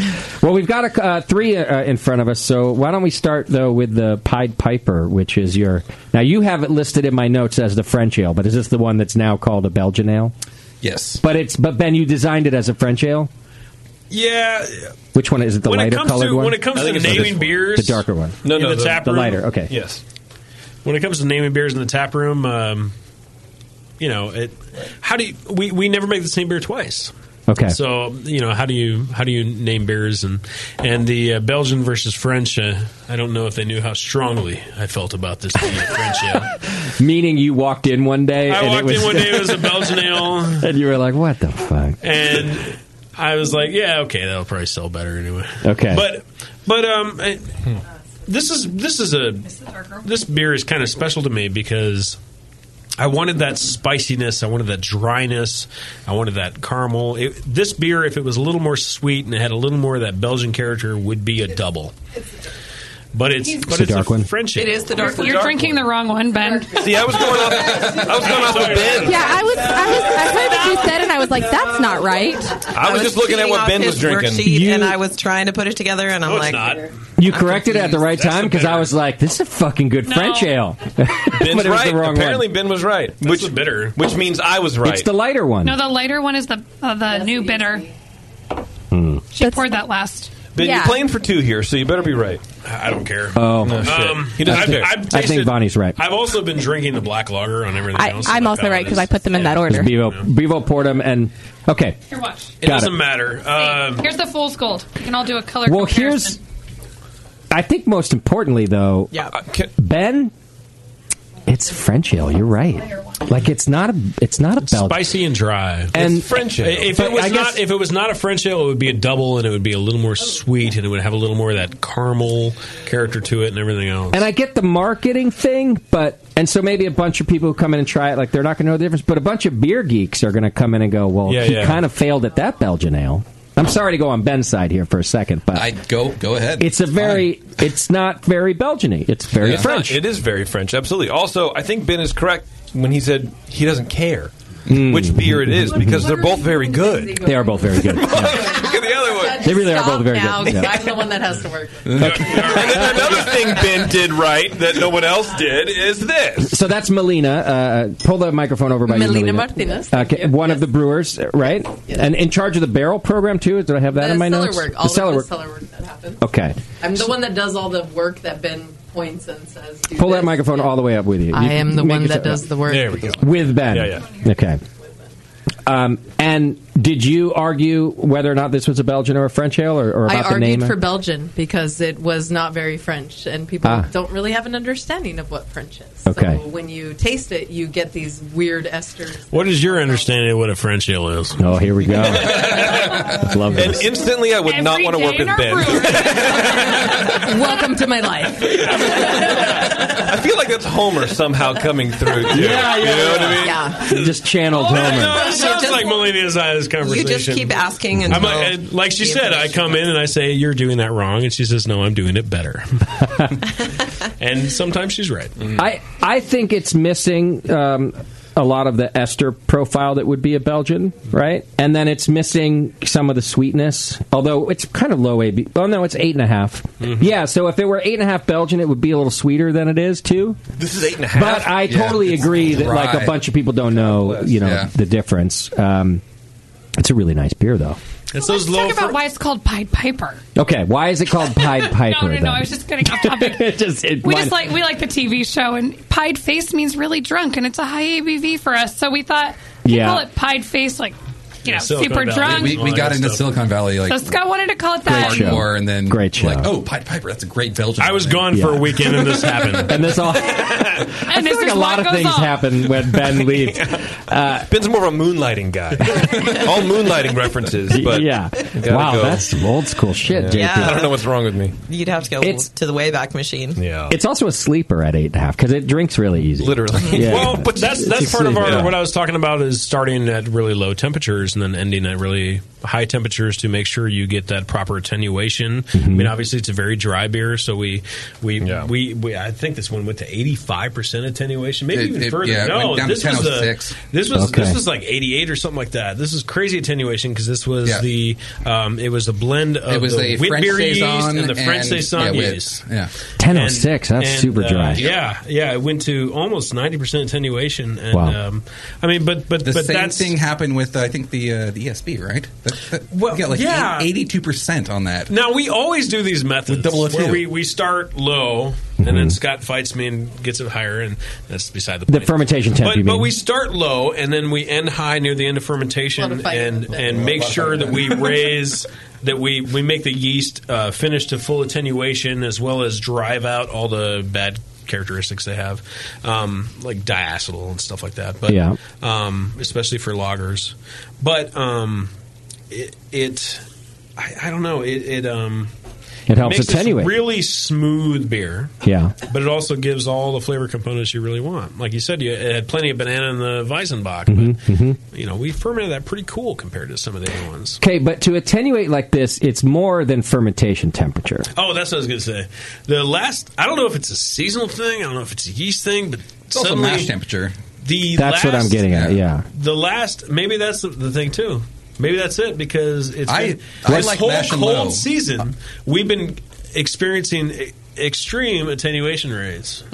well, we've got a, uh, three uh, in front of us, so why don't we start though with the Pied Piper, which is your. Now you have it listed in my notes as the French ale, but is this the one that's now called a Belgian ale?
Yes.
But it's but Ben, you designed it as a French ale.
Yeah.
Which one is it? The
When it
lighter
comes
colored
to-
one.
when it comes I to think it's naming this one. beers-
the darker one.
No, no,
the,
the- tap
the
room.
lighter. Okay.
Yes. When it comes to naming beers in the tap room, um, you know, it. How do you, we we never make the same beer twice?
Okay.
So you know how do you how do you name beers and and the uh, Belgian versus French? Uh, I don't know if they knew how strongly I felt about this being a French ale.
Meaning you walked in one day.
I
and
walked
it was,
in one day it was a Belgian ale,
and you were like, "What the fuck?"
and I was like, yeah, okay, that'll probably sell better anyway.
Okay.
but but um, it- this is this is a this beer is kind of special to me because I wanted that spiciness, I wanted that dryness, I wanted that caramel. It, this beer, if it was a little more sweet and it had a little more of that Belgian character, would be a double. But it's, but it's a French. ale.
You're, you're drinking the wrong one, Ben.
See, I was going off. I was going off the bed.
Yeah, I was, I was, I heard what you said, and I was like, "That's not right."
I was just looking at what
off
Ben
his
was drinking.
worksheet, and I was trying to put it together, and I'm
No, it's
like,
not.
You corrected it at the right time because I was like, "This is a fucking good French ale."
Ben's
but it was
right.
the wrong
Apparently, Ben was right. which
bitter.
Which means I was
one.
right.
It's the lighter one.
No, the lighter one is the uh, the new bitter.
Hmm.
She poured that last.
ben, you're playing for two here, so you better be right.
I don't care.
Oh,
No, shit.
Um,
He doesn't
I've-
care.
I've
I think
tasted-
Bonnie's right.
I've also been drinking the black lager on everything
I,
else.
I'm also right because I put them in that order.
Bevo, Bevo poured 'em and okay.
Here, watch.
It
Got
doesn't
it.
matter. Um,
Here's the fool's gold. We can all do a color.
Well,
comparison.
here's. I think most importantly though,
Uh,
Ben, it's French ale. You're right. Like it's not a it's not a Belgian.
spicy and dry.
And-
it's French
ale.
If
But
it was
I guess-
not, if it was not a French ale, it would be a double, and it would be a little more sweet, and it would have a little more of that caramel character to it, and everything else.
And I get the marketing thing, but and so maybe a bunch of people who come in and try it, like they're not going to know the difference. But a bunch of beer geeks are going to come in and go, "Well,
Yeah,
he
yeah.
kind of failed at that Belgian ale." I'm sorry to go on Ben's side here for a second, but I
go go ahead.
It's a very, it's not very Belgiany. It's very
It's
French.
not- it is very French, absolutely. Also, I think Ben is correct when he said he doesn't care which beer it is because they're both very good.
Hmm. They are both very good.
Look at the other one.
They really are both very
now,
good.
'cause
Yeah.
I'm the one that has to work.
And then another thing Ben did right that no one else did is this.
So that's Melina. Uh, pull the microphone over by you, Melina
Melina
Uh,
Martinez. Thank
Okay, one of the brewers, right? And in charge of the barrel program too. Did I have that
The
in my
cellar
notes?
work. All of the
cellar
cellar work that happens.
Okay.
I'm the one that does all the work that Ben
points and says, do
Pull that
this.
microphone all the way up with you.
I
You
am
can
the
make
one
it
that
so-
does the work. There we go.
With Ben.
Yeah,
Okay. Um, and did you argue whether or not this was a Belgian or a French ale, or, or
I
about the
argued
name?
for Belgian because it was not very French, and people
Ah.
don't really have an understanding of what French is.
Okay.
So when you taste it, you get these weird esters.
What is your understanding of what a French ale is?
Oh, here we go. Love
And instantly, I would not want to work with Ben.
Welcome to my life.
I feel like that's Homer somehow coming through. Too.
Yeah, yeah,
You know what I
yeah.
mean?
Yeah.
You just channeled
No, it
Homer.
sounds like Melania's out of this
You
conversation.
just keep asking and
I'm like, uh, like she said, I come in and I say, You're doing that wrong. And she says, No, I'm doing it better. and sometimes she's right.
I I think it's missing um, a lot of the ester profile that would be a Belgian, right? And then it's missing some of the sweetness. Although it's kind of low AB. Oh no, it's eight and a half.
Mm-hmm.
Yeah, so if it were eight and a half Belgian, it would be a little sweeter than it is too.
This is eight and a half.
But I
Yeah,
totally
it's
agree that like a
dry.
bunch of people don't know, you know,
yeah.
the difference. Um, it's a really nice beer though.
It's those
Talk about why it's called Pied Piper.
Okay, why is it called Pied Piper?
no, no, no. I was just getting off topic.
just, it
We
might-
just like we like the TV show, and Pied Face means really drunk, and it's a high ABV for us. So we thought we
Yeah.
call it Pied Face, like you know,
Silicon
super
Valley.
drunk.
We, we got into Silicon Valley like
so Scott wanted to call it that.
Great show. and then
great show.
Like, oh, Pied Piper, that's a great Belgian.
I was gone for a weekend and this happened.
and this all.
And this
I feel like
is what
a lot of
goes
things
on.
happen when Ben leaves. Uh,
Ben's more of a moonlighting guy. All moonlighting references, but
yeah.
gotta
Wow,
go.
that's some old school shit, JP.
Yeah. I don't know what's wrong with me.
You'd have to go
It's-
to the Wayback Machine.
Yeah.
It's also a sleeper at eight and a half because it drinks really easy.
Literally.
Yeah.
Well, but that's
It's
that's
a
part of
sleeper.
our what I was talking about is starting at really low temperatures and then ending at really high temperatures to make sure you get that proper attenuation. I
Mm-hmm.
mean, obviously it's a very dry beer, so we we we, we I think this one went to eighty five percent attenuation, maybe
It-
even
it-
further.
yeah, it
no,
went down to
this was a,
10.06.
this was
Okay.
this was like eighty eight or something like that. This is crazy attenuation because this was
Yeah.
the um, it was a blend of
It was
the
a French
Whitbeer yeast
saison
and the French
and-
saison
yeah, with-
yeast.
yeah.
10.06, that's
and,
super
uh,
dry.
yeah, yeah, it went to almost ninety percent attenuation. And,
Wow.
um, I mean, but but
The
but
same
that's
thing happened with uh, I think the uh, the ESB, right? That, that, well, got like
yeah.
eighty-two percent on that.
now we always do these methods where
002.
we, we start low and then Scott fights me and gets it higher, and that's beside the
Mm-hmm. The
point.
fermentation temp,
But,
you
but
mean.
we start low and then we end high near the end of fermentation and and make sure that we raise. That we, we make the yeast uh, finish to full attenuation as well as drive out all the bad characteristics they have, um, like diacetyl and stuff like that. But
Yeah.
um, especially for loggers. But um, it, it I, I don't know. It it um
It helps
makes this
attenuate.
really smooth beer,
Yeah.
but it also gives all the flavor components you really want. Like you said, you had plenty of banana in the Weizenbach,
Mhm, mhm.
but you know we fermented that pretty cool compared to some of the other ones.
Okay, but to attenuate like this, it's more than fermentation temperature.
Oh, that's what I was going to say. The last, I don't know if it's a seasonal thing. I don't know if it's a yeast thing, but
It's also
suddenly
mash temperature.
The
That's what I'm
last-
getting at, yeah.
The last, maybe that's the, the thing too. Maybe that's it because it's
I-
been,
I
this
like
whole
mash and low.
cold season we've been experiencing e- extreme attenuation rates.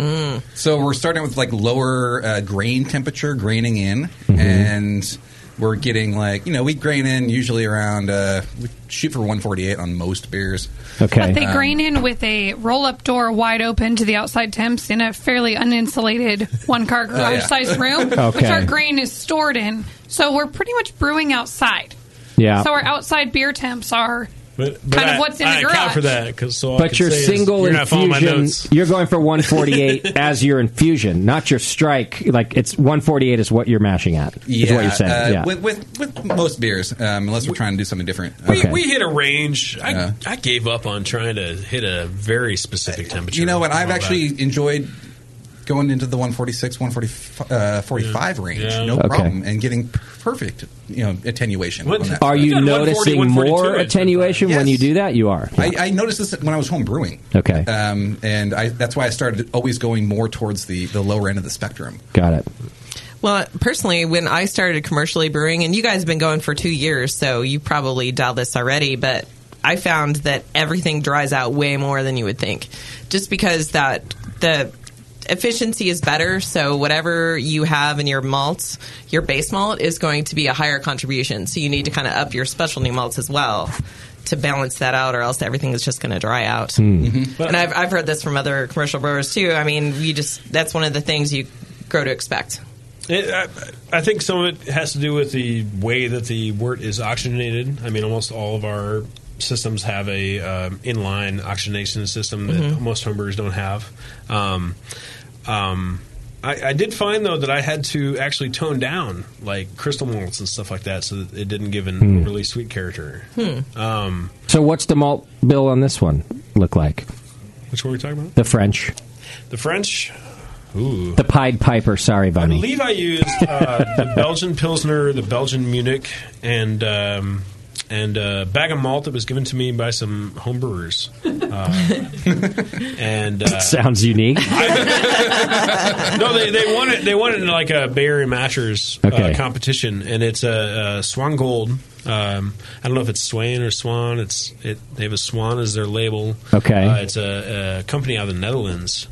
So we're starting with like lower uh, grain temperature, graining in,
Mm-hmm.
and we're getting like you know we grain in usually around uh, we shoot for 148 on most beers. Um,
Okay,
But they grain in with a roll-up door wide open to the outside temps in a fairly uninsulated one-car
Oh, yeah.
garage-sized room,
Okay.
which our grain is stored in. So we're pretty much brewing outside.
Yeah.
So our outside beer temps are
But,
Kind of what's in the
I account
garage.
for that 'cause so all I
but
can
your
say is
single
you're not following my
infusion,
notes.
you're going for 148 as your infusion, not your strike. Like it's 148 is what you're mashing at. Is what you're saying.
uh,
yeah.
With, with with most beers, um, unless we're trying to do something different.
We,
Um,
we hit a range. I, I gave up on trying to hit a very specific temperature.
Uh, You know what?
and
I've
all
actually
that.
enjoyed going into the 146, 145 uh, 45 range,
Yeah.
no
Okay.
problem, and getting perfect, you know, attenuation. on that.
Are you noticing more attenuation when you do that? You are.
I, I noticed this when I was home brewing.
Okay.
Um, and I, that's why I started always going more towards the, the lower end of the spectrum.
Got it.
Well, personally, when I started commercially brewing, and you guys have been going for two years, so you probably dialed this already, but I found that everything dries out way more than you would think, just because that the efficiency is better. So whatever you have in your malts, your base malt is going to be a higher contribution. So you need to kind of up your specialty malts as well to balance that out, or else everything is just going to dry out. And I've, I've heard this from other commercial brewers too. I mean, you just that's one of the things you grow to expect.
It, I, I think some of it has to do with the way that the wort is oxygenated. I mean, almost all of our systems have a um, inline oxygenation system that
Mm-hmm.
Mhm.
most homebrewers don't have. Um, um, I, I did find though that I had to actually tone down like crystal malts and stuff like that, so that it didn't give an
Hmm.
overly sweet character.
Hmm.
Um,
So, what's the malt bill on this one look like?
which one were we talking about?
The French,
The French. Ooh.
the Pied Piper. Sorry,
I
Bunny.
believe I used uh, the Belgian Pilsner, the Belgian Munich, and um, and a bag of malt that was given to me by some homebrewers. Uh, and uh,
Sounds unique.
no, they, they won it. They won it in like a Bay Area Mashers
Okay.
uh, competition, and it's a, a Swan Gold. Um, I don't know if it's Swain or Swan. It's it. They have a Swan as their label.
Okay.
uh, it's a, a company out of the Netherlands,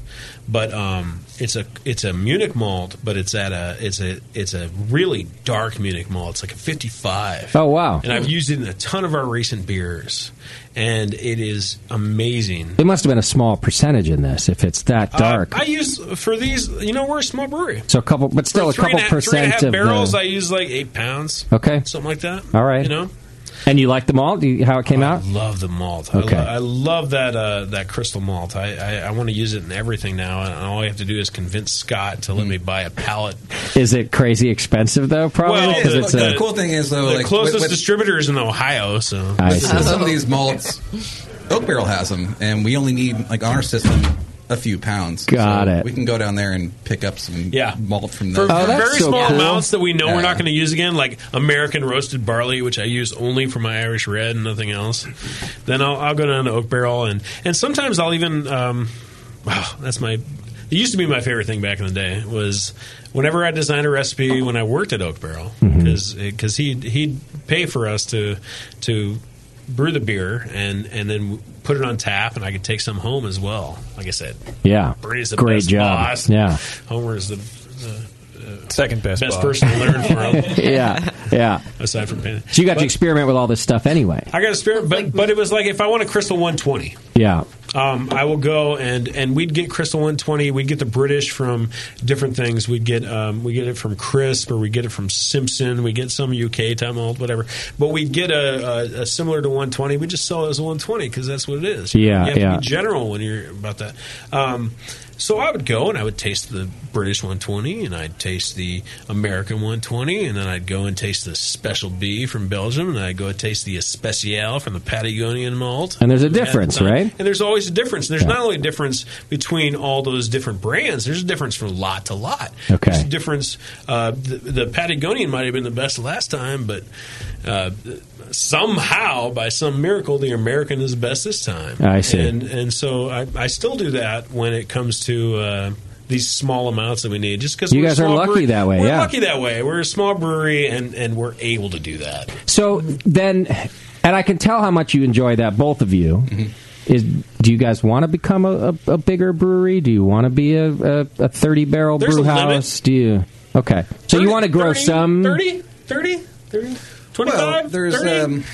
but um, it's a it's a Munich malt, but it's at a it's a it's a really dark Munich malt. It's like a fifty five.
Oh, wow.
And I've used it in a ton of our recent beers, and it is amazing.
There must have been a small percentage in this if it's that
Uh,
dark.
I use for these. You know, we're a small brewery.
so a couple, but still a
Three
couple
and a- three and a
percent
half
of
barrels.
the.
I use like eight pounds.
Okay.
something like that.
all right.
you know. Uh,
And you like the malt? Do you, how it came out?
Love the malt.
Okay.
I, lo- I love that uh, that crystal malt. I, I, I want to use it in everything now, and all I have to do is convince Scott to let me buy a pallet.
Is it crazy expensive though? Probably because it's a.
the
like,
closest
with- with-
distributor is in Ohio, so
With some of these malts, Oak Barrel has them, and we only need like on our system a few pounds.
Got it. Oh,
We can go down there and pick up some malt from
For,
them.
for very small amounts that we know
Yeah.
we're not going to use again, like American roasted barley, which I use only for my Irish red and nothing else. Then I'll, I'll go down to oak barrel, and and sometimes I'll even um, wow, that's my. It used to be my favorite thing back in the day was whenever I designed a recipe when I worked at Oak Barrel
Mm-hmm.
because he'd he'd pay for us to to brew the beer and and then put it on tap and I could take some home as well. Like I said,
Yeah.
Brady's the
Great
best
job.
boss.
Yeah.
Homer is the, the uh,
second best
best
boss.
person to learn from.
yeah, yeah.
Aside from Penny.
So you got
But-
to experiment with all this stuff anyway.
I got a spirit, but but it was like if I want a crystal 120,
Yeah.
um, I will go and and we'd get crystal 120. We'd get the British from different things. We'd get um, we get it from Crisp or we get it from Simpson. We get some UK time old whatever. But we get a, a, a similar to 120. We just sell it as 120 because that's what it is.
Yeah,
you have
yeah.
To be general when you're about that. Um, so I would go and I would taste the British 120, and I'd taste the American 120, and then I'd go and taste the Special B from Belgium, and I'd go and taste the Especial from the Patagonian malt.
And there's a difference,
And, uh,
right?
And there's always a difference. There's not only a difference between all those different brands. There's a difference from lot to lot.
Okay.
There's a difference. Uh, the, the Patagonian might have been the best last time, but uh, somehow, by some miracle, the American is the best this time.
I see.
And and so I, I still do that when it comes to. Uh, these small amounts that we need, just because
You guys are lucky that way,
We're
yeah.
lucky that way. We're a small brewery, and, and we're able to do that.
So then, and I can tell how much you enjoy that, both of you.
Mm-hmm.
Is do you guys want to become a, a, a bigger brewery? Do you want to be a, a, a thirty barrel
There's
brew
a limit.
house? Do you? Okay, so you want to grow
30,
some?
30, 30, 30, 25,
Well, there's
30?
um,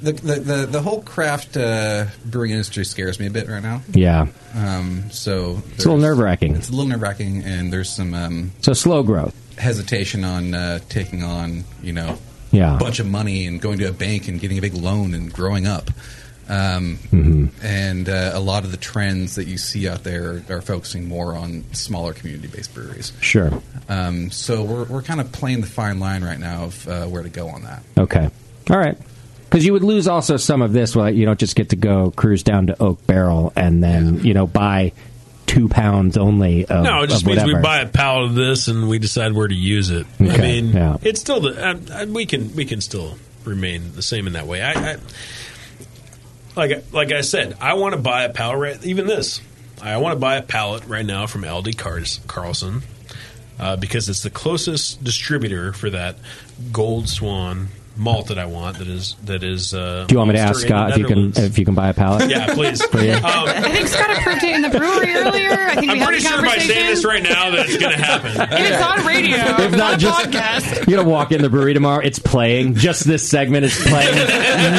the, the the the whole craft uh, brewing industry scares me a bit right now.
Yeah,
Um, so
it's a little nerve wracking.
It's a little nerve wracking, and there's some um,
So slow growth.
hesitation on uh, taking on you know
Yeah.
a bunch of money and going to a bank and getting a big loan and growing up. Um, And uh, a lot of the trends that you see out there are focusing more on smaller community based breweries.
Sure.
Um, so we're, we're kind of playing the fine line right now of uh, where to go on that.
Okay. All right. Because you would lose also some of this. Well, you don't just get to go cruise down to Oak Barrel and then you know buy two pounds only of
no, it just
of
means
Oh, whatever.
we buy a pallet of this and we decide where to use it. I
Okay,
mean,
yeah.
it's still the I, I, we can we can still remain the same in that way. I, I like like I said, I want to buy a pallet. Right, even this, I want to buy a pallet right now from LD Cars, Carlson uh, because it's the closest distributor for that Gold Swan malt that I want. That is that is. Uh,
Do you want me to ask
maltster in the
Scott if you can
Netherlands.
if you can buy a pallet?
Yeah, please.
For you?
Um,
I think Scott approved it in the brewery earlier. I think we
I'm
had
pretty
the
sure by
conversation.
saying this right now that it's going to happen.
And it's on radio.
If
not
not,
a
just
podcast.
you're gonna walk in the brewery tomorrow. It's playing. Just this segment is playing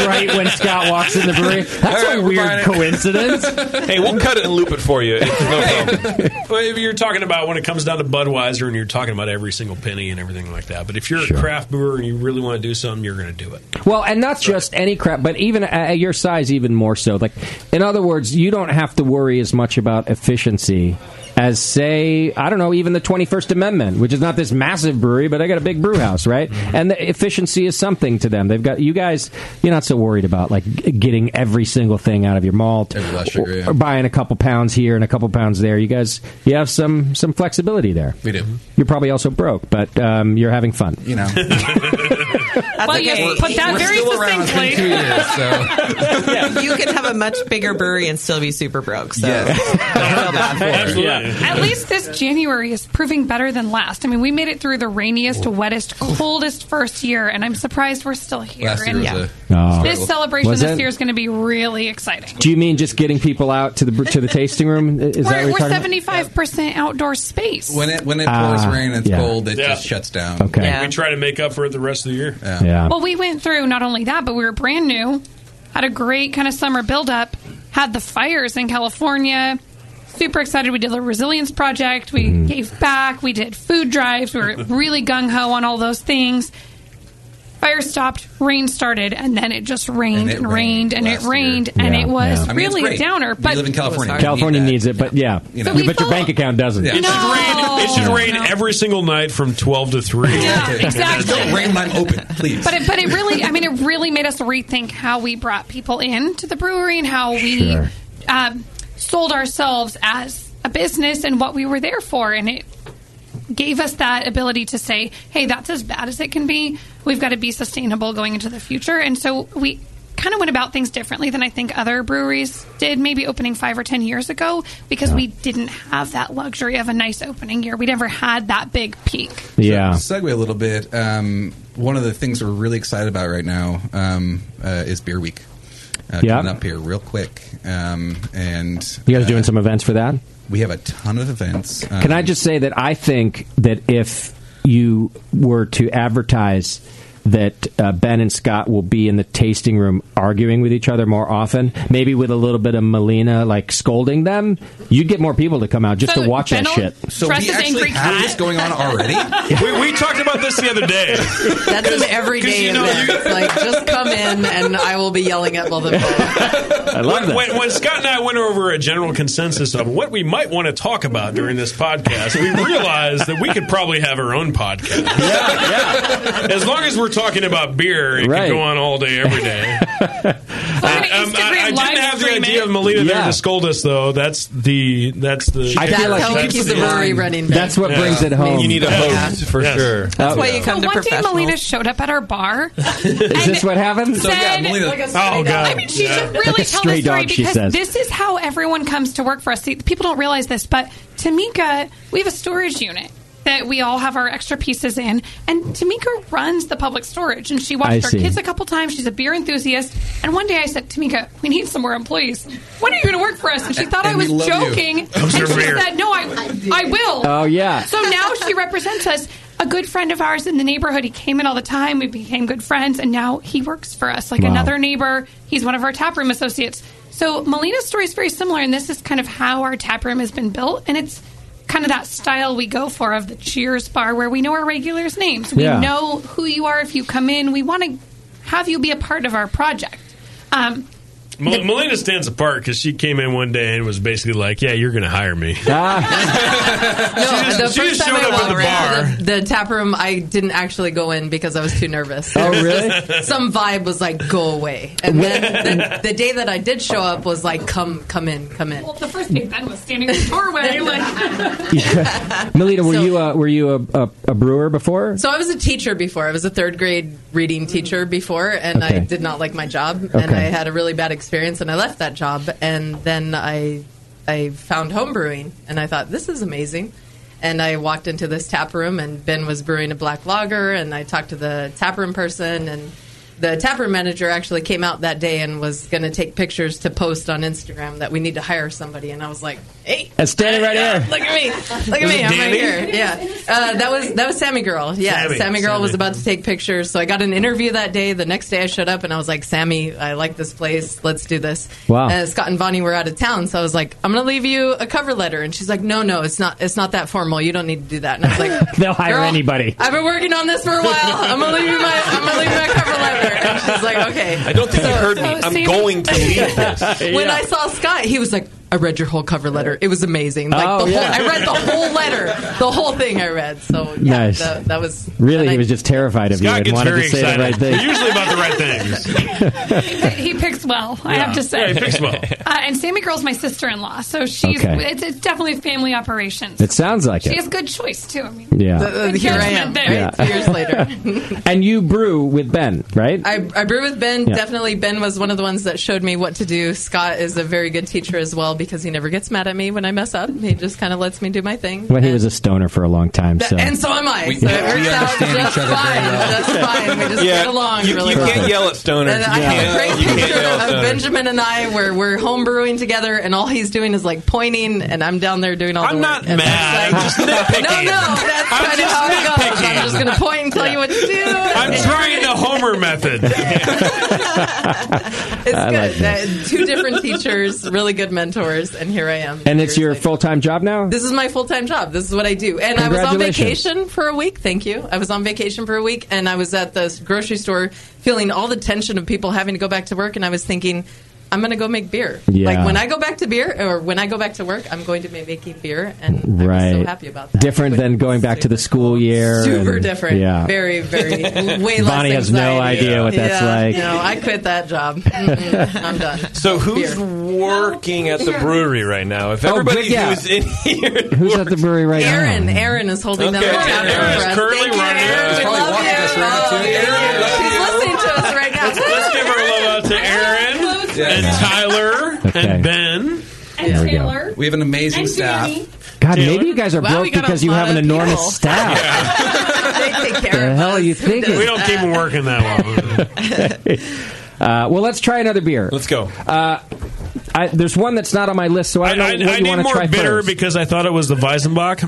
right when Scott walks in the brewery. That's a weird coincidence.
hey, we'll cut it and loop it for you. It's no problem.
Well, if you're talking about when it comes down to Budweiser and you're talking about every single penny and everything like that. But if you're a craft brewer and you really want to do something, you're going to do it.
Well, and not just any crap, but even at at your size, even more so. Like, in other words, you don't have to worry as much about efficiency as, say, I don't know, even the 21st Amendment, which is not this massive brewery, but they got a big brew house, right?
Mm-hmm.
And the efficiency is something to them. They've got, you guys, you're not so worried about, like, g- getting every single thing out of your malt.
sugar, yeah.
or buying a couple pounds here and a couple pounds there. You guys, you have some, some flexibility there.
We do.
You're probably also broke, but um, you're having fun.
You know.
well, you put that
We're
very
still around.
succinctly.
Two years,
so.
You could have a much bigger brewery and still be super broke. So.
At least this January is proving better than last. I mean, we made it through the rainiest, wettest, coldest first year, and I'm surprised we're still here.
Last year
and
was a Oh.
this
struggle.
celebration
Was
this
it?
year is going to be really exciting.
Do you mean just getting people out to the to the tasting room? Is that what
we're
you're
we're
talking about?
75% outdoor space.
When it when it pours
Ah,
rain and it's
yeah.
cold, it
Yeah.
just shuts down.
Okay.
We try to make up for it the rest of the year.
Yeah.
Well, we went through not only that, but we were brand new, had a great kind of summer buildup, had the fires in California. Super excited. We did the resilience project. We
Mm-hmm.
gave back. We did food drives. We were really gung ho on all those things. Fire stopped, rain started, and then it just rained and,
it
rained, and it
last
rained, and
Yeah,
it was
yeah. I mean, it's
really
great.
a downer.
We
But
live in California.
California needs it, but yeah,
You know.
Yeah, but your bank account doesn't.
Yeah. It should No.
rain- it should
Yeah.
rain every single night from 12 to 3.
Yeah, exactly.
Don't rain when I'm open, please.
But it, but it really, I mean, it really made us rethink how we brought people in to the brewery and how we
Sure.
um, sold ourselves as a business and what we were there for, and it gave us that ability to say, "Hey, that's as bad as it can be. We've got to be sustainable going into the future," and so we. Kind of went about things differently than I think other breweries did, maybe opening five or ten years ago, because we didn't have that luxury of a nice opening year. We never had that big peak.
Yeah.
segue a little bit. Um, one of the things we're really excited about right now um, uh, is Beer Week. Uh,
Yeah.
Coming up here real quick. Um, and uh,
You guys doing some events for that?
we have a ton of events. Um,
Can I just say that I think that if you were to advertise that uh, Ben and Scott will be in the tasting room arguing with each other more often, maybe with a little bit of Melina like scolding them, you'd get more people to come out just
So
to watch
Ben
that
will
shit.
So we actually have this going on already.
we, we talked about this the other day.
That's an everyday
you know,
event. It's like, just come in and I will be yelling at both of you.
I love
when,
that.
When, when Scott and I went over a general consensus of what we might want to talk about during this podcast, we realized that we could probably have our own podcast. As long as we're talking about beer, it
Right.
can go on all day, every day. Um, I, I didn't have the idea of Melina there
Yeah.
to scold us, though. That's the that's the.
I feel like That's
keeps the brewery running.
That's what brings it home. You need a host,
for sure.
That's
why you
So one day Melina showed up at our bar.
Is this what happened?
So, yeah, Said- Melina-
Like a stray
oh
dog.
god!
I mean,
she should really
Like a
tell
stray
the story
dog, she
because
says.
this is how everyone comes to work for us. See, people don't realize this, but Tamika, we have a storage unit that we all have our extra pieces in, and Tamika runs the public storage. And she
I
watched our
see.
kids a couple times. She's a beer enthusiast. And one day I said, Tamika, we need some more employees. When are you going to work for us? And she thought
And
I was
we love you.
joking.
Come
And she
serve beer.
said, No, I, I will.
Oh, yeah.
So now she represents us. A good friend of ours in the neighborhood. He came in all the time. We became good friends, and now he works for us like
Wow.
another neighbor. He's one of our taproom associates. So Melina's story is very similar, and this is kind of how our taproom has been built, and it's kind of that style we go for of the Cheers bar, where we know our regulars' names, we
Yeah.
know who you are if you come in. We want to have you be a part of our project. Um,
Mel- Melina stands apart because she came in one day and was basically like, "Yeah, you're going to hire me."
Ah.
No,
just-
the
she
first
just
time
showed
I
up at
walked
the
around the, the tap room, I didn't actually go in because I was too nervous.
Oh, really?
Some vibe was like, "Go away." And then the, the day that I did show up was like, "Come, come in, come in."
well, the first big Ben was standing in the doorway, like
Melina, were you a, were you a, a, a brewer before?
So I was a teacher before. I was a third grade reading teacher before, and I
Okay.
did not like my job,
Okay.
and I had a really bad experience, and I left that job, and then I I found home brewing, and I thought this is amazing. And I walked into this tap room, and Ben was brewing a black lager, and I talked to the tap room person, and the taproom manager actually came out that day and was going to take pictures to post on Instagram that we need to hire somebody. And I was like, hey,
That's Uh, standing right here.
Look at me! Look at
Was
me!
it
I'm right
Danny?
here. Yeah, uh, that was that was Sammy Girl. Yeah,
Sammy,
Sammy, Girl was
Sammy.
about to take pictures, so I got an interview that day. The next day, I showed up and I was like, "Sammy, I like this place. Let's do this."
Wow.
And Scott and Bonnie were out of town, so I was like, "I'm going to leave you a cover letter," and she's like, "No, no, it's not. It's not that formal. You don't need to do that." And I was like,
They'll hire
Girl,
anybody.
"I've been working on this for a while. I'm going to leave you my I'm going to leave you my cover letter." And she's like, "Okay."
I don't think you heard me.
so
I'm
Sammy-
going to leave this.
When I saw Scott, he was like, "I read your whole cover letter. It was amazing. Like
Oh,
the
yeah.
whole, I read the whole letter, the whole thing. I read. So yeah,
Nice.
that, that was
Really, he was just terrified of you
Scott
and
gets
wanted
very
to say
excited.
the right thing.
Usually about the right things.
he picks well. I have to say.
Yeah, he picks well.
Uh, and Sammy Girl's my sister-in-law, so she's
Okay.
it's, it's definitely family operations.
It sounds like
she
it.
has good choice too. I mean,
Yeah.
good
here I
judgment
am.
there.
Yeah.
Two years later.
and you brew with Ben, right?
I, I brew with Ben.
Yeah.
Definitely, Ben was one of the ones that showed me what to do. Scott is a very good teacher as well because he never gets mad at me when I mess up. He just kind of lets me do my thing.
well, he was a stoner for a long time, so.
And so am I.
We-
so it
we
works out
understand
just
each other very
fine.
well.
Just fine. We just
Yeah,
get along.
you,
really
you
well.
can't yell at stoners.
And
You
I have a
can't-
great
you can't
picture
yell at
of
stoners.
Benjamin and I where we're home brewing together, and all he's doing is like pointing, and I'm down there doing all the work. I'm not mad. I'm just
nitpicking.
No, no, that's
I'm
kind of
just
how it goes.
nitpicking.
I'm just going to point and tell you what to do.
I'm trying the Homer method.
It's
I like
good.
that.
Uh, two different teachers, really good mentors, and here I am.
And it's your full time job now?
This is my full time job. This is what I do. And I was on
Congratulations.
vacation for a week. Thank you. I was on vacation for a week, and I was at the grocery store feeling all the tension of people having to go back to work, and I was thinking. I'm gonna go make beer.
Yeah.
Like when I go back to beer, or when I go back to work, I'm going to be making beer, and
right.
so happy about that.
Different than going back to the school year.
super
and-
different.
Yeah.
Very, very way less.
Bonnie has no
anxiety.
idea what that's
Yeah.
like.
No, I quit that job. Mm-mm, I'm done.
So who's working at the brewery right now?
Oh,
If everybody
good, yeah.
who's in here,
Who's at the brewery right
Aaron,
now?
Aaron is holding okay.
Okay.
down the
Aaron
tab
is
for us.
currently
Thank you,
running.
Aaron.
Aaron's
We
probably
love
watching
you.
this right now, too. Aaron,
Oh, She's listening to us right now.
Let's give our love out to Aaron and Tyler and Ben.
And
There we go.
Taylor.
We have an amazing staff.
God, maybe you guys are
Wow, we
broke
got a
because you
lot
have an
of
enormous
people.
staff. the hell are you thinking?
We don't keep them working that long.
Uh, well, let's try another beer. Let's
go.
Uh, I, there's one that's not on my list, so I don't
I,
know what
I
you want
need
to try
more bitter
first.
because I thought it was the Weisenbach.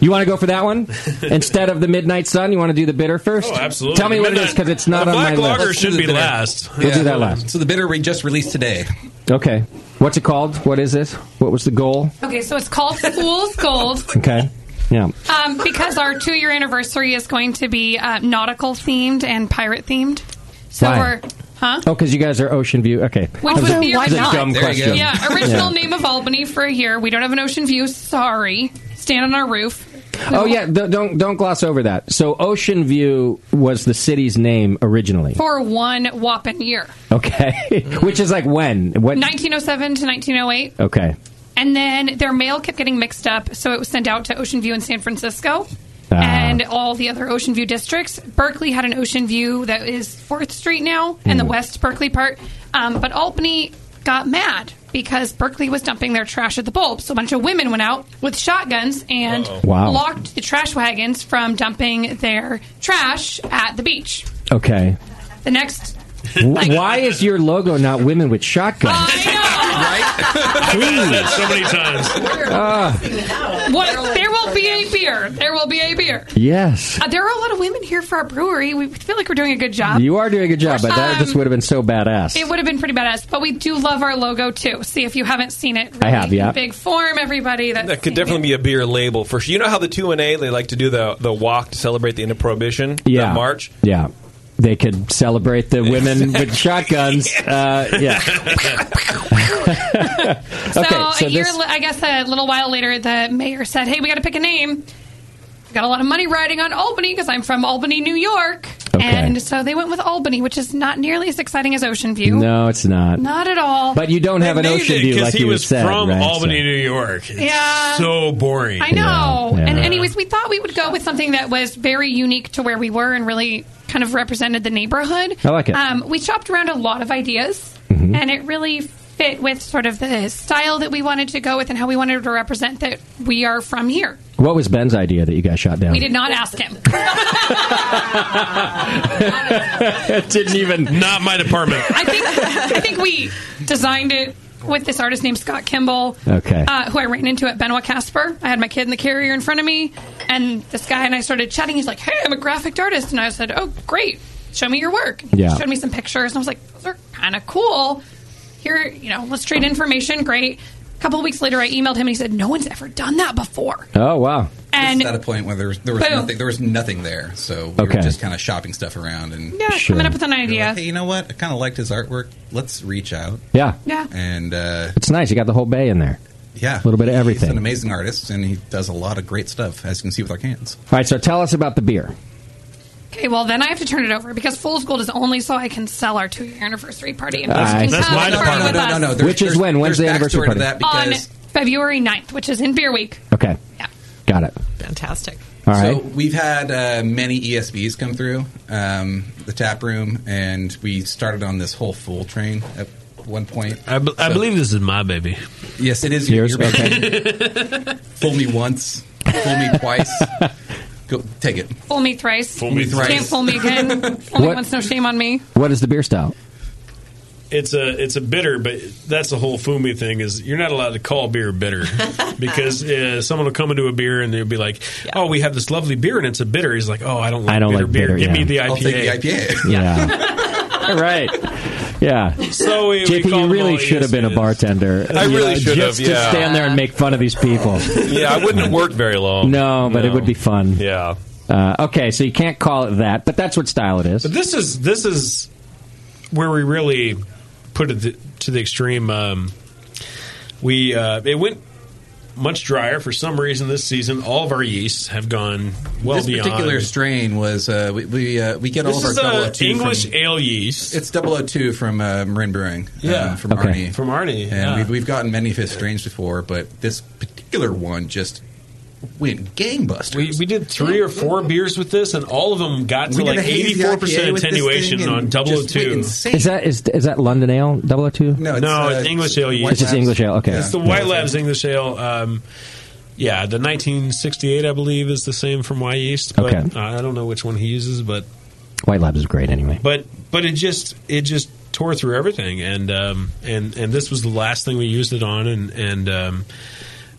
You want to go for that one instead of the Midnight Sun? You want to do the bitter first?
Oh, absolutely.
Tell me what it is
Midnight-
because it's not
The
on my list.
black lager should be last.
We'll do that last.
So the bitter we just released today.
Okay. What's it called? What is this? What was the goal?
Okay, so it's called Fool's Gold.
Okay. Yeah.
Um, because our two year anniversary is going to be uh, nautical themed and pirate themed. So
Why?
we're, huh?
Oh, because you guys are Ocean View. Okay.
Which
That
was
a-
the
that was
original,
a dumb question.
Yeah, original
Yeah.
name of Albany for a year. We don't have an ocean view. Sorry. Stand on our roof.
Oh yeah, th- don't don't gloss over that. So Ocean View was the city's name originally.
For one whopping year,
Okay, which is like when what?
1907 to 1908.
Okay,
And then their mail kept getting mixed up, so it was sent out to Ocean View in San Francisco
Ah.
and all the other Ocean View districts. Berkeley had an Ocean View that is 4th Street now and the
Mm.
West Berkeley part. Um, but Albany got mad because Berkeley was dumping their trash at the bulb. So a bunch of women went out with shotguns and
Uh-oh. Wow.
blocked the trash wagons from dumping their trash at the beach.
okay.
The next
W Why is your logo not women with shotguns?
Oh,
I've asked that so many times.
Ah,
What? There will be a beer. There will be a beer.
yes.
Uh, there are a lot of women here for our brewery. We feel like we're doing a good job.
You are doing a good job, but that
Uh, Um,
just would have been so badass.
It would have been pretty badass, but we do love our logo too. See if you haven't seen it.
I have,
really
yeah.
Big form, everybody. That's
That could definitely be a beer label for sure. You know how the two and A they like to do the the walk to celebrate the end of prohibition. the
yeah.
March.
Yeah. They could celebrate the women with shotguns. Uh, yeah.
So,
okay. So
a year,
this.
li- I guess, a little while later, the mayor said, "Hey, we got to pick a name. We got a lot of money riding on Albany because I'm from Albany, New York."
Okay.
And so they went with Albany, which is not nearly as exciting as Ocean View.
No, it's not.
Not at all.
But you don't have an
Named
ocean
it
view
'cause
like
he
you
was
said,
from
right? So-
Albany, New York. It's
Yeah.
so boring.
Um, I know.
Yeah,
And
yeah.
anyways, we thought we would go with something that was very unique to where we were and really kind of represented the neighborhood.
I like it. Mm-hmm.
Um, we chopped around a lot of ideas, and it really fit with sort of the style that we wanted to go with and how we wanted to represent that we are from here.
What was Ben's idea that you guys shot down?
We did not ask him.
Didn't even.
Not my department.
I think I think we designed it with this artist named Scott Kimball.
Okay.
Uh, who I ran into at Benoit Casper. I had my kid in the carrier in front of me, and this guy and I started chatting. He's like, "Hey, I'm a graphic artist," and I said, "Oh, great! Show me your work." And
Yeah.
He showed me some pictures, and I was like, "Those are kind of cool." Here, you know, let's trade information. Great. A couple weeks later, I emailed him, and he said, "No one's ever done that before."
Oh wow!
And-
Just at a point where there was, there was
Boom.
nothing there was nothing there, so we
Okay.
were just kind of shopping stuff around and
Yeah, coming up with an idea.
Hey, you know what? I kind of liked his artwork. Let's reach out.
Yeah.
Yeah.
And uh,
It's nice. You got the whole bay in there.
yeah,
A little bit of
he's an
everything. All
amazing artist, and he does a lot of great stuff, as you can see with our cans.
right. So tell us about the beer.
Okay, well then I have to turn it over because Fool's Gold is only so I can sell our two year anniversary party. And folks
I
can
see.
come and party with us
which is when? When's the anniversary party?
on February 9th, which is in Beer Week.
okay. Got it.
Fantastic.
All right.
So we've had uh, many ESBs come through um, the tap room, and we started on this whole fool train at one point.
I, be- I
So-
believe this is my baby.
Yes, it is yours. Your fool me once, fool me twice. Go take it.
Fool me thrice.
Fool me thrice.
Can't fool me again. fool me
What-
once, no shame on me.
What is the beer style?
It's a it's a bitter, but that's the whole Fumi thing is you're not allowed to call beer bitter because uh, someone will come into a beer and they'll be like, "Oh, we have this lovely beer and it's a bitter." He's like, "Oh, I don't like
I don't
bitter
like
beer.
bitter,
Give
yeah.
me the IPA."
I'll take the
IPA.
Yeah. All right. Yeah.
So we- we
JP,
call
you
them
really
all
should have been a bartender.
I
You
really
know,
should
just
have,
to
yeah.
stand there and make fun of these people.
yeah, I wouldn't have worked very long.
No, but it would be fun.
Yeah.
Uh, okay, so you can't call it that, but that's what style it is.
But this is this is where we really put it th- to the extreme. Um, we uh, it went much drier for some reason this season. All of our yeasts have gone well
this
beyond.
particular strain was uh, we we, uh, we get all
This
of our
is, uh,
002
English
from,
ale yeast.
It's 002 from uh, Marin Brewing.
Yeah.
um, from
Okay.
Arnie.
From Arnie,
And
yeah.
we've, we've gotten many of his strains before, but this particular one just went gangbusters.
We, we did three or four beers with this, and all of them got to
We did
like
a hazy
eighty four
IPA
percent
with this thing
attenuation
and
on
just went
002.
Is that is is that London Ale 002?
No, uh,
no, it's English ale. yeast.
It's just English Ale. Okay.
it's the White Labs English ale. Um, yeah, the 1968, I believe, is the same from Y Yeast, but uh,
Okay.
I don't know which one he uses. But
White Labs is great anyway.
but but it just it just tore through everything, and um, and and this was the last thing we used it on, and and. Um,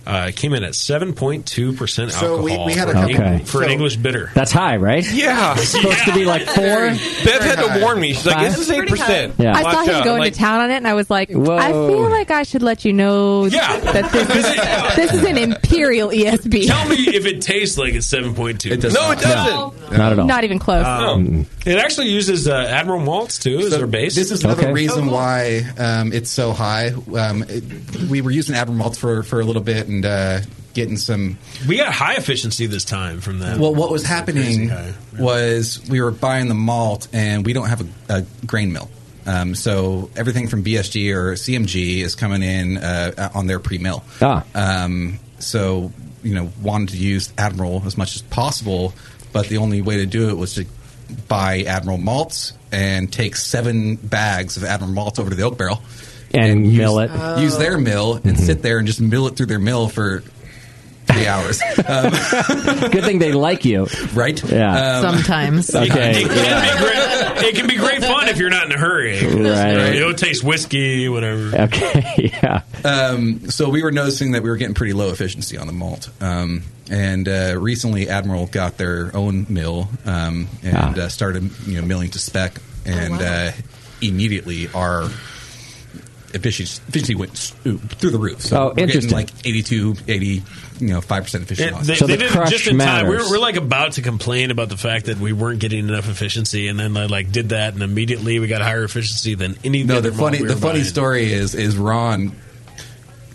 uh, it came in at 7.2 percent
So
alcohol
we- we had a
for, an,
couple-
Eng- for an
so-
English bitter.
That's high, right?
Yeah.
It's supposed to be like four.
Bev had to warn me. She's like,
Five?
"This is eight percent."
Yeah.
I saw
Watch
him
out.
going
Like,
to town on it, and I was like, I
Whoa.
feel like I should let you know that this is, this is an imperial E ESB.
Tell me if it tastes like it's 7.2. It
does No, not. it doesn't. No. Not at all.
Not even close.
Um, It actually uses uh, Admiral Maltz too as their base.
This is another reason why um, it's so high. Um, it, we were using Abram malts for, for a little bit and uh, getting some
We got high efficiency this time from them.
Well, what was
It's crazy
happening
high.
was we were buying the malt, and we don't have a, a grain mill. Um, so everything from BSG or CMG is coming in uh, on their pre-mill.
Ah.
Um, so you know, wanted to use Admiral as much as possible, but the only way to do it was to buy Admiral malts and take seven bags of Admiral malts over to the oak barrel
and, mill
use,
it. Mm-hmm.
Use their mill and sit there and just mill it through their mill for three hours. Um,
Good thing they like you,
right? Uh,
Yeah.
Sometimes.
Okay.
It, can be great, it can be great fun if you're not in a hurry.
Right.
You'll taste whiskey, whatever.
Okay. Yeah.
Um, so we were noticing that we were getting pretty low efficiency on the malt. Um, and uh, recently, Admiral got their own mill um, and
Ah.
uh, started you know milling to spec, and uh, immediately our efficiency efficiency went s- through the roof. So
Oh,
we're getting
interesting.
Like 82, 80, you know, five percent efficiency.
It-
on
they
it.
they did it just in time. We were, we're like about to complain about the fact that we weren't getting enough efficiency, and then they like did that, and immediately we got higher efficiency than any.
No,
other
the funny
malt we
the
were
funny
buying.
story is is Ron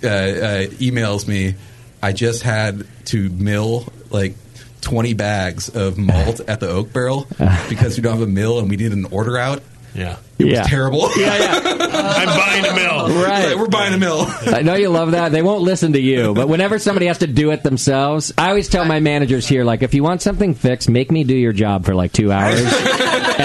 uh, uh, emails me. I just had to mill like. 20 bags of malt at the oak barrel because we don't have a mill and we did an order out.
Yeah.
It
Yeah.
was terrible.
Yeah,
I'm buying a mill.
Right.
We're buying a mill.
I know you love that. They won't listen to you, but whenever somebody has to do it themselves, I always tell my managers here, like, if you want something fixed, make me do your job for like two hours, and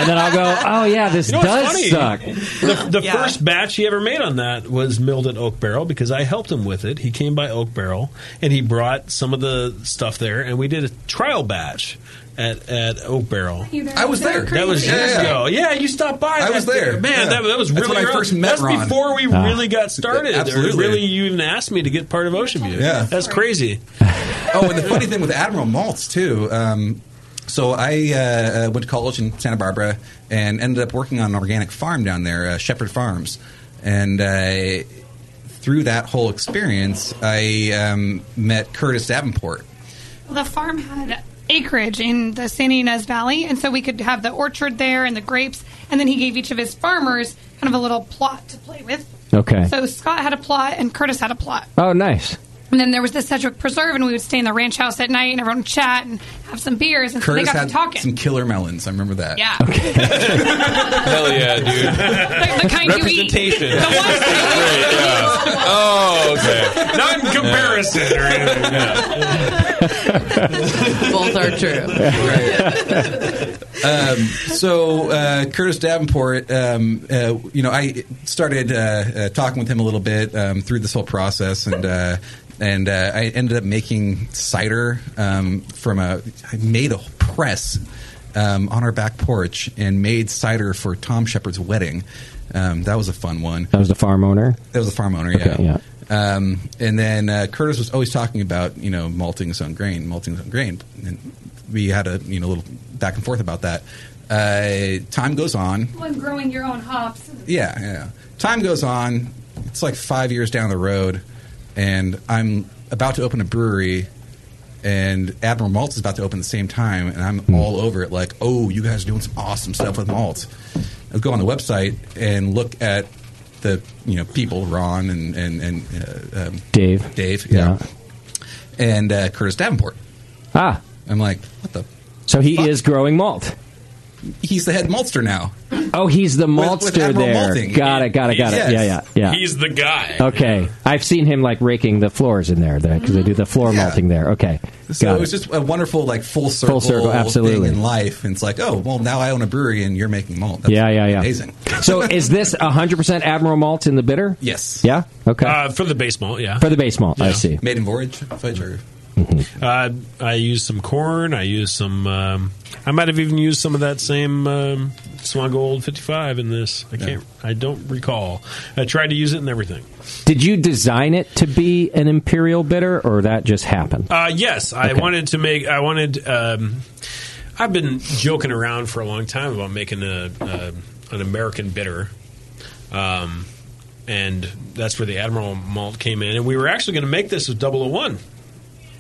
then I'll go. Oh yeah, this
You know what's
does suck.
funny? The, the first batch he ever made on that was milled at Oak Barrel because I helped him with it. He came by Oak Barrel and he brought some of the stuff there, and we did a trial batch at, at Oak Barrel.
I was there.
That was years ago. Yeah, you stopped by.
I
that
was there.
day. man.
Yeah.
That, that was
That's
really
when I
early.
first met
That's
Ron.
before we
Ah.
really got started.
Absolutely.
Really, you even asked me to get part of Ocean View.
Yeah.
that's crazy.
oh, and the funny thing with Admiral Maltz too. Um, so I uh, uh, went to college in Santa Barbara and ended up working on an organic farm down there, uh, Shepherd Farms, and uh, through that whole experience, I um, met Curtis Davenport.
The farm had acreage in the San Ynez Valley, and so we could have the orchard there and the grapes. And then he gave each of his farmers kind of a little plot to play with.
Okay.
So Scott had a plot, and Curtis had a plot.
Oh, nice.
And then there was the Sedgwick Preserve, and we would stay in the ranch house at night, and everyone would chat and have some beers, and
Curtis
so they got
had
to talking.
some killer melons. I remember that.
yeah,
Hell yeah, dude.
the kind you eat.
Representation. Oh, okay.
Not in comparison or anything.
Both are true.
um, so uh, Curtis Davenport, um, uh, you know, I started uh, uh, talking with him a little bit um, through this whole process, and uh, and uh, I ended up making cider um, from a. I made a press um, on our back porch and made cider for Tom Shepard's wedding. Um, that was a fun one.
That was the farm owner.
That was a farm owner, yeah.
Okay, yeah.
Um, and then uh, Curtis was always talking about you know malting his own grain, malting his own grain, and we had a you know little back and forth about that. Uh, time goes on,
When growing your own hops.
yeah, yeah. Time goes on. It's like five years down the road, and I'm about to open a brewery, and Admiral Maltz is about to open at the same time, and
Hmm.
I'm all over it. Like, oh, you guys are doing some awesome stuff with malts. I'll go on the website and look at the you know people, Ron and and and uh, um,
Dave.
Dave, yeah, and uh, Curtis Davenport.
Ah,
I'm like, what the?
So he is growing malt.
He's the head maltster now.
Oh, he's the
With- with
maltster
Admiral
there.
Malting.
Got it. Got it. Got
Yes.
it. Yeah. Yeah. Yeah.
He's the guy.
Okay, I've seen him like raking the floors in there because they do the floor malting there. Okay,
So
got
it was
it.
just a wonderful like full circle,
circle, absolutely.
thing in life. And it's like, oh, well, now I own a brewery and you're making malt. That's
yeah, yeah, yeah.
amazing.
so is this 100% Admiral malt in the bitter?
Yes.
Yeah. Okay.
Uh, for the base malt, yeah.
For the base malt, I
Yeah.
see. Mm-hmm.
Made in Voyage, Voyage or
Uh, I used some corn. I used some. Um, I might have even used some of that same um, Swan Gold 55 in this. I can't. I don't recall. I tried to use it in everything.
Did you design it to be an imperial bitter, or that just happened?
Uh, yes, I wanted to make. I wanted. Um, I've been joking around for a long time about making a, a an American bitter, um, and that's where the Admiral malt came in. And we were actually going to make this with 001.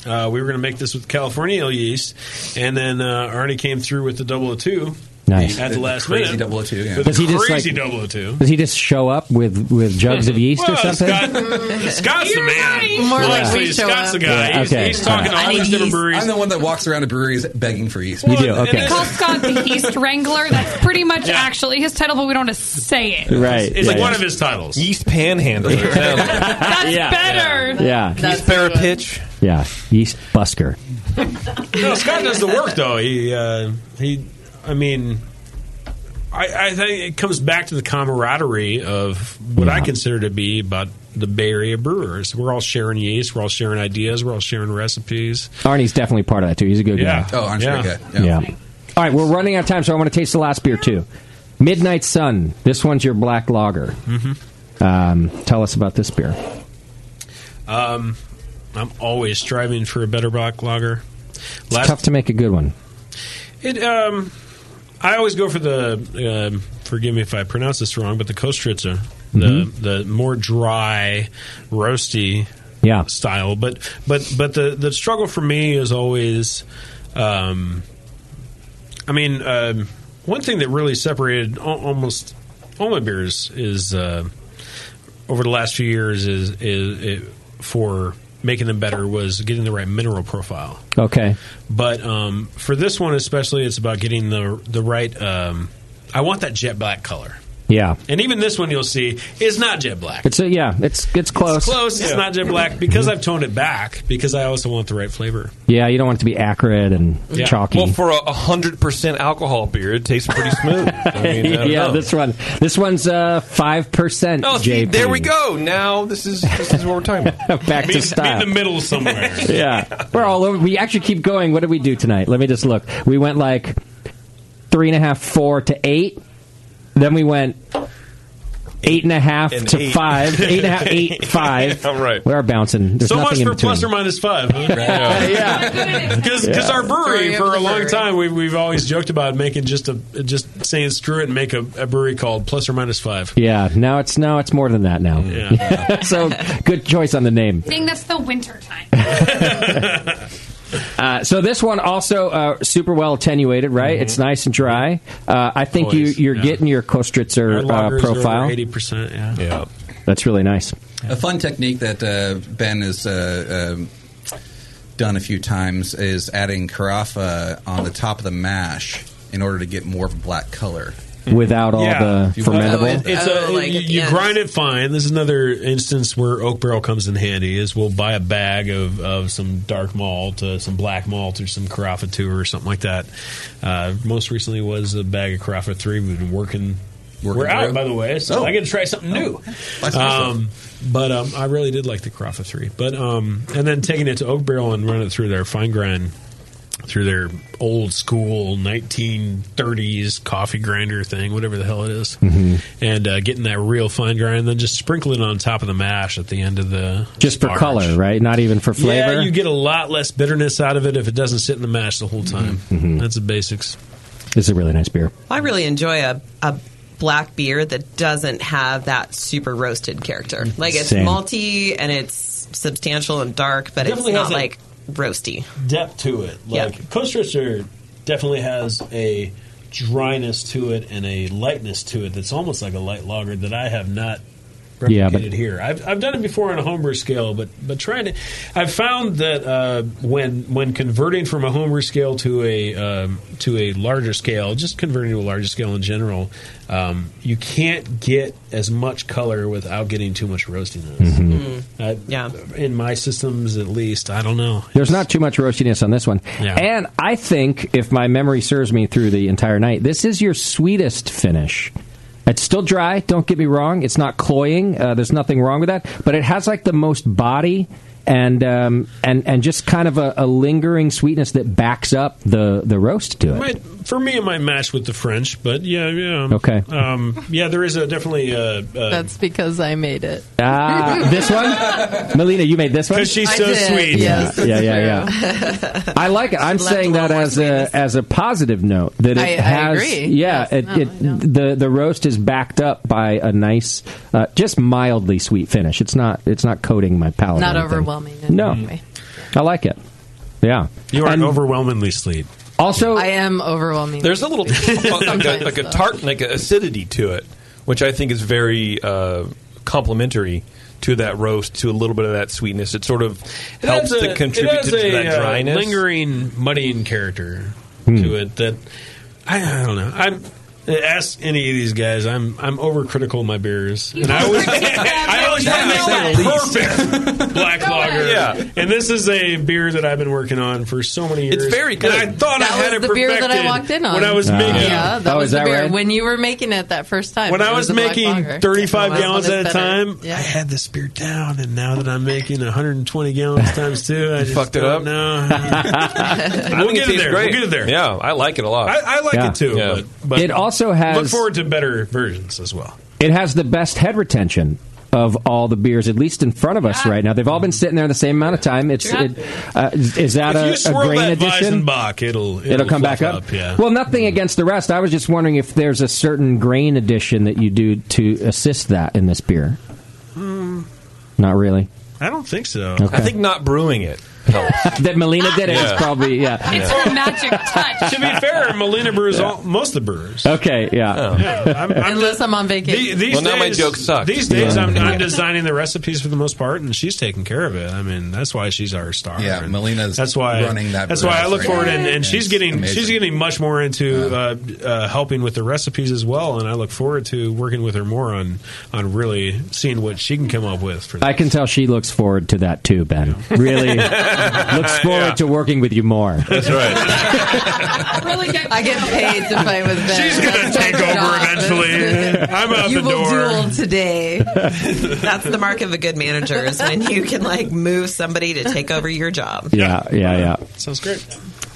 Uh, we were going to make this with California yeast, and then uh, Arnie came through with the 002
Nice.
at the last
Crazy
minute.
002, yeah.
With
Does he
the
just,
crazy
like-
002.
Does he just show up with with jugs of yeast or
Well,
something?
Scott, Scott's the man.
More like
Honestly,
we show
Scott's
up.
the guy.
Yeah,
he's,
okay.
he's talking to
I
all
need
these different
yeast.
breweries.
I'm the one that walks around to breweries begging for yeast.
You do, Well, and okay.
They call Scott the yeast wrangler. That's pretty much actually his title, but we don't want to say it.
Right.
It's
yeah,
like
yeah.
one
of his titles.
Yeast panhandler.
That's
Yeah.
better.
Yeah.
Yeast parapitch.
Yeah. Yeast busker.
no, Scott does the work though. He uh, he. I mean, I, I think it comes back to the camaraderie of what I consider to be about the Bay Area brewers. We're all sharing yeast. We're all sharing ideas. We're all sharing recipes.
Arnie's definitely part of that too. He's a good
Yeah.
guy.
Oh, Arnie's a Yeah. good guy.
Yeah. All right, we're running out of time, so I want to taste the last beer too. Midnight Sun. This one's your black lager.
Mhm.
Um, tell us about this beer.
Um, I'm always striving for a better Bock lager.
It's tough to make a good one.
It um, I always go for the. Um, forgive me if I pronounce this wrong, but the Kostritzer,
Mhm.
the the more dry, roasty,
Yeah.
style. But but but the the struggle for me is always. Um, I mean, um, one thing that really separated al- almost all my beers is uh, over the last few years is is it, for making them better was getting the right mineral profile.
Okay.
But um, for this one especially, it's about getting the the right. Um, I want that jet black color.
Yeah.
And even this one you'll see is not jet black.
It's a, yeah, it's it's close.
It's close. It's not jet black because I've toned it back because I also want the right flavor.
Yeah, you don't want it to be acrid and
Yeah.
chalky.
Well,
For a hundred percent alcohol beer, it tastes pretty smooth. I mean, I don't
yeah,
know.
this one. This one's uh five percent.
Oh, see, there we go. Now this is this is what we're talking about.
Back to Meet- meet style. in the
middle somewhere.
yeah, we're all over. We actually keep going. What did we do tonight? Let me just look. We went like three and a half, four to eight. Then we went eight and a half
And
to
eight.
five. Eight and a half, eight, five.
Yeah, right.
We are bouncing. There's
so
nothing
much
in
for
between.
plus or minus five. Huh?
Yeah.
Because
Yeah.
our
Story
brewery
of
for
the
a long
brewery.
time we, we've always joked about making just a just saying screw it and make a, a brewery called plus or minus five.
yeah. Now it's now it's more than that now.
Yeah.
so good choice on the name.
I think that's the winter time.
Uh, so this one also uh, super well attenuated, right? It's nice and dry. Uh, I think
Mm-hmm. Always,
you, you're
yeah.
getting your
Our
Kostritzer uh,
lagers are
profile.
eighty percent. Yeah.
Yeah.
That's really nice.
A fun technique that uh, Ben has uh, um, done a few times is adding carafa on the top of the mash in order to get more of a black color.
Without all
Mm-hmm. Yeah.
the fermentable.
It's a, you you grind it fine. This is another instance where oak barrel comes in handy. Is we'll buy a bag of, of some dark malt, uh, some black malt, or some Carafa two or something like that. Uh, most recently was a bag of Carafa three. We've been working.
Working
We're out,
through.
by the way, so
Oh.
I get to try something new.
That's
Um, but um, I really did like the Carafa three. But um, and then taking it to oak barrel and run it through their fine grind through their old school 1930s coffee grinder thing, whatever the hell it is.
Mm-hmm.
and uh, getting that real fine grind, and then just sprinkle it on top of the mash at the end of the
Just for
Orange.
color, right? Not even for flavor.
Yeah, you get a lot less bitterness out of it if it doesn't sit in the mash the whole time.
Mhm.
That's the basics.
This is a really nice beer.
I really enjoy a, a black beer that doesn't have that super roasted character. Like it's
Same.
malty and it's substantial and dark, but it's
Definitely
not
has a-
like roasty.
Depth to it,
Yeah.
like Coast Richter definitely has a dryness to it and a lightness to it that's almost like a light lager that I have not replicated
Yeah, but-
here. I've, I've done it before on a homebrew scale, but but trying to, I've found that uh, when when converting from a homebrew scale to a um, to a larger scale, just converting to a larger scale in general, um, you can't get as much color without getting too much roastiness.
Mhm.
yeah, in my systems at least, I don't know.
There's not too much roastiness on this one.
Yeah.
And I think, if my memory serves me through the entire night, this is your sweetest finish. It's still dry, don't get me wrong. It's not cloying. Uh, there's nothing wrong with that. But it has like the most body and um, and and just kind of a, a lingering sweetness that backs up the, the roast to it.
Might, for me, it might match with the French, but yeah, yeah.
Okay.
Um, yeah, there is a definitely a. a
That's because I made it.
Ah, this one, Melina, you made this one
'Cause she's I so did, sweet. yes.
Yeah, yeah, yeah. yeah. I like it. I'm saying that as a as a positive note that it
I- I
has.
agree.
Yeah,
Yes,
it,
no,
it the the roast is backed up by a nice, uh, just mildly sweet finish. It's not it's not coating my palate.
Not
or anything.
overwhelming in
No,
any way.
I like it. Yeah,
you are overwhelmingly sweet.
Also,
I am overwhelming.
There's a little like a, like a tart, like a acidity to it, which I think is very uh, complimentary to that roast, to a little bit of that sweetness. It sort of
It
helps
has a-
to contribute
it has
to, to
a,
that
uh,
dryness.
lingering, muddying character to it that I, I don't know. I'm ask any of these guys. I'm I'm overcritical of my beers, and I always I always
Yeah,
find them
say the least.
perfect black lager.
Yeah.
and this is a beer that I've been working on for so many years.
It's very good.
And I thought
that
I had
was
it
the beer that I
perfected
walked in on
when I was
Ah.
making.
Yeah, that
Oh,
was
is
the
that
beer
right?
when you were making it that first time.
When
it
I was
the black
making
lager.
35
Well, this
gallons
one
at
is
a
better.
time, I had this beer down, and now that I'm making 120 gallons times two, I just
fucked it
don't
up?
know.
I
we'll
think it
get it
tastes
there.
great.
We'll get it there.
Yeah, I like it a lot.
I, I like
Yeah.
it too,
Yeah.
but, but
It also has-
look forward to better versions as well.
It has the best head retention of all the beers, at least in front of
Ah.
us right now. They've all been sitting there the same amount of time. It's
Yeah.
it, uh, is is that
if you
a, a
swirl
grain
that
addition?
Weizenbach, it'll, it'll
It'll, come back
fluff
up.
yeah.
Well, nothing against the rest. I was just wondering if there's a certain grain addition that you do to assist that in this beer.
Mm,
Not really.
I don't think so.
Okay.
I think not brewing it.
that Melina did it.
Yeah.
It's probably yeah.
It's her magic touch.
to be fair, Melina brews all, most of the brewers.
Okay, yeah.
Oh.
Unless I'm on
The-
vacation.
These days, These days,
Yeah.
I'm, I'm designing the recipes for the most part, and she's taking care of it. I mean, that's why she's our star.
Yeah,
and
Melina's
that's why
running that
That's why
breath
I look
right
forward,
now.
and, and
It's
she's getting
amazing.
she's getting much more into uh, uh, helping with the recipes as well. And I look forward to working with her more on on really seeing what she can come up with. For
I can tell she looks forward to that too, Ben. Really looks forward to working with you more.
That's right.
I get paid to play with Ben.
She's gonna
That's
take
my
over
job.
eventually. I'm out
You
the
will
door.
duel today.
That's the mark of a good manager is when you can like move somebody to take over your job.
Yeah, yeah, yeah.
Sounds great.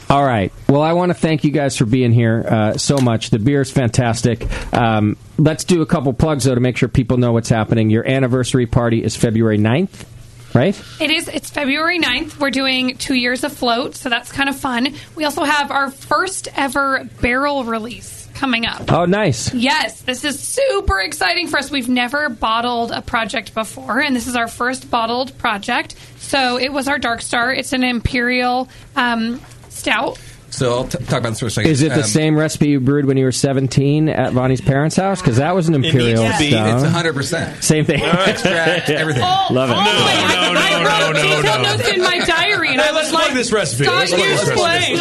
All right. Well, I want to thank you guys for being here uh, so much. The beer is fantastic. Um, let's do a couple plugs, though, to make sure people know what's happening. Your anniversary party is February 9th, right?
It is. It's February 9th. We're doing two years afloat, so that's kind of fun. We also have our first ever barrel release coming up.
Oh, nice.
Yes, this is super exciting for us. We've never bottled a project before, and this is our first bottled project. So it was our Dark Star. It's an imperial um, stout.
So I'll t- talk about this for a second.
Is it the
Um,
same recipe you brewed when you were 17 at Bonnie's parents' house? Because that was an
It needs
imperial
to be.
stone.
It's 100%.
Same thing.
Extract, everything.
Love it.
No, no, notes in my diary, and I was
Let's
like,
plug this recipe.
Scott,
Let's plug
you
this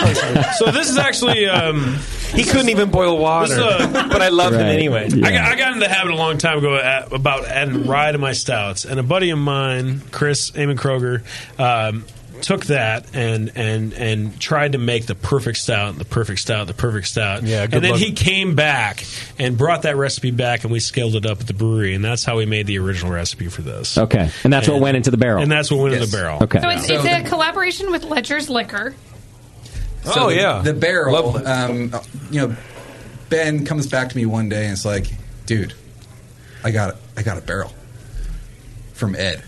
recipe.
play.
so this is actually um, he couldn't even boil water, but I
loved him Right. anyway.
I, got, I got into the habit a long time ago at, about adding rye to my stouts, and a buddy of mine, Chris Amon Kroger. Um, Took that and and and tried to make the perfect stout, the perfect stout, the perfect stout. Yeah,
good
and then
luck.
he came back and brought that recipe back, and we scaled it up at the brewery, and that's how we made the original recipe for this.
Okay. And that's what
And-
went into the barrel.
and that's what went in
Yes.
the barrel.
Okay.
So it's, it's a collaboration with Ledger's Liquor.
So
Oh,
the-
yeah.
the barrel.
Lovely.
Um, you know, Ben comes back to me one day and it's like, dude, I got I got a barrel from Ed.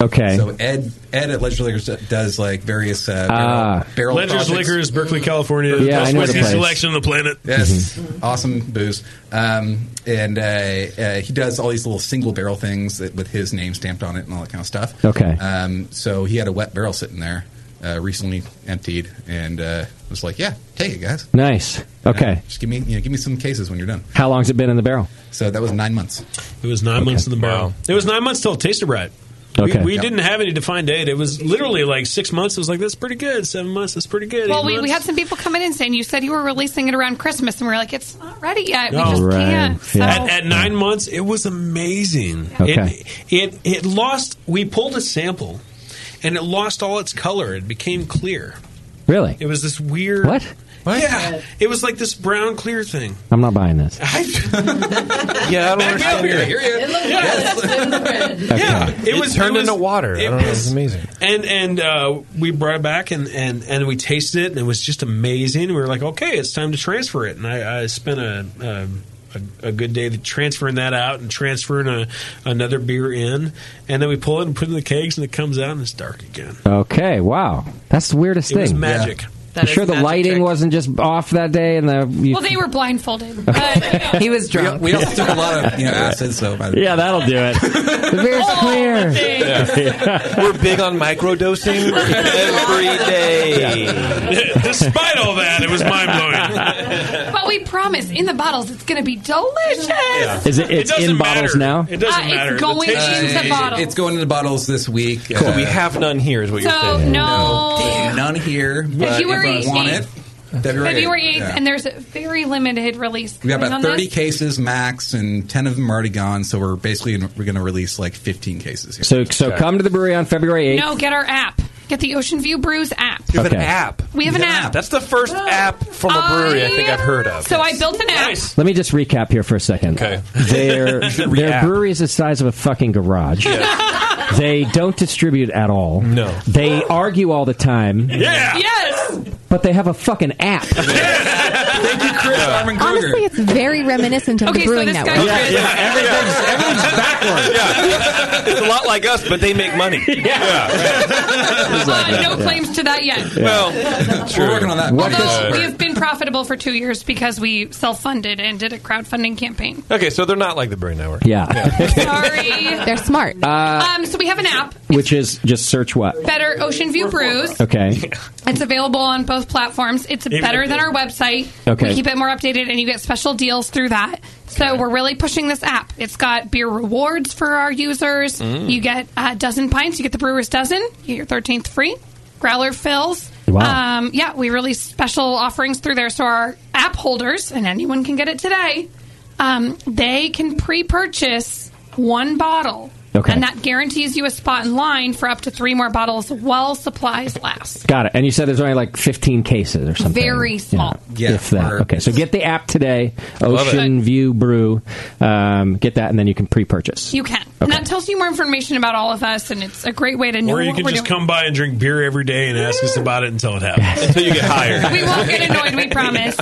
Okay.
So Ed Ed at Ledger Liquors does like various uh, barrel,
Ah.
barrel
Ledger's
projects.
Liquors, Berkeley, California. the best whiskey selection on the planet.
Yes,
Mm-hmm.
awesome booze. Um, and uh, uh, he does all these little single barrel things that, with his name stamped on it and all that kind of stuff.
Okay.
Um, so he had a wet barrel sitting there, uh, recently emptied, and uh, was like, "Yeah, take it, guys. Uh,
Nice. Okay.
Just give me, you know, give me some cases when you're done."
How long's it been in the barrel?
So that was nine months.
It was nine months in the barrel. It was nine months till it tasted right.
Okay.
We, we
Yep.
didn't have any defined date. It was literally like six months. It was like, that's pretty good. Seven months, that's pretty good.
Well,
Eight
we, we
months.
had some people come in and saying you said you were releasing it around Christmas, and we are like, it's not ready yet.
No.
We just can't. So
At, at nine months, it was amazing.
Okay.
It, it it lost. We pulled a sample, and it lost all its color. It became clear.
Really?
It was this weird. What? Yeah. It was like this brown clear thing.
I'm not buying this.
Yeah, I
don't understand
Here,
it.
here you.
It looks
Okay.
Yeah, it,
It
was
turned
it was-
into water. I
It
don't know. It
was
was amazing.
And and uh, we brought it back and, and, and we tasted it and it was just amazing. We were like, okay, it's time to transfer it. And I, I spent a, um, a a good day transferring that out and transferring a, another beer in, and then we pull it and put it in the kegs and it comes out and it's dark again.
Okay. Wow. That's the weirdest
It
thing.
was magic.
I'm sure the lighting wasn't just off that day and the. You,
well, they were blindfolded.
he was drunk.
We, also took a lot of you know acid, so by the
yeah, that'll do it. The beer's clear.
We're big on microdosing every day.
Despite all that, it was mind blowing.
but we promise in the bottles it's going to be delicious.
Is it? It's in bottles now.
It
doesn't Uh, it's matter. The going taste is- into bottles.
It's going into bottles this week. Uh,
Cool. we have none here, is what you're
So,
saying.
no.
none here. But if
February
I want it,
eighth.
February,
February 8th,
eighth, yeah.
and there's a very limited release.
We got
coming
about
on this.
30 cases max, and 10 of them are already gone. So we're basically we're going to release like 15 cases here.
So so come to the brewery on February 8th.
No, get our app. Get the Ocean View Brews app.
You have an app.
We have an app.
That's the first app from a brewery I think I've heard of.
So I built an app.
Let me just recap here for a second.
Okay.
Their,
You should
their
re-app.
brewery is the size of a fucking garage. They don't distribute at all. No. They argue all the time.
Yeah.
Yes.
But they have a fucking app.
Thank you, Chris Armin Kruger.
Honestly, it's very reminiscent of the Brewing Network.
yeah, everything's, everything's
backwards.
Yeah. It's a lot like us, but they make money. Yeah.
Uh, no claims to that yet.
Well,
We're working on that.
Although we have been profitable for two years because we self-funded and did a crowdfunding campaign.
Okay, so they're not like the Brain Network.
Yeah.
Sorry,
they're smart.
Uh,
Um, so we have an app,
which is just search what?
Better Ocean View Brews.
Okay.
It's available on both platforms. It's
Even
better
if
than
it-
our website.
Okay.
We keep it more updated, and you get special deals through that. So we're really pushing this app. It's got beer rewards for our users.
Mm.
You get a dozen pints. You get the brewer's dozen. You get your thirteenth free. Growler fills.
Wow.
Um, yeah, we release special offerings through there. So our app holders and anyone can get it today. Um, they can pre-purchase one bottle.
Okay.
And that guarantees you a spot in line for up to three more bottles while supplies last.
Got it. And you said there's only like 15 cases or something.
Very small.
Yeah. If that. Okay. So get the app today,
Love it.
Ocean View Brew. Um, get that, and then you can pre-purchase.
You can. And that tells you more information about all of us, and it's a great way to know
Or you
what
can
we're
just
doing.
come by and drink beer every day and ask us about it until it happens. until you get hired.
we won't get annoyed, we promise.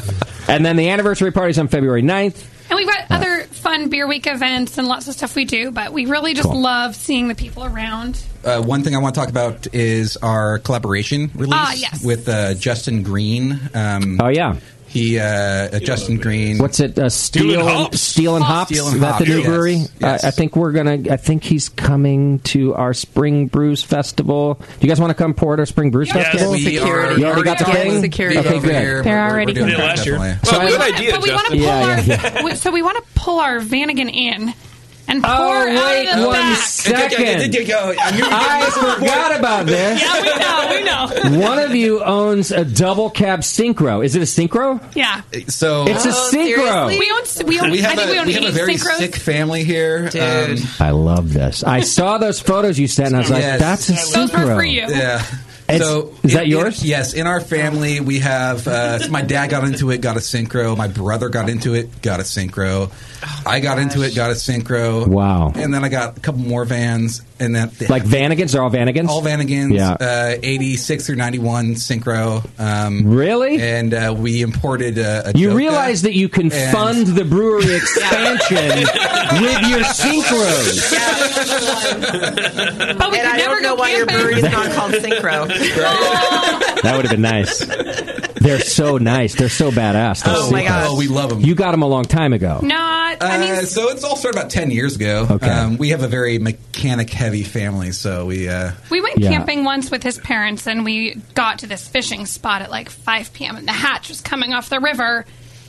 And then the anniversary party's on February 9th.
And we've got other fun beer week events and lots of stuff we do, but we really just
Cool.
love seeing the people around.
Uh, one thing I want to talk about is our collaboration release
Ah, yes.
with uh, Justin Green. Um,
oh yeah,
he uh, uh, Justin Green.
What's it? Uh, Steel,
Steel and
and-
Hops.
Steel and Hops.
Steel and
Is that the
Hops,
new
yes.
brewery? I, I think we're gonna. I think he's coming to our Spring Brews Festival. Do you guys want to come pour to our Spring Brews
Yes,
Festival?
we are-
you already got the
Yeah,
thing.
security
Okay,
over here.
good.
They're We're- we're already- doing
We did
that,
last year.
definitely.
Well,
we
good
wanna-
idea,
but we wanna
Justin.
pull our, we- so we want to pull our Vanagon in and pour
Oh, wait
out of the
one
back.
second.
I
forgot about this.
Yeah, we know, we know.
One of you owns a double cab synchro. Is it a synchro?
Yeah.
So
It's a Oh, synchro. seriously?
We own, we own,
We
I
have
think we
a,
own
we
eight
have a very
synchros.
sick family here. um, Dude.
I love this. I saw those photos you sent. and I was like,
Yes.
that's a synchro.
Yeah.
It's-
so
is that
in- in-
yours?
yes. In our family, we have uh, so my dad got into it, got a synchro. My brother got into it, got a synchro.
Oh,
I got into it, got a synchro.
Wow.
And then I got a couple more vans, and then
Like Vanagons? They're all Vanagons?
all Vanagons,
Yeah.
uh, eighty six through ninety one synchro. Um,
really?
And uh, we imported uh, a. a
you
Joka
realize that you can
and-
fund the brewery expansion with your synchros.
but
we
and I don't know why your brewery is not called Synchro.
That would have been nice. They're so nice. They're so badass. Those
Oh, my
synchros.
gosh. Oh, we love 'em.
You got them a long time ago.
Not. I mean,
Uh, so it's all started about ten years ago.
Okay.
Um, we have a very mechanic heavy family, so we uh,
We went camping once with his parents, and we got to this fishing spot at like 5 p.m. and the hatch was coming off the river.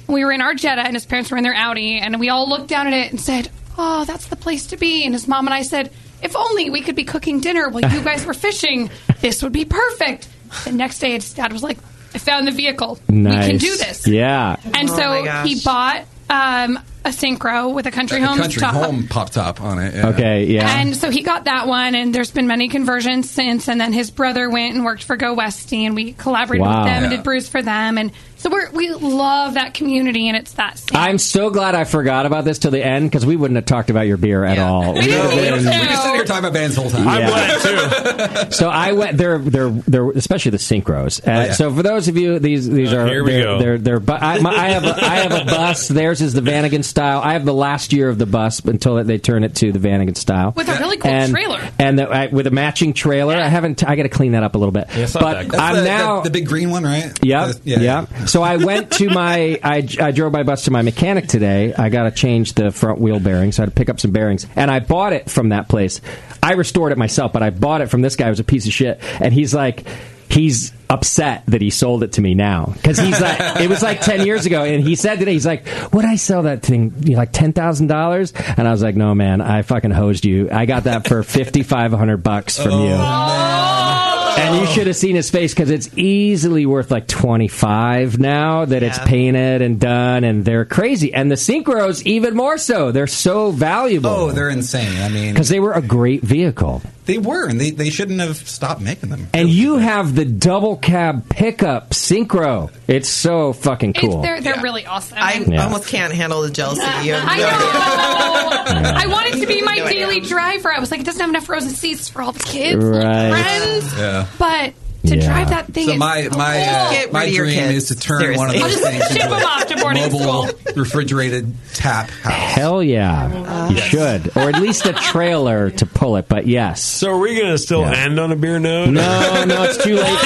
We were in our Jetta, and his parents were in their Audi, and we all looked down at it and said, "Oh, that's the place to be." And his mom and I said, "If only we could be cooking dinner while you guys were fishing, this would be perfect." The next day, his dad was like, "I found the vehicle.
Nice.
We can do this."
Yeah.
And
my
so
gosh.
he bought um, a synchro with a country home
country
top.
home pop top on it. yeah.
Okay. Yeah.
And so he got that one, and there's been many conversions since. And then his brother went and worked for Go Westy, and we collaborated
Wow.
with them and
Yeah.
did brews for them. And so we're, we love that community, and it's that.
I'm so glad I forgot about this till the end because we wouldn't have talked about your beer at all. We
No,
would've
we,
been-
we just sit here talking about bands the whole time.
I'm Yeah. glad, so I went. They're they're they're especially the synchros. Uh,
Oh, yeah. Uh,
So for those of you, these these are
here we
they're,
go.
they're they're. Bu- I, my, I have a, I have a bus. Theirs is the Vanagon style. I have the last year of the bus until they turn it to the Vanagon style
With a really cool
and,
trailer.
and the, I, with a matching trailer. I haven't. I got to clean that up a little bit. but
That's
I'm
the,
now.
the, the big green one, right?
Yep,
yeah.
yeah. So I went to my, I, I drove my bus to my mechanic today. I got to change the front wheel bearings. So I had to pick up some bearings, and I bought it from that place. I restored it myself, but I bought it from this guy who was a piece of shit, and he's like. He's upset that he sold it to me now because he's like it was like ten years ago, and he said today he's like, "Would I sell that thing you know, like ten thousand dollars?" And I was like, "No, man, I fucking hosed you. I got that for fifty five hundred bucks from you."
Mm.
Oh.
And you should have seen his face because it's easily worth like 25 now that it's painted and done, and they're crazy. And the synchros, even more so. They're so valuable.
Oh, they're insane. I mean,
Because they were a great vehicle.
they were, and they, they shouldn't have stopped making them.
And you have the double cab pickup synchro. It's so fucking cool.
They're, they're really awesome.
I
Yeah.
almost can't handle the jealousy. You have
I
no idea.
know. I want it to be my
No idea.
daily driver. I was like, it doesn't have enough frozen seats for all the kids, and
Right.
friends.
Yeah.
But to drive that thing.
So
is-
my my uh,
Get
my
rid of your
dream
kids.
is to turn one of
Seriously. I'll
those
just
things
ship
into
them off to
a
boarding
mobile refrigerated tap house.
Hell yeah. You should. Or at least a trailer to pull it, but yes.
So are we going to still end on a beer note?
No, no, it's too late for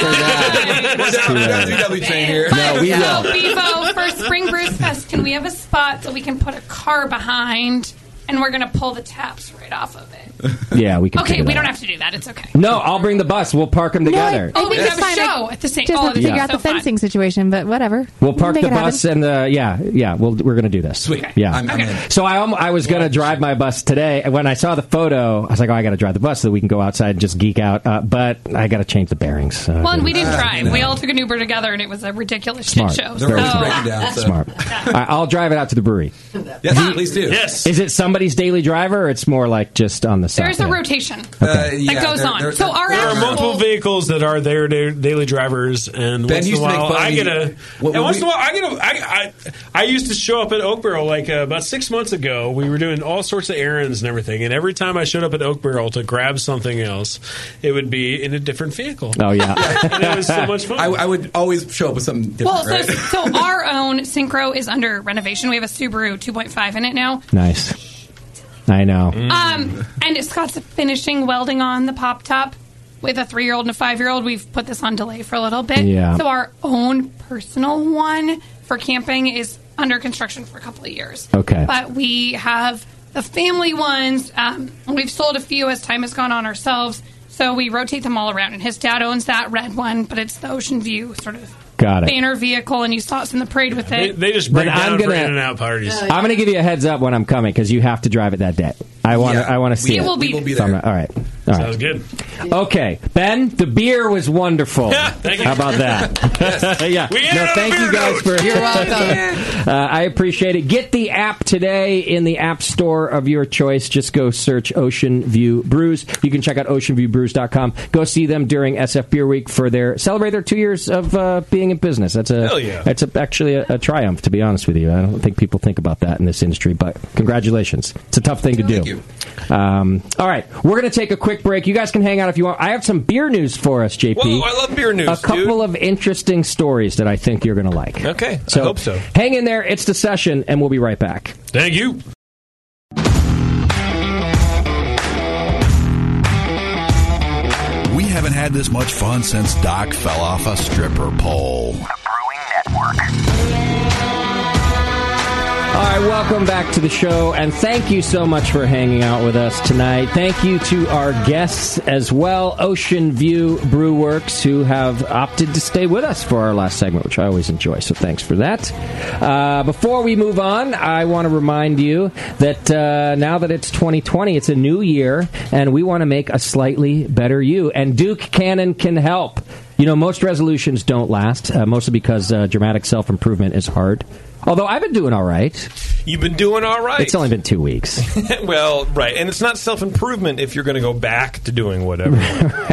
that.
No, we
so,
will.
Bevo, for Spring Brews Fest, can we have a spot that we can put a car behind and we're going to pull the taps right off of it?
Yeah, we can.
okay,
figure
we
that
don't
out.
have to do that. It's okay.
No, I'll bring the bus. We'll park them together.
Oh, we can
It's
have
fine.
a show at the same
Just have
oh, that'd
to
be
figure out
so
the fencing situation, but whatever.
We'll park
Make
the
it happen.
bus and the yeah yeah we'll, we're gonna do this. Sweet yeah.
I'm- I'm Okay.
So I alm- I was gonna drive my bus today, and when I saw the photo, I was like, oh, I gotta drive the bus so that we can go outside and just geek out. Uh, but I gotta change the bearings. So
Well, and we didn't drive. We all took an Uber together, and it was a ridiculous
smart.
shit show. uh,
Smart. I, I'll drive it out to the brewery.
Yes, please do.
Yes.
Is it somebody's daily driver, or it's more like just on the side?
There's a rotation
Uh,
Okay.
yeah,
that goes
there-
on.
there-
so our
There are
actual-
multiple vehicles that are their da- daily drivers, and
Ben
once in a
used to make
while,
fun of
I
me.
get a.
What- what
and once in a
we-
while, I get a. I, I, I used to show up at Oak Barrel like uh, about six months ago. We were doing all sorts of errands and everything, and every time I showed up at Oak Barrel to grab something else, it would be in a different vehicle.
Oh yeah,
and it was so much fun.
I, I would always show up with something different.
Well, so, so our own Synchro is under renovation. We have a Subaru 2.5 in it now.
Nice. I know.
Um, and Scott's finishing welding on the pop top with a three year old and a five year old. We've put this on delay for a little bit.
Yeah.
So our own personal one for camping is under construction for a couple of years.
Okay.
But we have the family ones. Um, we've sold a few as time has gone on ourselves. So we rotate them all around. And his dad owns that red one, but it's the ocean view sort of
Got it.
banner vehicle. And you saw us in the parade with
They,
it.
they just
But
break
I'm
down for
gonna-
in and out parties.
I'm going to give you a heads up when I'm coming because you have to drive it that day. I want to.
Yeah,
I want to
we
see it.
will be We will be
So I'm
there.
gonna- all right. All right.
Sounds good.
Okay, Ben. The beer was wonderful.
Yeah, thank you.
How about that? yeah.
We ended
no,
on a
thank you
beer
guys
note.
for.
You're welcome.
uh, I appreciate it. Get the app today in the app store of your choice. Just go search Ocean View Brews. You can check out oceanviewbrews.com. Go see them during SF Beer Week for their celebrate their two years of uh, being in business. That's a
Hell yeah.
that's a, actually a, a triumph, to be honest with you. I don't think people think about that in this industry, but congratulations. It's a tough thing to do. Um, all right, we're going to take a quick break. You guys can hang out if you want. I have some beer news for us, JP.
Whoa, I love beer news,
A couple of interesting stories that I think you're going to like.
Okay, I
so
hope so.
Hang in there. It's the session, and we'll be right back.
Thank you.
We haven't had this much fun since Doc fell off a stripper pole.
All right, welcome back to the show, and thank you so much for hanging out with us tonight. Thank you to our guests as well, Ocean View Brew Works, who have opted to stay with us for our last segment, which I always enjoy, so thanks for that. Uh, before we move on, I want to remind you that uh, now that it's 2020, it's a new year, and we want to make a slightly better you, and Duke Cannon can help. You know, most resolutions don't last, uh, mostly because uh, dramatic self improvement is hard. Although I've been doing all right.
You've been doing all right.
It's only been two weeks.
well, right, and it's not self improvement if you're going to go back to doing whatever.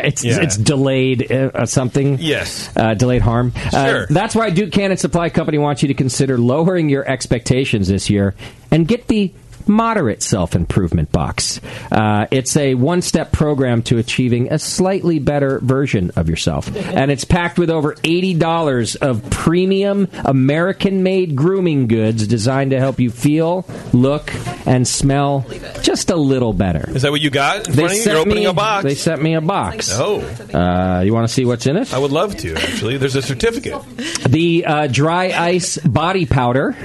it's,
Yeah.
it's delayed uh, uh, something.
Yes.
Uh, delayed harm. Uh,
Sure.
that's why Duke Cannon Supply Company wants you to consider lowering your expectations this year and get the moderate self improvement box. Uh, it's a one step program to achieving a slightly better version of yourself. And it's packed with over $80 of premium American made grooming goods designed to help you feel, look, and smell just a little better.
Is that what you got? In
They
front of you?
sent
You're opening
me-
a box.
They sent me a box.
Oh.
Uh, you want to see what's in it?
I would love to, actually. There's a certificate.
The uh, dry ice body powder.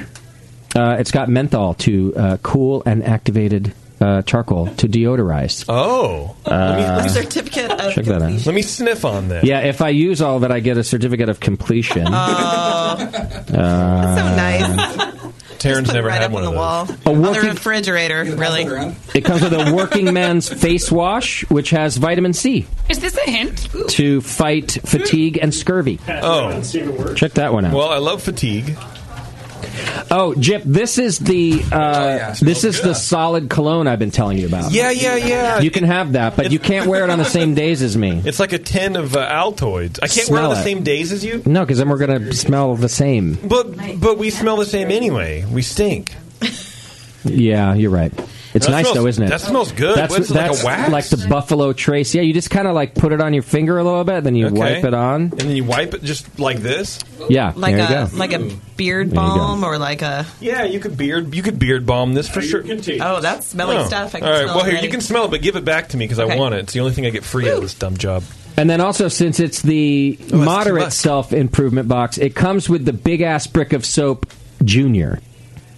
Uh, it's got menthol to uh, cool and activated uh, charcoal to deodorize.
Oh.
Uh,
certificate of
check that out.
Let me sniff on that.
Yeah, if I use all of it, I get a certificate of completion. Uh,
so nice.
Taryn's never
right
had
up
one
on the
of
wall.
those.
On the refrigerator, really.
It comes with a working man's face wash, which has vitamin C
Is this a hint?
to fight fatigue and scurvy.
Oh.
Check that one out.
Well, I love fatigue.
Oh, Jip, this is the
Oh,
uh, this is the solid cologne I've been telling you about.
Yeah, yeah, yeah.
You can have that, but you can't wear it on the same days as me.
It's like a tin of uh, Altoids. I can't wear
Smell
it on the
it.
same days as you,
No, because then we're gonna smell the same.
but but we smell the same anyway. We stink.
Yeah, you're right. It's
That
nice
smells-
though, isn't it?
that smells good.
That's,
What is it, like a
that's
wax?
like the buffalo trace. Yeah, you just kind of like put it on your finger a little bit, then you
Okay.
wipe it on.
and then you wipe it just like this.
Yeah,
like
there
a
you go.
like a beard
There you go.
balm or like a
yeah. You could beard you could beard bomb this for sure.
Oh, that's smelly
Oh.
stuff. I can
All right,
smell
well
it
here
already.
you can smell it, but give it back to me because I
Okay.
want it. It's the only thing I get free out of this dumb job.
And then also, since it's the
Oh, too
moderate
much.
self improvement box, it comes with the big ass brick of soap junior,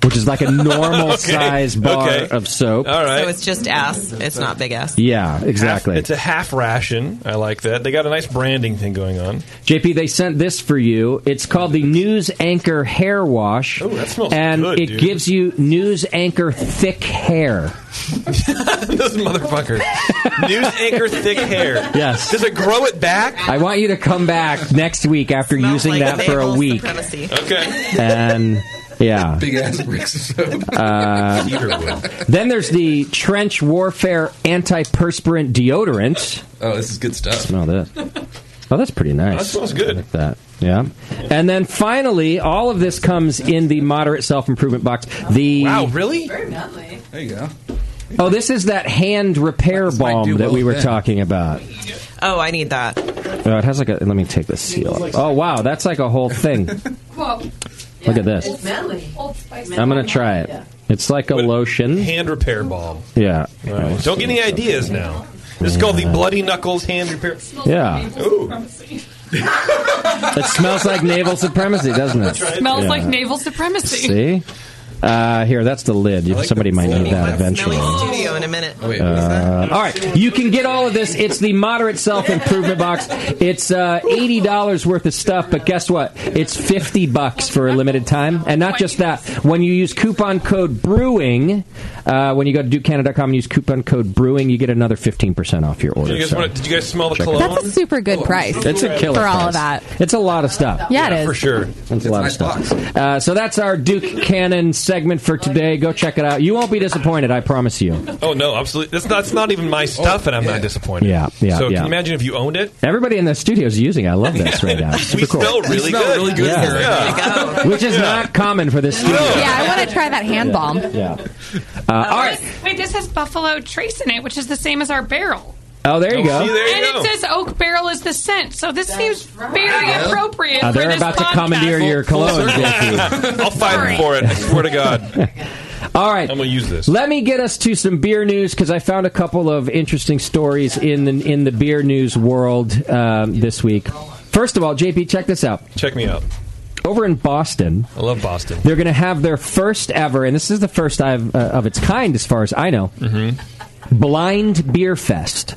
which is like a normal
Okay.
size bar
Okay.
of soap.
So it's just ass. It's not big ass.
Yeah, exactly.
Half- it's a half ration. I like that. They got a nice branding thing going on.
JP, they sent this for you. It's called the News Anchor Hair Wash. Oh,
that smells
And
good,
it
dude.
gives you News Anchor thick hair.
Those motherfuckers. News anchor thick hair.
Yes.
Does it grow it back?
I want you to come back next week after using that for a week.
Okay.
And yeah.
Big ass bricks of soap.
Uh, then there's the trench warfare antiperspirant deodorant.
Oh, this is good stuff.
Smell that. Oh, that's pretty nice.
That smells good.
I like that. Yeah. And then finally, all of this comes in the moderate self improvement box. The
Wow, really?
There you go.
Oh, this is that hand repair balm that we were talking about.
Oh, I need that.
Oh, it has like a. Let me take the seal. Oh wow, that's like a whole thing.
Whoa.
Look at this.
smelly. Old Spice.
I'm gonna try it. It's like a lotion.
Hand repair balm.
Yeah.
Wow. Don't get any ideas now. This is called the bloody knuckles hand repair.
Yeah.
Ooh.
It smells like naval supremacy, doesn't it?
Smells
Yeah.
like naval supremacy.
See. Uh, here, that's the lid. Somebody might need that eventually.
Studio in a minute.
Uh, all right, you can get all of this. It's the moderate self improvement box. It's uh, eighty dollars worth of stuff, but guess what? It's fifty bucks for a limited time, and not just that. When you use coupon code Brewing, uh, when you go to DukeCanada.com and use coupon code Brewing, you get another fifteen percent off your order.
Did you, guys
so
want to, did you guys smell the
check it
cologne?
out.
That's a super good price.
It's a killer
for all of that.
price. It's a lot of stuff.
Yeah, it Yeah, is. for
sure.
It's a lot of stuff. Uh, so that's our Duke Cannon segment for today. Go check it out. You won't be disappointed, I promise you.
Oh no, absolutely. That's not. That's not even my stuff, and I'm not disappointed.
Oh, Yeah, yeah,
So
yeah.
can you imagine if you owned it?
Everybody in the studio is using. it. I love this right now. It's Super
we
cool.
smell really
smell
good.
really good Yeah. here.
Yeah.
Which is not common for this studio.
Yeah, I want to try that hand
Yeah.
balm.
Yeah. Uh, all right.
Wait, this has buffalo trace in it, which is the same as our barrel.
Oh, there you go.
and it says oak barrel is the scent, so this seems very appropriate.
Uh,
for
they're
this
about to
podcast.
commandeer your cologne, JP.
I'll fight for it. I swear to God.
All right.
I'm gonna use this.
Let me get us to some beer news because I found a couple of interesting stories in the in the beer news world um, this week. First of all, JP, check this out.
Check me out.
Over in Boston,
I love Boston.
they're going to have their first ever, and this is the first I've, uh, of its kind, as far as I know.
Mm-hmm.
Blind Beer Fest.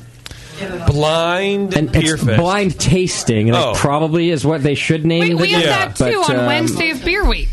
Blind
and
Beer
it's
Fest. Oh.
Blind tasting. That probably is what they should name.
Wait,
it.
we have that too
But,
on
um,
Wednesday of Beer Week.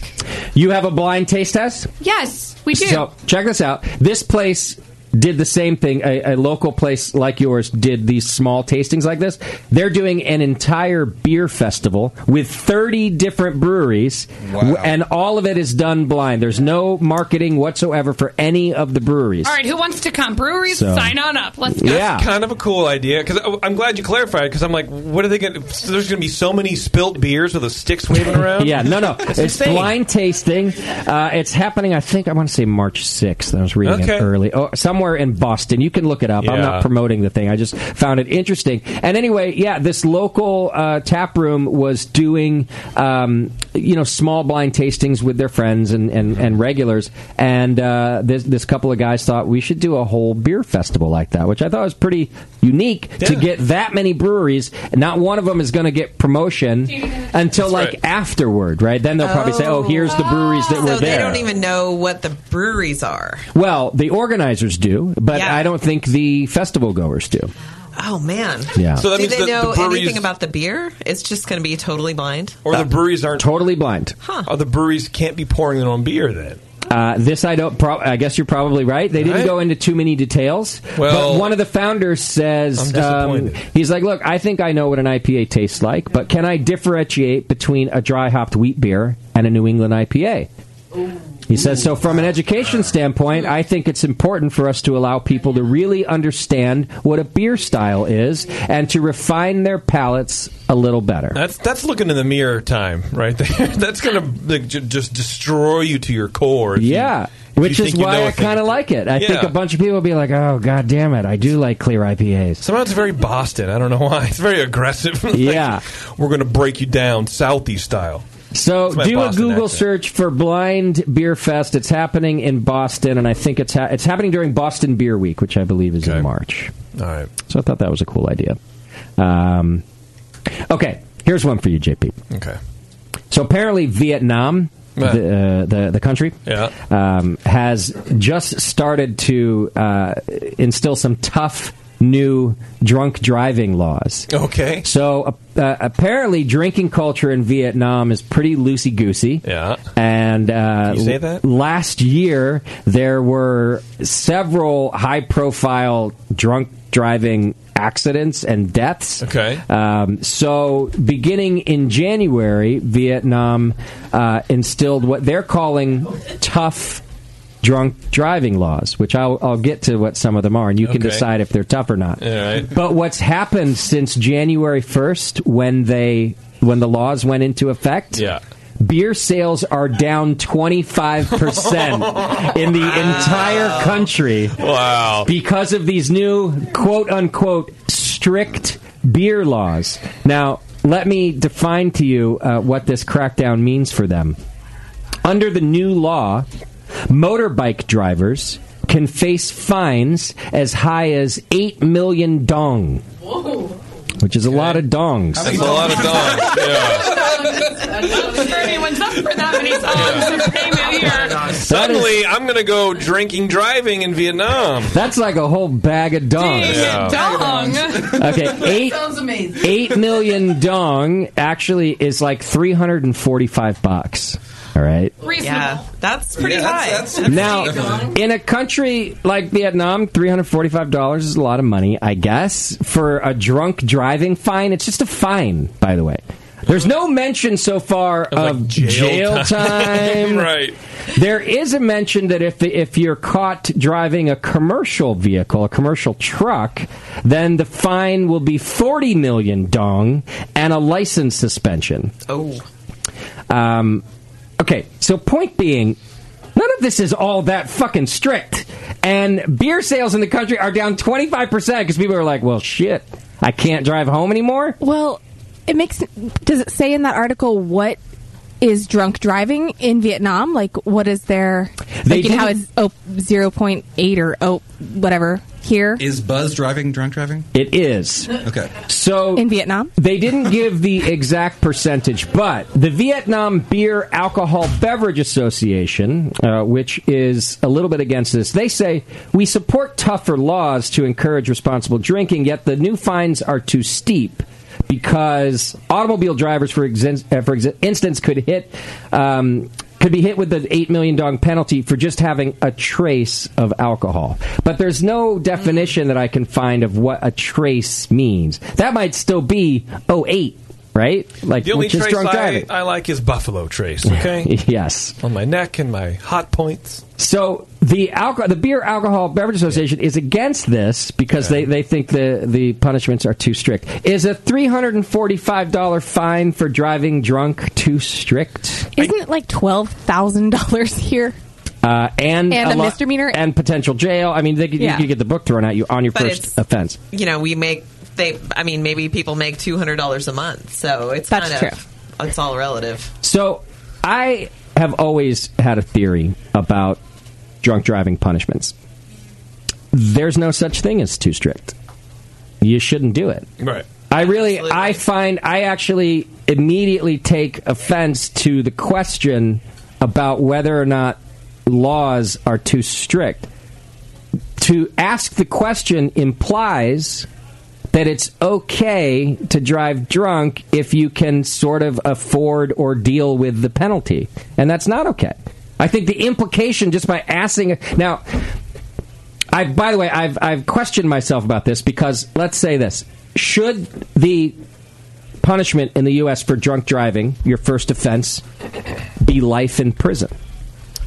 You have a blind taste test.
Yes, we do.
So check this out. This place did the same thing. A, a local place like yours did these small tastings like this. They're doing an entire beer festival with 30 different breweries, w- and all of it is done blind. There's no marketing whatsoever for any of the breweries.
All right, who wants to come? Breweries,
So-
sign on up. Let's go.
That's kind of a cool idea because I'm glad you clarified. Because I'm like, what are they going? to... There's going to be so many spilt beers with the sticks waving around.
Yeah, no, no.
That's
it's
insane.
blind tasting. Uh, it's happening, I think, I want to say March 6th. I was reading
Okay.
it early. Oh, somewhere in Boston. You can look it up. I'm
Yeah.
not promoting the thing. I just found it interesting. And anyway, yeah, this local uh, tap room was doing, um, you know, small blind tastings with their friends and, and, and regulars. And uh, this, this couple of guys thought we should do a whole beer festival like that, which I thought was pretty unique to get that many breweries. Not one of them is going to get promotion until like afterward, right? Then they'll probably say, "Oh, here's the breweries that
So
were
they
there."
don't even know what the breweries are.
well, the organizers do, but
Yeah.
I don't think the festival goers do.
Oh man.
Yeah.
So
So that
that do
means
they
the- the
know
breweries-
anything about the beer? It's just going to be totally blind.
Or the breweries aren't
Uh, totally blind.
Huh. Or the breweries can't be pouring their own beer then.
Uh, this I don't. Pro- I guess you're probably right. They didn't
Right?
go into too many details.
Well,
but one of the founders says
I'm
um, he's like, "Look, I think I know what an IPA tastes like, but can I differentiate between a dry hopped wheat beer and a New England IPA?" He says, so from an education standpoint, I think it's important for us to allow people to really understand what a beer style is and to refine their palates a little better.
That's that's looking in the mirror time right there. That's gonna like, ju- just destroy you to your core.
yeah, which is why I kind of like it. I think a bunch of people will be like, oh, god damn it, I do like clear IPAs.
Somehow it's very Boston. I don't know why. It's very aggressive. Like,
Yeah.
we're gonna break you down Southie style.
So
That's my
do a
Boston
Google
accent.
search for Blind Beer Fest. It's happening in Boston, and I think it's ha- it's happening during Boston Beer Week, which I believe is in March.
All right.
So I thought that was a cool idea. Um, okay, here's one for you, JP.
Okay.
So apparently, Vietnam,
Yeah.
the, uh, the the country,
Yeah.
um, has just started to uh, instill some tough new drunk driving laws.
Okay.
So uh, uh, apparently, drinking culture in Vietnam is pretty loosey goosey.
Yeah.
And uh,
Can you say that?
last year there were several high profile drunk driving accidents and deaths.
Okay.
Um, so, beginning in January, Vietnam uh, instilled what they're calling tough drunk driving laws, which I'll, I'll get to what some of them are, and you can
Okay.
decide if they're tough or not.
All right.
But what's happened since January 1st, when they when the laws went into effect?
Yeah.
Beer sales are down 25% in the entire country.
Wow.
Because of these new quote unquote strict beer laws. Now, let me define to you uh, what this crackdown means for them. Under the new law, motorbike drivers can face fines as high as 8 million dong. Which is a lot of dongs.
That's a lot of dogs.
Anyone's up for that many songs. Pay me a year.
Suddenly, I'm going to go drinking, driving in Vietnam.
That's like a whole bag of dongs.
Yeah.
Okay, eight,
Sounds amazing.
eight million dong actually is like 345 bucks. All right.
Reasonable. that's pretty
Yeah, that's-
high.
that's-
now, in a country like Vietnam, three hundred forty-five dollars is a lot of money, I guess, for a drunk driving fine. It's just a fine, by the way. There's no mention so far of, jail, time.
right.
There is a mention that if if you're caught driving a commercial vehicle, a commercial truck, then the fine will be forty million dong and a license suspension.
Oh.
Um, okay, so point being, none of this is all that fucking strict. And beer sales in the country are down 25% because people are like, well, shit, I can't drive home anymore?
Well, it makes. Does it say in that article what is drunk driving in Vietnam? Like, what is their?
They
like, you know how
didn't-
it's oh, 0.8 or oh, whatever here
Is Buzz driving drunk driving?
It is.
Okay.
So
in Vietnam.
They didn't give the exact percentage, but the Vietnam Beer Alcohol Beverage Association, uh, which is a little bit against this, they say we support tougher laws to encourage responsible drinking, yet the new fines are too steep. Because automobile drivers, for, exin- uh, for ex- instance, could hit um, could be hit with the eight million dong penalty for just having a trace of alcohol. But there's no definition that I can find of what a trace means. That might still be 08, right? Like
The only
which is
trace
drunk
I,
driving.
I like is Buffalo Trace, okay?
yes.
On my neck and my hot points.
So the alcohol, the beer alcohol beverage association is against this because they, they think the, the punishments are too strict. Is a three hundred and forty five dollar fine for driving drunk too strict?
Isn't it like twelve thousand dollars here?
Uh, and
And a
lo-
misdemeanor?
and potential jail. I mean, they could,
Yeah.
you could get the book thrown at you on your
But
first
it's-
offense.
you know, we make they. I mean, maybe people make two hundred dollars a month, so it's
That's
kind of it's all relative.
So I have always had a theory about drunk driving punishments. There's no such thing as too strict. You shouldn't do it.
Right.
I really, I find, I actually immediately take offense to the question about whether or not laws are too strict. To ask the question implies that it's okay to drive drunk if you can sort of afford or deal with the penalty. And that's not okay. I think the implication just by asking. Now, I by the way, I've I've questioned myself about this because let's say this: should the punishment in the U.S. for drunk driving, your first offense, be life in prison?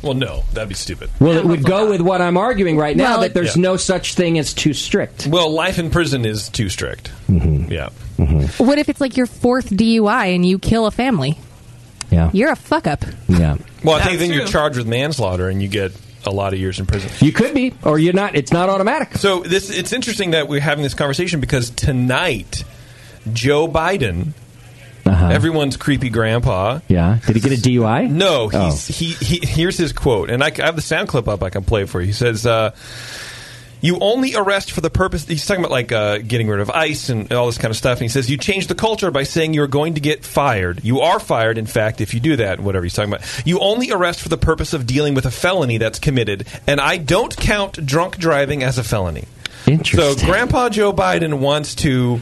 Well, no, that'd be stupid.
Well, it would go with what I'm arguing right now
Well,
that there's
yeah.
no such thing as too strict.
Well, life in prison is too strict.
Mm-hmm.
Yeah.
What if it's like your fourth DUI and you kill a family?
Yeah.
You're a fuck up.
Yeah.
Well, I think then you're charged with manslaughter and you get a lot of years in prison.
You could be, or you're not. It's not automatic.
So this it's interesting that we're having this conversation because tonight Joe Biden,
Uh-huh.
everyone's creepy grandpa.
Yeah. Did he get a DUI?
No,
Oh.
he's, he, he here's his quote, and I, c- I have the sound clip up I can play for you. He says, uh, "You only arrest for the purpose." He's talking about like uh, getting rid of ICE and all this kind of stuff. And he says, "You change the culture by saying you're going to get fired. You are fired, in fact, if you do that." Whatever he's talking about. You only arrest for the purpose of dealing with a felony that's committed, and I don't count drunk driving as a felony. So Grandpa Joe Biden wants to.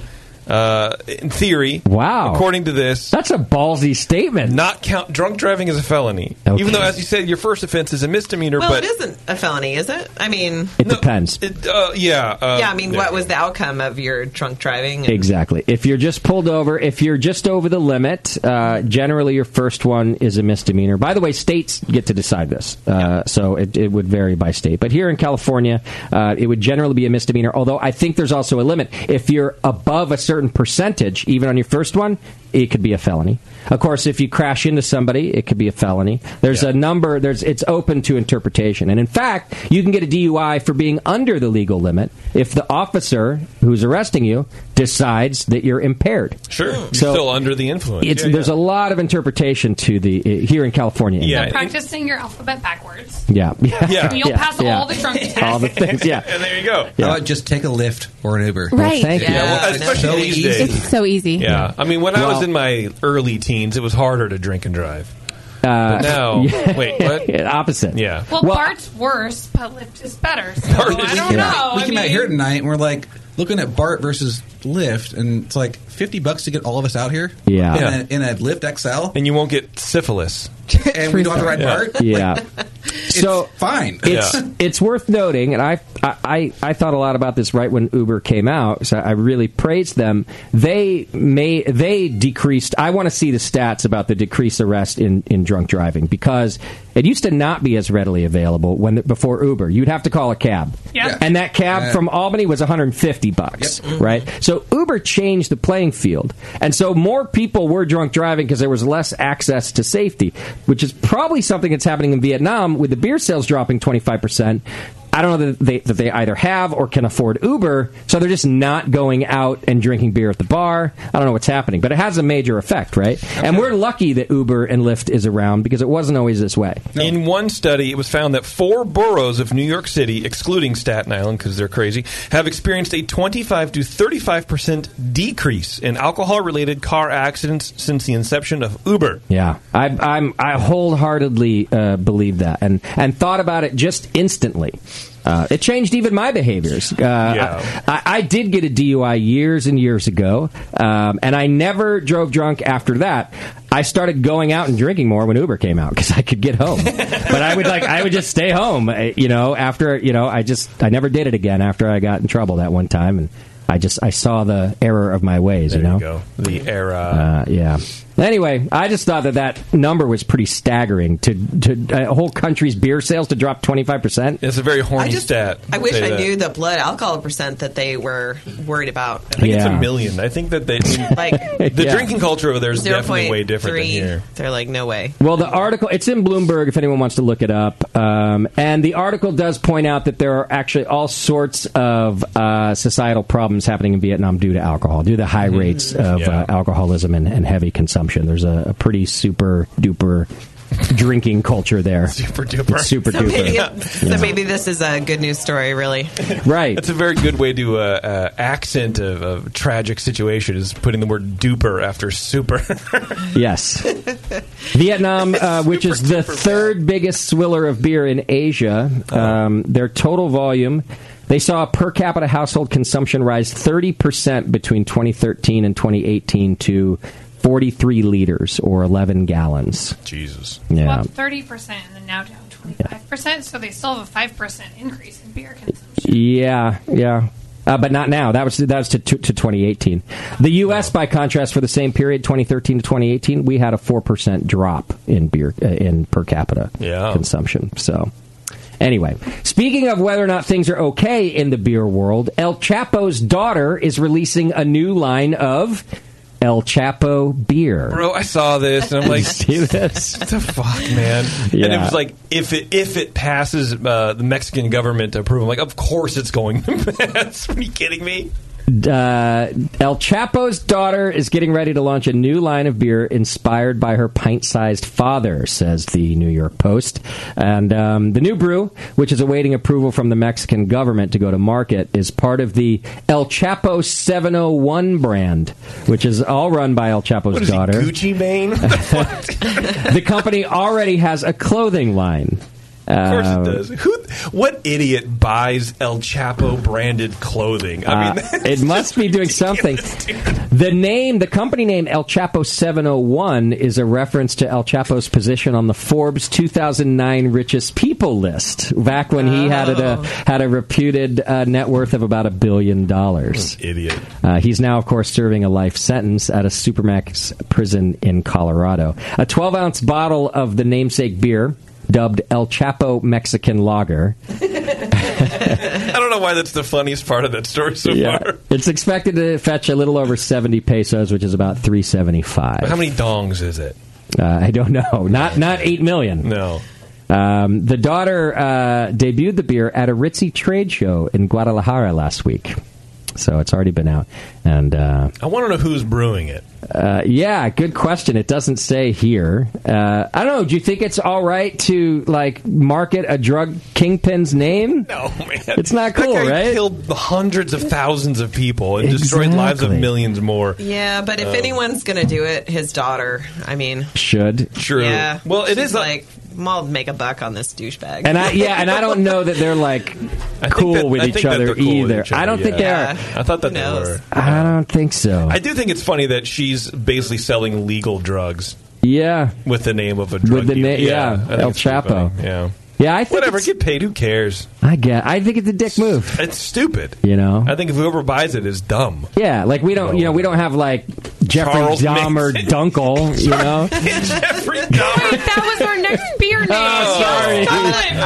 Uh, in theory, wow. According to this,
that's a ballsy statement.
Not count drunk driving as a felony,
Okay.
even though, as you said, your first offense is a misdemeanor.
Well,
but
it isn't a felony, is it? I mean,
It depends.
it- uh, yeah, uh,
yeah. I mean, what was the outcome of your drunk driving? and-
Exactly. If you're just pulled over, if you're just over the limit, uh, generally your first one is a misdemeanor. By the way, states get to decide this, uh, so it, it would vary by state. But here in California, uh, it would generally be a misdemeanor. Although I think there's also a limit. If you're above a certain percentage, even on your first one, it could be a felony. Of course, if you crash into somebody, it could be a felony. There's a number. There's it's open to interpretation. And in fact, you can get a DUI for being under the legal limit if the officer who's arresting you decides that you're impaired.
sure, you're
So,
still under the influence.
It's
yeah,
there's a lot of interpretation to the uh, here in California.
So practicing your alphabet backwards.
yeah, yeah,
And You'll pass
yeah.
all the drunk tests.
All the things, yeah.
And there you go.
How about just take a lift or an Uber?
Right. Well, thank
yeah. well, especially
So
these
easy.
days.
It's so easy.
Yeah. I mean, when I was in my early teens, it was harder to drink and drive. but now, wait, what?
Uh, opposite.
Yeah.
Well, Bart's worse, but Lyft is better. So I don't know.
We
I
came out
mean-
here tonight and we're like looking at Bart versus Lyft, and it's like fifty bucks to get all of us out here.
Yeah.
in a, in a Lyft XL,
and you won't get syphilis,
and we don't have to ride
Yeah.
Bart.
Yeah. so
fine.
It's it's worth noting, and I, I I I thought a lot about this right when Uber came out. So I really praised them. They may they decreased. I want to see the stats about the decreased arrest in in drunk driving because it used to not be as readily available when before Uber. You'd have to call a cab,
Yeah.
and that cab
Yeah. Mm-hmm.
from Albany was 150 bucks, right? So Uber changed the playing field, and so more people were drunk driving because there was less access to safety, which is probably something that's happening in Vietnam with the beer sales dropping 25 percent. I don't know that they, that they either have or can afford Uber, so they're just not going out and drinking beer at the bar. I don't know what's happening, but it has a major effect, right? And we're lucky that Uber and Lyft is around because it wasn't always this way.
In one study, it was found that four boroughs of New York City, excluding Staten Island because they're crazy, have experienced a 25 to 35 percent decrease in alcohol-related car accidents since the inception of Uber.
Yeah, I, I'm I wholeheartedly uh, believe that, and and thought about it just instantly. Uh, it changed even my behaviors. Uh, I, I did get a DUI years and years ago, um, and I never drove drunk after that. I started going out and drinking more when Uber came out because I could get home. but I would like I would just stay home, uh, you know. After you know, I just I never did it again after I got in trouble that one time, and I just I saw the error of my ways. you know,
Go the era.
uh, yeah. Anyway, I just thought that that number was pretty staggering to to a whole country's beer sales to drop twenty five percent.
It's a very horny stat.
I wish
Say
I
that.
knew the blood alcohol percent that they were worried about.
I think it's
Yeah.
a million. I think that they
Like-
the
Yeah.
drinking culture over there is definitely way different than
0.3.
here.
They're like, no way.
Well, the article it's in Bloomberg if anyone wants to look it up, um, and the article does point out that there are actually all sorts of uh, societal problems happening in Vietnam due to alcohol, due to the high
Mm-hmm.
rates of uh, alcoholism and, and heavy consumption. There's a, a pretty super duper drinking culture there. Super
duper.
Super
So maybe,
duper.
so maybe this is a good news story, really.
Right.
That's a very good way to uh, uh, accent a, a tragic situation is putting the word duper after super.
Yes. Vietnam, uh, which is the third biggest swiller of beer in Asia, um, their total volume, they saw per capita household consumption rise 30% between 2013 and 2018 to 43 liters or 11 gallons.
Jesus.
Yeah.
Up 30% and then now down 25%. So they still have a 5% increase in beer consumption.
Yeah, yeah. uh, but not now. That was that was to, to, to 2018. The U.S. by contrast, for the same period, 2013 to 2018, we had a four percent drop in beer uh, in per capita
Yeah.
consumption. So. Anyway, speaking of whether or not things are okay in the beer world, El Chapo's daughter is releasing a new line of El Chapo beer.
Bro, I saw this and I'm like,
see this?
What the fuck, man? And it
Yeah.
was like, if it if it passes uh, the Mexican government to approve, I'm like, of course it's going to pass. Are you kidding me?
uh, El Chapo's daughter is getting ready to launch a new line of beer inspired by her pint sized father, says the New York Post. And um, the new brew, which is awaiting approval from the Mexican government to go to market, is part of the El Chapo 701 brand, which is all run by El Chapo's
What is
daughter.
he, Gucci Mane?
the company already has a clothing line. Uh,
Of course it does. Who, what idiot buys El Chapo branded clothing? I mean,
Uh, it must be doing something. The name, the company name El Chapo 701 is a reference to El Chapo's position on the Forbes 2009 richest people list back when he had
Oh.
a had a reputed uh, net worth of about a billion dollars.
Hmm, Idiot.
Uh, he's now, of course, serving a life sentence at a Supermax prison in Colorado. A 12 ounce bottle of the namesake beer, dubbed El Chapo Mexican Lager,
I don't know why that's the funniest part of that story so far.
It's expected to fetch a little over 70 pesos, which is about 375.
But how many dongs is it?
Uh, I don't know. Not not 8 million.
No.
Um, the daughter uh, debuted the beer at a ritzy trade show in Guadalajara last week. So it's already been out and uh,
I want to know who's brewing it.
uh, yeah, good question. It doesn't say here. Uh, I don't know. Do you think it's all right to like market a drug kingpin's name?
No, man.
It's not cool,
that guy
right?
Killed the hundreds of thousands of people and destroyed lives of
Exactly.
millions more.
Yeah, but if
Um,
anyone's going to do it, his daughter. I mean,
Should
True.
Yeah.
Well, it
she's
is a-
like, I'll make a buck on this douchebag.
And I yeah, and I don't know that they're like cool
that-
with
I
each
think that
other
they're cool with
either.
each other,
I don't think they
yeah.
are.
I thought that they were.
I don't think so.
I do think it's funny that she's basically selling legal drugs
yeah.
with the name of a
With
drug
the na-
dealer.
yeah,
I think
El
it's
Chapo.
pretty funny. Yeah.
Yeah, I think
Whatever, get paid. Who cares?
I get. I think it's a dick move.
It's stupid.
You know.
I think whoever buys it is dumb.
Yeah, like we don't. You know, we don't have like Jeffrey
Charles
Dahmer Dunkel. You know.
Jeffrey
Wait, that was our next beer name.
Oh, sorry.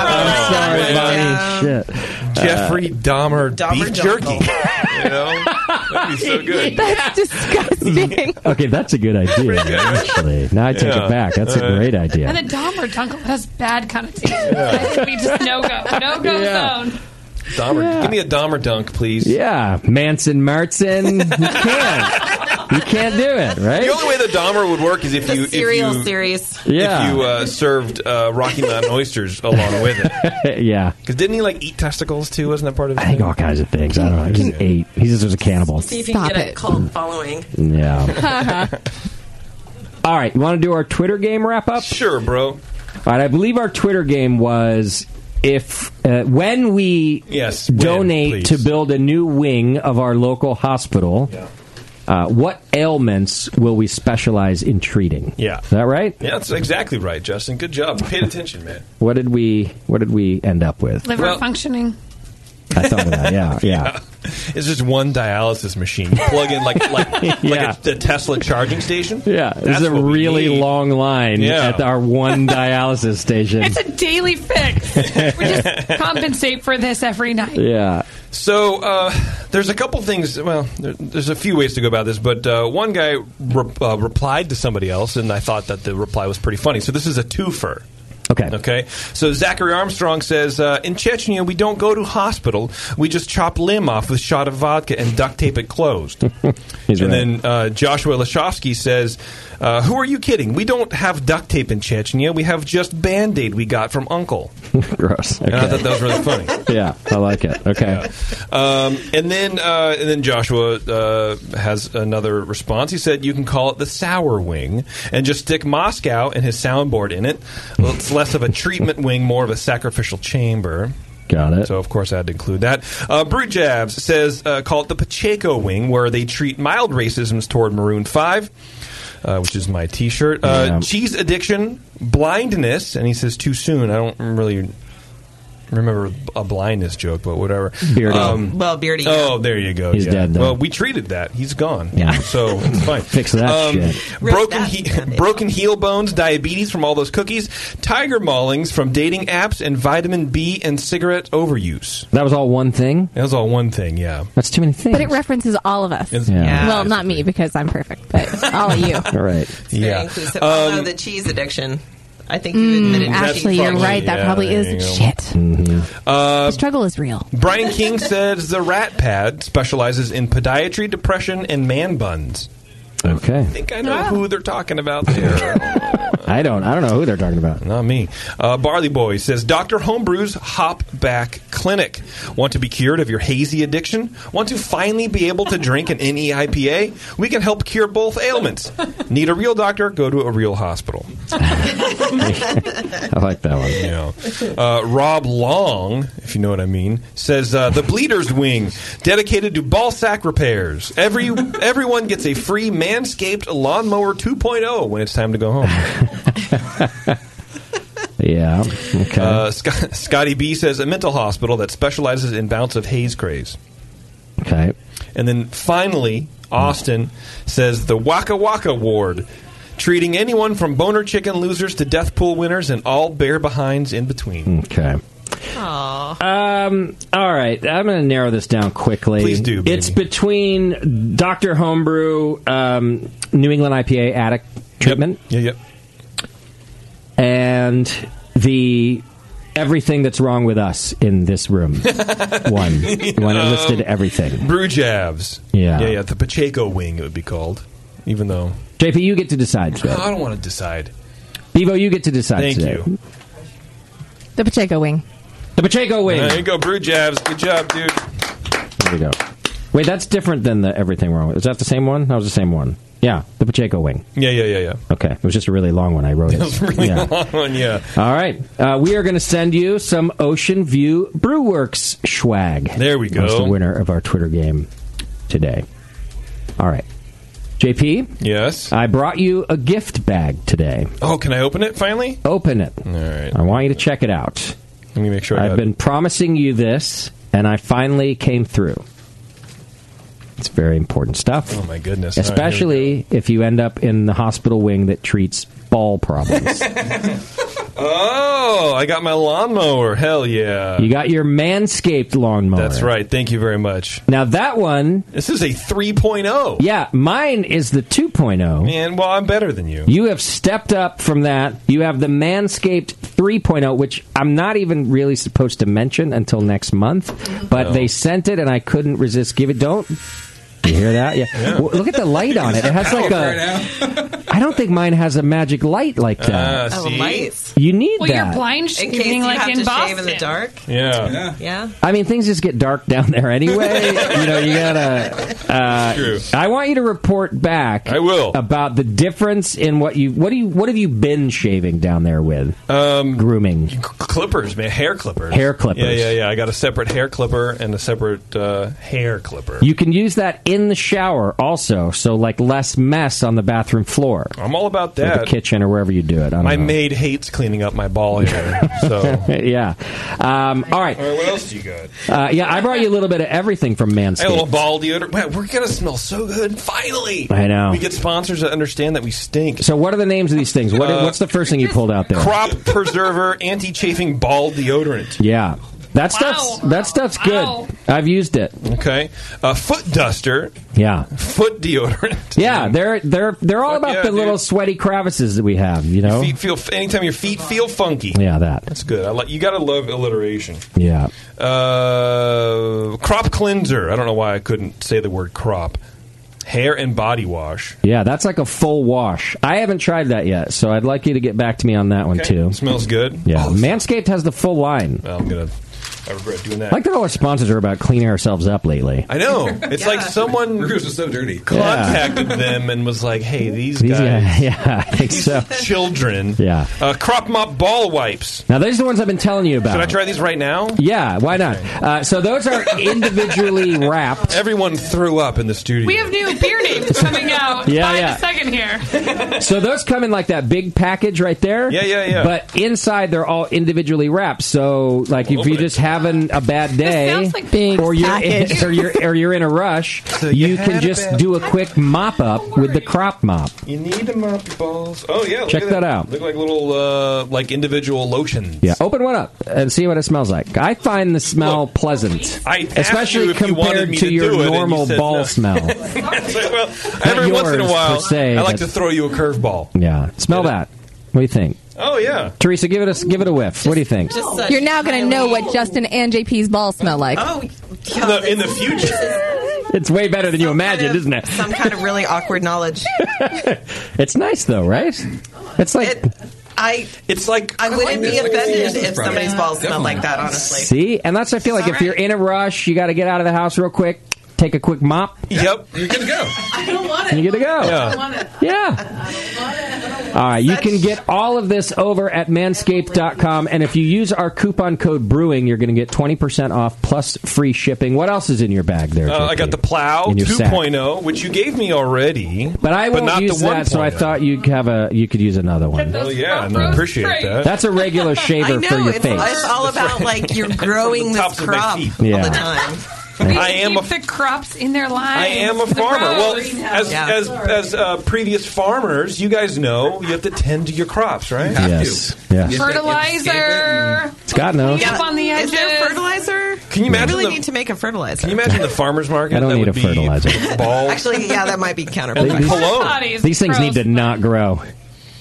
I'm sorry, Bonnie. Shit. Uh,
Jeffrey Dahmer, beef jerky. you know, that'd be so good.
That's disgusting.
Okay, that's a good idea.
good.
Actually, now I take
Yeah.
it back. That's a
Uh,
great idea.
And the Dahmer Dunkel has bad connotations. I think we just no go, no go
Yeah.
zone.
Dahmer, give me a Dahmer dunk, please.
Yeah, Manson Martin. You can't. You can't do it, right?
The only way the Dahmer would work is if you
cereal
if you,
series.
Yeah.
If you uh, served uh, Rocky Mountain oysters along with it,
yeah.
because didn't he like eat testicles too? Wasn't that part of? His
I think all kinds of things. I don't know. He just ate. He just was a cannibal.
See if you can get a cult following.
Yeah. all right. You want to do our Twitter game wrap up?
Sure, bro.
All right, I believe our Twitter game was if uh, when we
Yes, when,
donate
please.
to build a new wing of our local hospital, uh, what ailments will we specialize in treating?
Yeah.
is that right?
Yeah, that's exactly right, Justin. Good job. Paid attention, man.
What did we What did we end up with?
Liver
Well-
functioning.
I thought of that. Yeah, yeah.
It's just one dialysis machine. You plug in like like
Yeah.
like a, the Tesla charging station.
Yeah, this
That's
is a
what we
really
need.
long line
Yeah.
at our one dialysis station.
It's a daily fix. we just compensate for this every night.
yeah.
So uh, there's a couple things. Well, there, there's a few ways to go about this, but uh, one guy re- uh, replied to somebody else, and I thought that the reply was pretty funny. So this is a twofer.
Okay.
Okay. So Zachary Armstrong says uh, in Chechnya we don't go to hospital. We just chop limb off with shot of vodka and duct tape it closed.
He's right.
and then uh, Joshua Lashovsky says, uh, "Who are you kidding? We don't have duct tape in Chechnya. We have just band aid we got from Uncle."
Gross.
And I
Okay.
thought that was really funny.
yeah, I like it. Okay.
Um, and then uh, and then Joshua uh, has another response. He said you can call it the sour wing and just stick Moscow and his soundboard in it. Well, it's less of a treatment wing, more of a sacrificial chamber.
Got it.
So of course I had to include that. Uh, Brute Jabs says uh, call it the Pacheco wing, where they treat mild racisms toward Maroon Five. Uh, which is my T-shirt. Uh,
Yeah.
Cheese addiction, blindness, and he says too soon. I don't really remember a blindness joke, but whatever.
Beardy.
Well, Beardy, yeah.
Oh, there you go.
He's
yeah.
dead, though.
Well, we treated that. He's gone.
Yeah.
So it's fine. Um,
Fix that shit.
Broken, he- broken heel bones, diabetes from all those cookies, tiger maulings from dating apps, and vitamin B and cigarette overuse.
That was all one thing.
That was all one thing. Yeah.
That's too many things.
But it references all of us.
It's- Yeah.
Well, not me because I'm perfect, but all of you.
all right.
yeah. Um,
Inclusive. Although the cheese addiction. I think you admitted
Mm,
to
actually,
cheese.
you're right. That
yeah,
probably
there
is
you go.
shit.
Mm-hmm.
Uh,
the struggle is real.
Brian King says the Rat Pad specializes in podiatry, depression, and man buns.
Okay.
I think I know who they're talking about there.
I don't. I don't know who they're talking about.
Not me. Uh, Barley Boy says Dr. Homebrew's Hop Back Clinic. Want to be cured of your hazy addiction? Want to finally be able to drink an E NEIPA? We can help cure both ailments. Need a real doctor? Go to a real hospital.
I like that one.
Yeah. Uh, Rob Long, if you know what I mean, says uh, the Bleeder's Wing, dedicated to ball sack repairs. Every everyone gets a free manscaped lawnmower 2.0 when it's time to go home.
Yeah. Okay.
Uh, Sc- Scotty B says a mental hospital that specializes in bouts of haze craze.
okay.
And then finally, Austin says the Waka Waka Ward. Treating anyone from boner chicken losers to death pool winners and all bear behinds in between.
Okay. Um. All right. I'm going to narrow this down quickly.
Please do, baby.
It's between Doctor Homebrew, um, New England IPA addict treatment.
Yeah. Yep.
And the everything that's wrong with us in this room. one. One that listed
Um,
everything.
Brew Javs.
Yeah.
Yeah, yeah. The Pacheco wing, it would be called. Even though.
JP, you get to decide.
I don't want to decide.
Bevo, you get to decide.
Thank
today.
you.
The Pacheco wing.
The Pacheco wing.
There you go, Brew Javs. Good job, dude.
There we go. Wait, that's different than the everything wrong. with- Is that the same one? That was the same one. Yeah, the Pacheco wing.
Yeah, yeah, yeah, yeah.
Okay, it was just a really long one. I wrote it.
Really
Yeah.
long one, yeah.
All right, uh, we are going to send you some Ocean View Brewworks swag.
There we go.
That's the winner of our Twitter game today. All right, JP.
Yes.
I brought you a gift bag today.
Oh, can I open it finally?
Open it. All
right.
I want you to check it out.
Let me make sure I
I've
got it.
been promising you this, and I finally came through. It's very important stuff.
Oh, my goodness. All right, here we
Especially if you end up in the hospital wing that treats ball problems.
Oh, I got my lawnmower. Hell yeah.
you got your manscaped lawnmower.
uh, That's right. Thank you very much.
Now that one,
This is a 3.0.
yeah, mine is the 2.0.
Man, well, I'm better than you.
You have stepped up from that. You have the Manscaped 3.0, which I'm not even really supposed to mention until next month, but they sent it and I couldn't resist. Give it, don't. You hear that? Yeah. Well, look at the light on it. It has like a. I don't think mine has a magic light like
Ah,
that.
Oh, lights.
You need
Well,
that.
you're blind shooting
In case you
like
have
in
to
Boston.
shave in the dark.
Yeah.
Yeah.
I mean, things just get dark down there anyway. you know, you gotta. Uh,
True.
I want you to report back. I
will
about the difference in what you what do you what have you been shaving down there with
um,
grooming.
Clippers, man. Hair clippers.
Hair clippers.
Yeah, yeah, yeah. I got a separate hair clipper and a separate uh, hair clipper.
You can use that in the shower also, so like less mess on the bathroom floor,
I'm all about
or the
that.
kitchen, or wherever you do it. I don't
My
know.
maid hates cleaning up my ball hair. So.
yeah. Um, all right.
All right, what else do you got?
Uh, yeah, I brought you a little bit of everything from
I got a little
Manscaped.
ball deodorant. Man, we're gonna smell so good. Finally,
I know.
We get sponsors that understand that we stink.
So, what are the names of these things? What,
Uh,
what's the first thing you pulled out there?
Crop preserver, anti-chafing ball deodorant.
Yeah, that stuff's that stuff's good. I've used it.
Okay, uh, foot duster,
Yeah,
foot deodorant.
yeah. They're they're they're all
Fuck
about
yeah,
the little
dude.
sweaty crevices that we have. You know.
Feet feel anytime your feet feel funky.
Yeah, that.
That's good. I like. You gotta love alliteration.
Yeah.
Uh, crop cleanser. I don't know why I couldn't say the word crop. Hair and body wash.
Yeah, that's like a full wash. I haven't tried that yet, so I'd like you to get back to me on that one
Okay.
too.
Smells good.
Yeah, Manscaped has the full line.
Well, I'm gonna I regret doing that.
Like that all our sponsors are about cleaning ourselves up lately.
I know. It's like someone
reviews are so dirty.
Contacted them and was like, "Hey, these,
These
guys,
guys- yeah, I think so.
children,
Yeah.
uh, crop mop ball wipes."
Now these are the ones I've been telling you about.
Should I try these right now?
Yeah, why not? Uh, so those are individually wrapped.
Everyone threw up in the studio.
We have new beer names coming out.
Yeah,
by
yeah.
the second here.
so those come in like that big package right there.
Yeah, yeah, yeah.
But inside they're all individually wrapped. So like if you're just having a bad day, or you're
package.
in, or you're or you're in a rush,
you
you, can
had a
just
bad
do a quick mop up with the crop mop.
You need to mop your balls. Oh yeah, look
Check
at
that out.
Look like little uh, like individual lotions.
Yeah, open one up and see what it smells like. I find the smell pleasant,
I asked
especially
you if you wanted
compared
me
to,
to
your
do it, and you
normal
said
ball
no.
smell.
It's like, well, every once in a
yours,
while,
per se,
I like
but-
to throw you a curveball.
Yeah, smell that. What do you think?
Oh yeah.
Teresa, give it a give it a whiff. What do you think?
You're now going to know what Justin and JP's balls smell like. Oh,
In the, in the future,
It's way better than you imagined, isn't it?
Some kind of really awkward knowledge.
It's nice though, right? It's like
I
it's like
I wouldn't be
It's like a
offended
business
if somebody's
product.
balls smelled
Definitely.
like that. Honestly,
see, and that's I feel like if you're in a rush, you got to get out of the house real quick, take a quick mop,
Yep,
you're good to go.
I don't want
and you're good to go. Yeah. All right, you can get all of this over at manscaped.com. And if you use our coupon code BREWING, you're going to get 20% off plus free shipping. What else is in your bag there?
uh, I
JP?
got the plow
In your sack.
2.0 which you gave me already,
But I won't
not
use
the
that, so I
1.0.
thought you'd have a you could use another one.
Oh yeah, no, I appreciate that.
That's a regular shaver
I know
for your
it's,
face.
it's all about like you're growing this
tops of my
crop
feet.
all
Yeah.
the time.
I am keep the crops in their lives.
I am a
The
farmer. Well,
grows.
as as, as uh, previous farmers, you guys know you have to tend to your crops, right?
have Yes. to. Yes.
fertilizer.
Scott knows.
Clean up on the
Is
edges.
there fertilizer?
Can you
We
imagine
really
the-
need to make a fertilizer.
Can you imagine the farmer's market?
I don't
that
need
would
a
be
fertilizer.
Balls.
Actually, yeah, that might be
And
counterproductive.
the cologne.
Bodies,
These things need to not grow.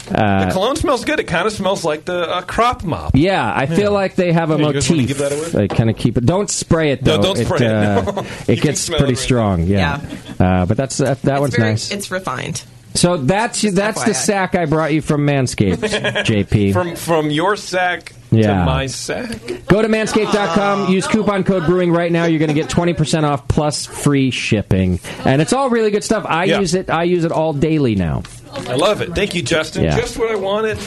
Uh,
The cologne smells good. It kind of smells like the uh, crop mop.
Yeah, I feel like they have a
Yeah, you guys wanna
motif.
give that
They
away?
kind of keep it. Don't spray it
No,
though.
don't spray it, no. You
it
can
gets
smell
pretty
it.
strong. Yeah, Uh, but that's that, that one's
Very-
nice.
It's refined.
So that's that's the
FYI.
sack I brought you from Manscaped, JP.
From from your sack
Yeah.
to my sack.
Go to manscaped.com, use coupon code brewing right now. You're going to get 20% off plus free shipping. And it's all really good stuff. I
Yeah.
use it I use it all daily now.
I love it. Thank you, Justin.
Yeah.
Just what I wanted.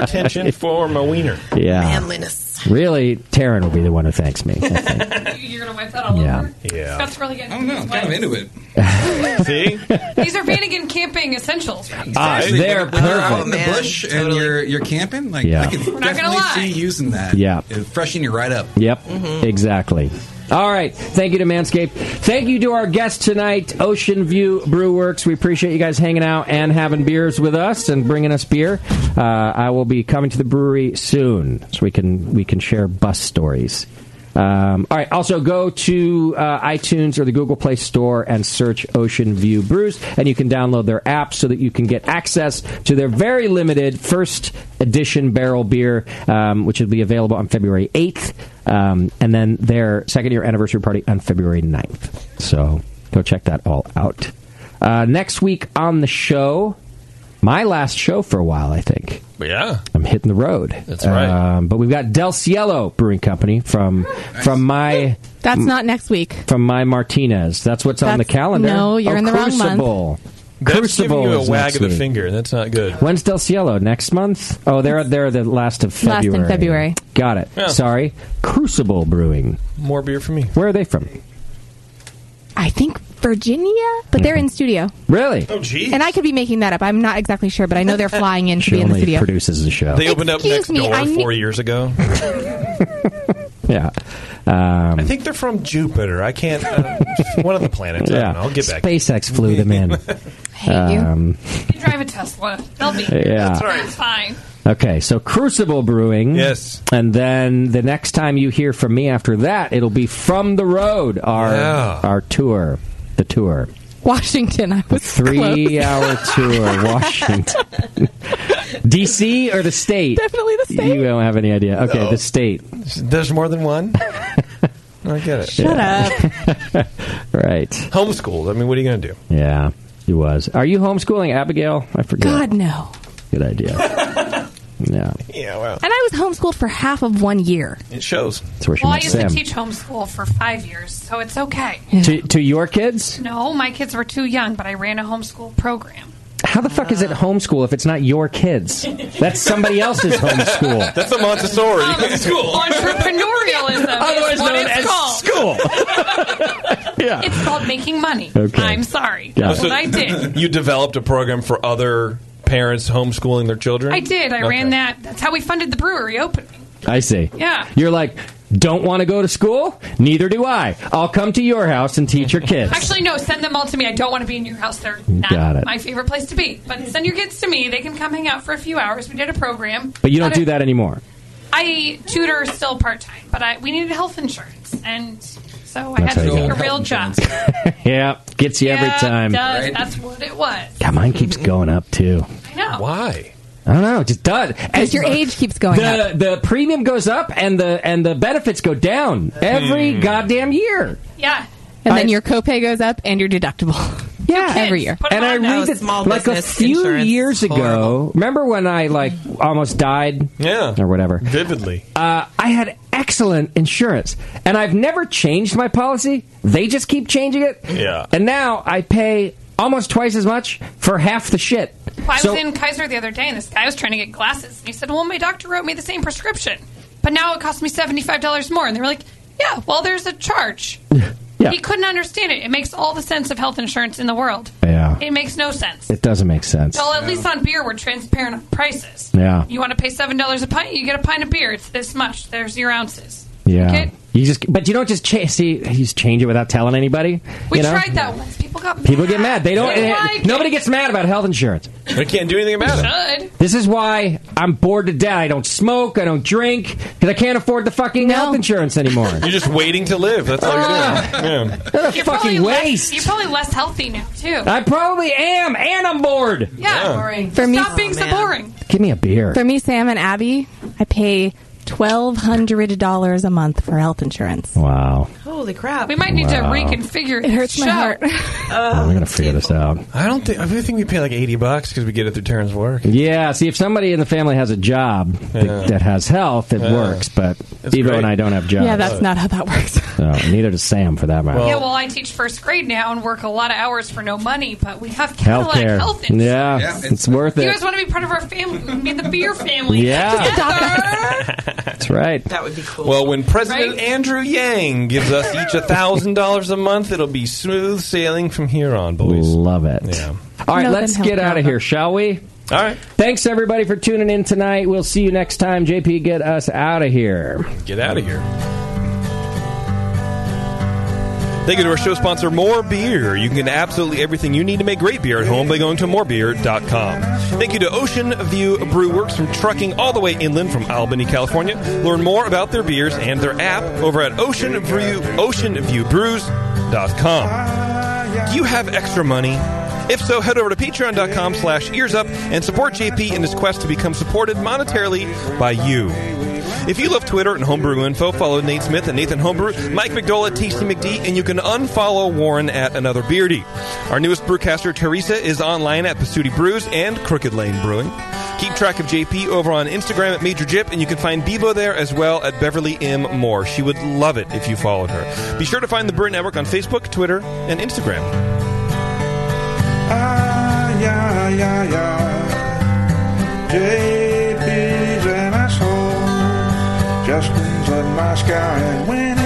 attention for my wiener.
Yeah.
Manliness.
Really, Taryn will be the one who thanks me.
You're gonna wipe that all
Yeah.
over.
Yeah.
That's really good. I
don't know. I'm kind of into it.
See?
These are Vanagon camping essentials. Right?
Ah,
Seriously,
they're
when- when you're out
perfect.
in the bush and you're you're camping. Like
Yeah.
I can
not gonna
definitely see using that.
Yeah.
It'd freshen you right up.
Yep,
Mm-hmm.
exactly. All right. Thank you to Manscaped. Thank you to our guest tonight, Ocean View Brew Works. We appreciate you guys hanging out and having beers with us and bringing us beer. Uh, I will be coming to the brewery soon, so we can we can share bus stories. Um, all right. Also, go to uh, iTunes or the Google Play Store and search Ocean View Brews, and you can download their app so that you can get access to their very limited first edition barrel beer, um, which will be available on February 8th, um, and then their second year anniversary party on February 9th. So go check that all out. Uh, next week on the show, my last show for a while, I think.
Yeah.
I'm hitting the road. That's right. Um, but we've got Del Cielo Brewing Company from from my
That's not next week.
from my Martinez. That's what's on the
That's-
calendar.
no, you're
Oh,
in the wrong month.
Crucible.
That's giving
Crucible
you a
is
wag
next
of the
week.
finger, and that's not good.
When's Del Cielo next month? Oh, they're they're the last of
Last in
February.
February.
Got it.
Yeah.
Sorry, Crucible Brewing.
More beer for me.
Where are they from?
I think Virginia, but they're in studio.
Really?
Oh, gee.
And I could be making that up. I'm not exactly sure, but I know they're flying in to
She
be in the
only
studio.
produces the show. Um,
They opened up
Excuse
next
me,
door
I need-
four years ago.
yeah. Um,
I think they're from Jupiter. I can't. Uh, one of the planets. I
yeah.
don't know. I'll get back.
SpaceX flew them in.
hate you.
Um,
You can drive a Tesla. They'll be.
Yeah. That's right.
That's fine.
Okay, so Crucible Brewing. Yes. And then the next time you hear from me after that, it'll be From the Road, our
Yeah.
our tour, the tour.
Washington. I
The
was close.
three-hour tour, Washington, D.C. or the state? Definitely the state. You don't have any idea. Okay,
No.
the state.
There's more than one. I get it.
Shut
up.
Right.
Homeschooled. I mean, what are you going to do?
Yeah, he was. Are you homeschooling Abigail? I forget.
God, no.
Good idea. Yeah.
Yeah, well,
And I was homeschooled for half of one year.
it shows.
That's where she
Well, I
met
used
Sam.
to teach homeschool for five years, so it's okay.
to, to your kids?
No, my kids were too young, but I ran a homeschool program.
How the fuck
Uh.
is it homeschool if it's not your kids? That's somebody else's homeschool.
That's a Montessori school.
Entrepreneurialism
Otherwise
is what
known
it's
as
called.
school. yeah.
It's called making money.
Okay.
I'm sorry. That's
So
what I did.
You developed a program for other parents homeschooling their children.
I did. I
Okay.
ran that. That's how we funded the brewery opening.
I see.
Yeah.
You're like, don't want to go to school? Neither do I. I'll come to your house and teach your kids.
Actually, no, send them all to me. I don't want to be in your house. They're not
Got it.
my favorite place to be. But send your kids to me. They can come hang out for a few hours. We did a program.
But you don't
But I-
do that anymore.
I tutor still part time, but I, we needed health insurance. And so I
That's
had to
how you
take a
got it.
real job.
yeah, gets you every
Yeah,
time.
it does. That's what it was. Mm-hmm.
God, mine keeps going up too.
I know.
Why?
I don't know. It just does.
Because your age keeps going
the,
up.
The premium goes up and the and the benefits go down every goddamn year.
Yeah.
And then your copay goes up and your deductible. Yeah, every year.
and I read that like a few years ago. Remember when I like almost died?
Yeah,
or whatever.
Vividly.
Uh, I had excellent insurance, and I've never changed my policy. They just keep changing it.
Yeah.
And now I pay almost twice as much for half the shit.
Well, I
so,
was in Kaiser the other day, and this guy was trying to get glasses. And he said, "Well, my doctor wrote me the same prescription, but now it cost me seventy-five dollars more." And they were like, "Yeah, well, there's a charge."
Yeah.
He couldn't understand it. It makes all the sense of health insurance in the world.
Yeah.
It makes no sense.
It doesn't make sense.
Well, at least on beer, we're transparent on prices.
Yeah.
You want to pay seven dollars a pint? You get a pint of beer. It's this much. There's your ounces.
Yeah.
Okay.
You just, but you don't just change. See, you just change it without telling anybody.
We
you know?
tried that once. People got
People get mad. They don't. eh,
They like
nobody gets mad about health insurance.
They can't do anything about
it. Should.
This is why I'm bored to death. I don't smoke. I don't drink because I can't afford the fucking health insurance anymore.
You're just waiting to live. That's all
Ah.
you're doing. Yeah.
What a
You're probably
fucking
less-
waste.
you're probably less healthy now too.
I probably am, and I'm bored.
yeah.
For me,
Stop being so boring.
Give me a beer.
For me, Sam and Abby, I pay twelve hundred dollars a month for health insurance.
Wow,
Holy crap!
We might need
Wow.
to reconfigure.
It hurts
the show.
my heart.
I'm gonna figure this out.
I don't think. I really think we pay like eighty bucks because we get it through Taryn's work.
Yeah, see, if somebody in the family has a job that, that has health, it
Yeah.
works. But
That's
Evo
great.
and I don't have jobs.
Yeah, that's not how that works.
No, neither does Sam, for that matter.
yeah, well, I teach first grade now and work a lot of hours for no money, but we have Cadillac
Healthcare.
Health Insurance.
yeah, it's, worth
You
it.
guys want to be part of our family? We can be the beer family.
Yeah. Just
Together.
That's right.
That would be cool.
Well, when President Andrew Yang gives us each a thousand dollars a month, it'll be smooth sailing from here on, boys.
Love it.
Yeah.
All right,
No,
let's
then
get
help
out of
out.
here, shall we?
All right.
Thanks everybody for tuning in tonight. We'll see you next time. JP, get us out of here.
Get out of here. Thank you to our show sponsor, More Beer. You can get absolutely everything you need to make great beer at home by going to morebeer.com. Thank you to Ocean View Brew Works from trucking all the way inland from Albany, California. Learn more about their beers and their app over at Ocean View, oceanviewbrews.com. Do you have extra money? If so, head over to patreon.com slash earsup and support JP in his quest to become supported monetarily by you. If you love Twitter and homebrew info, follow Nate Smith and Nathan Homebrew, Mike McDowell at Tasty McD, and you can unfollow Warren at Another Beardy. Our newest brewcaster, Teresa, is online at Pasuti Brews and Crooked Lane Brewing. Keep track of JP over on Instagram at Major Jip, and you can find Bebo there as well at Beverly M. Moore. She would love it if you followed her. Be sure to find the Brew Network on Facebook, Twitter, and Instagram.
yeah, yeah, yeah. JP's an asshole. Justin's a nice guy, and when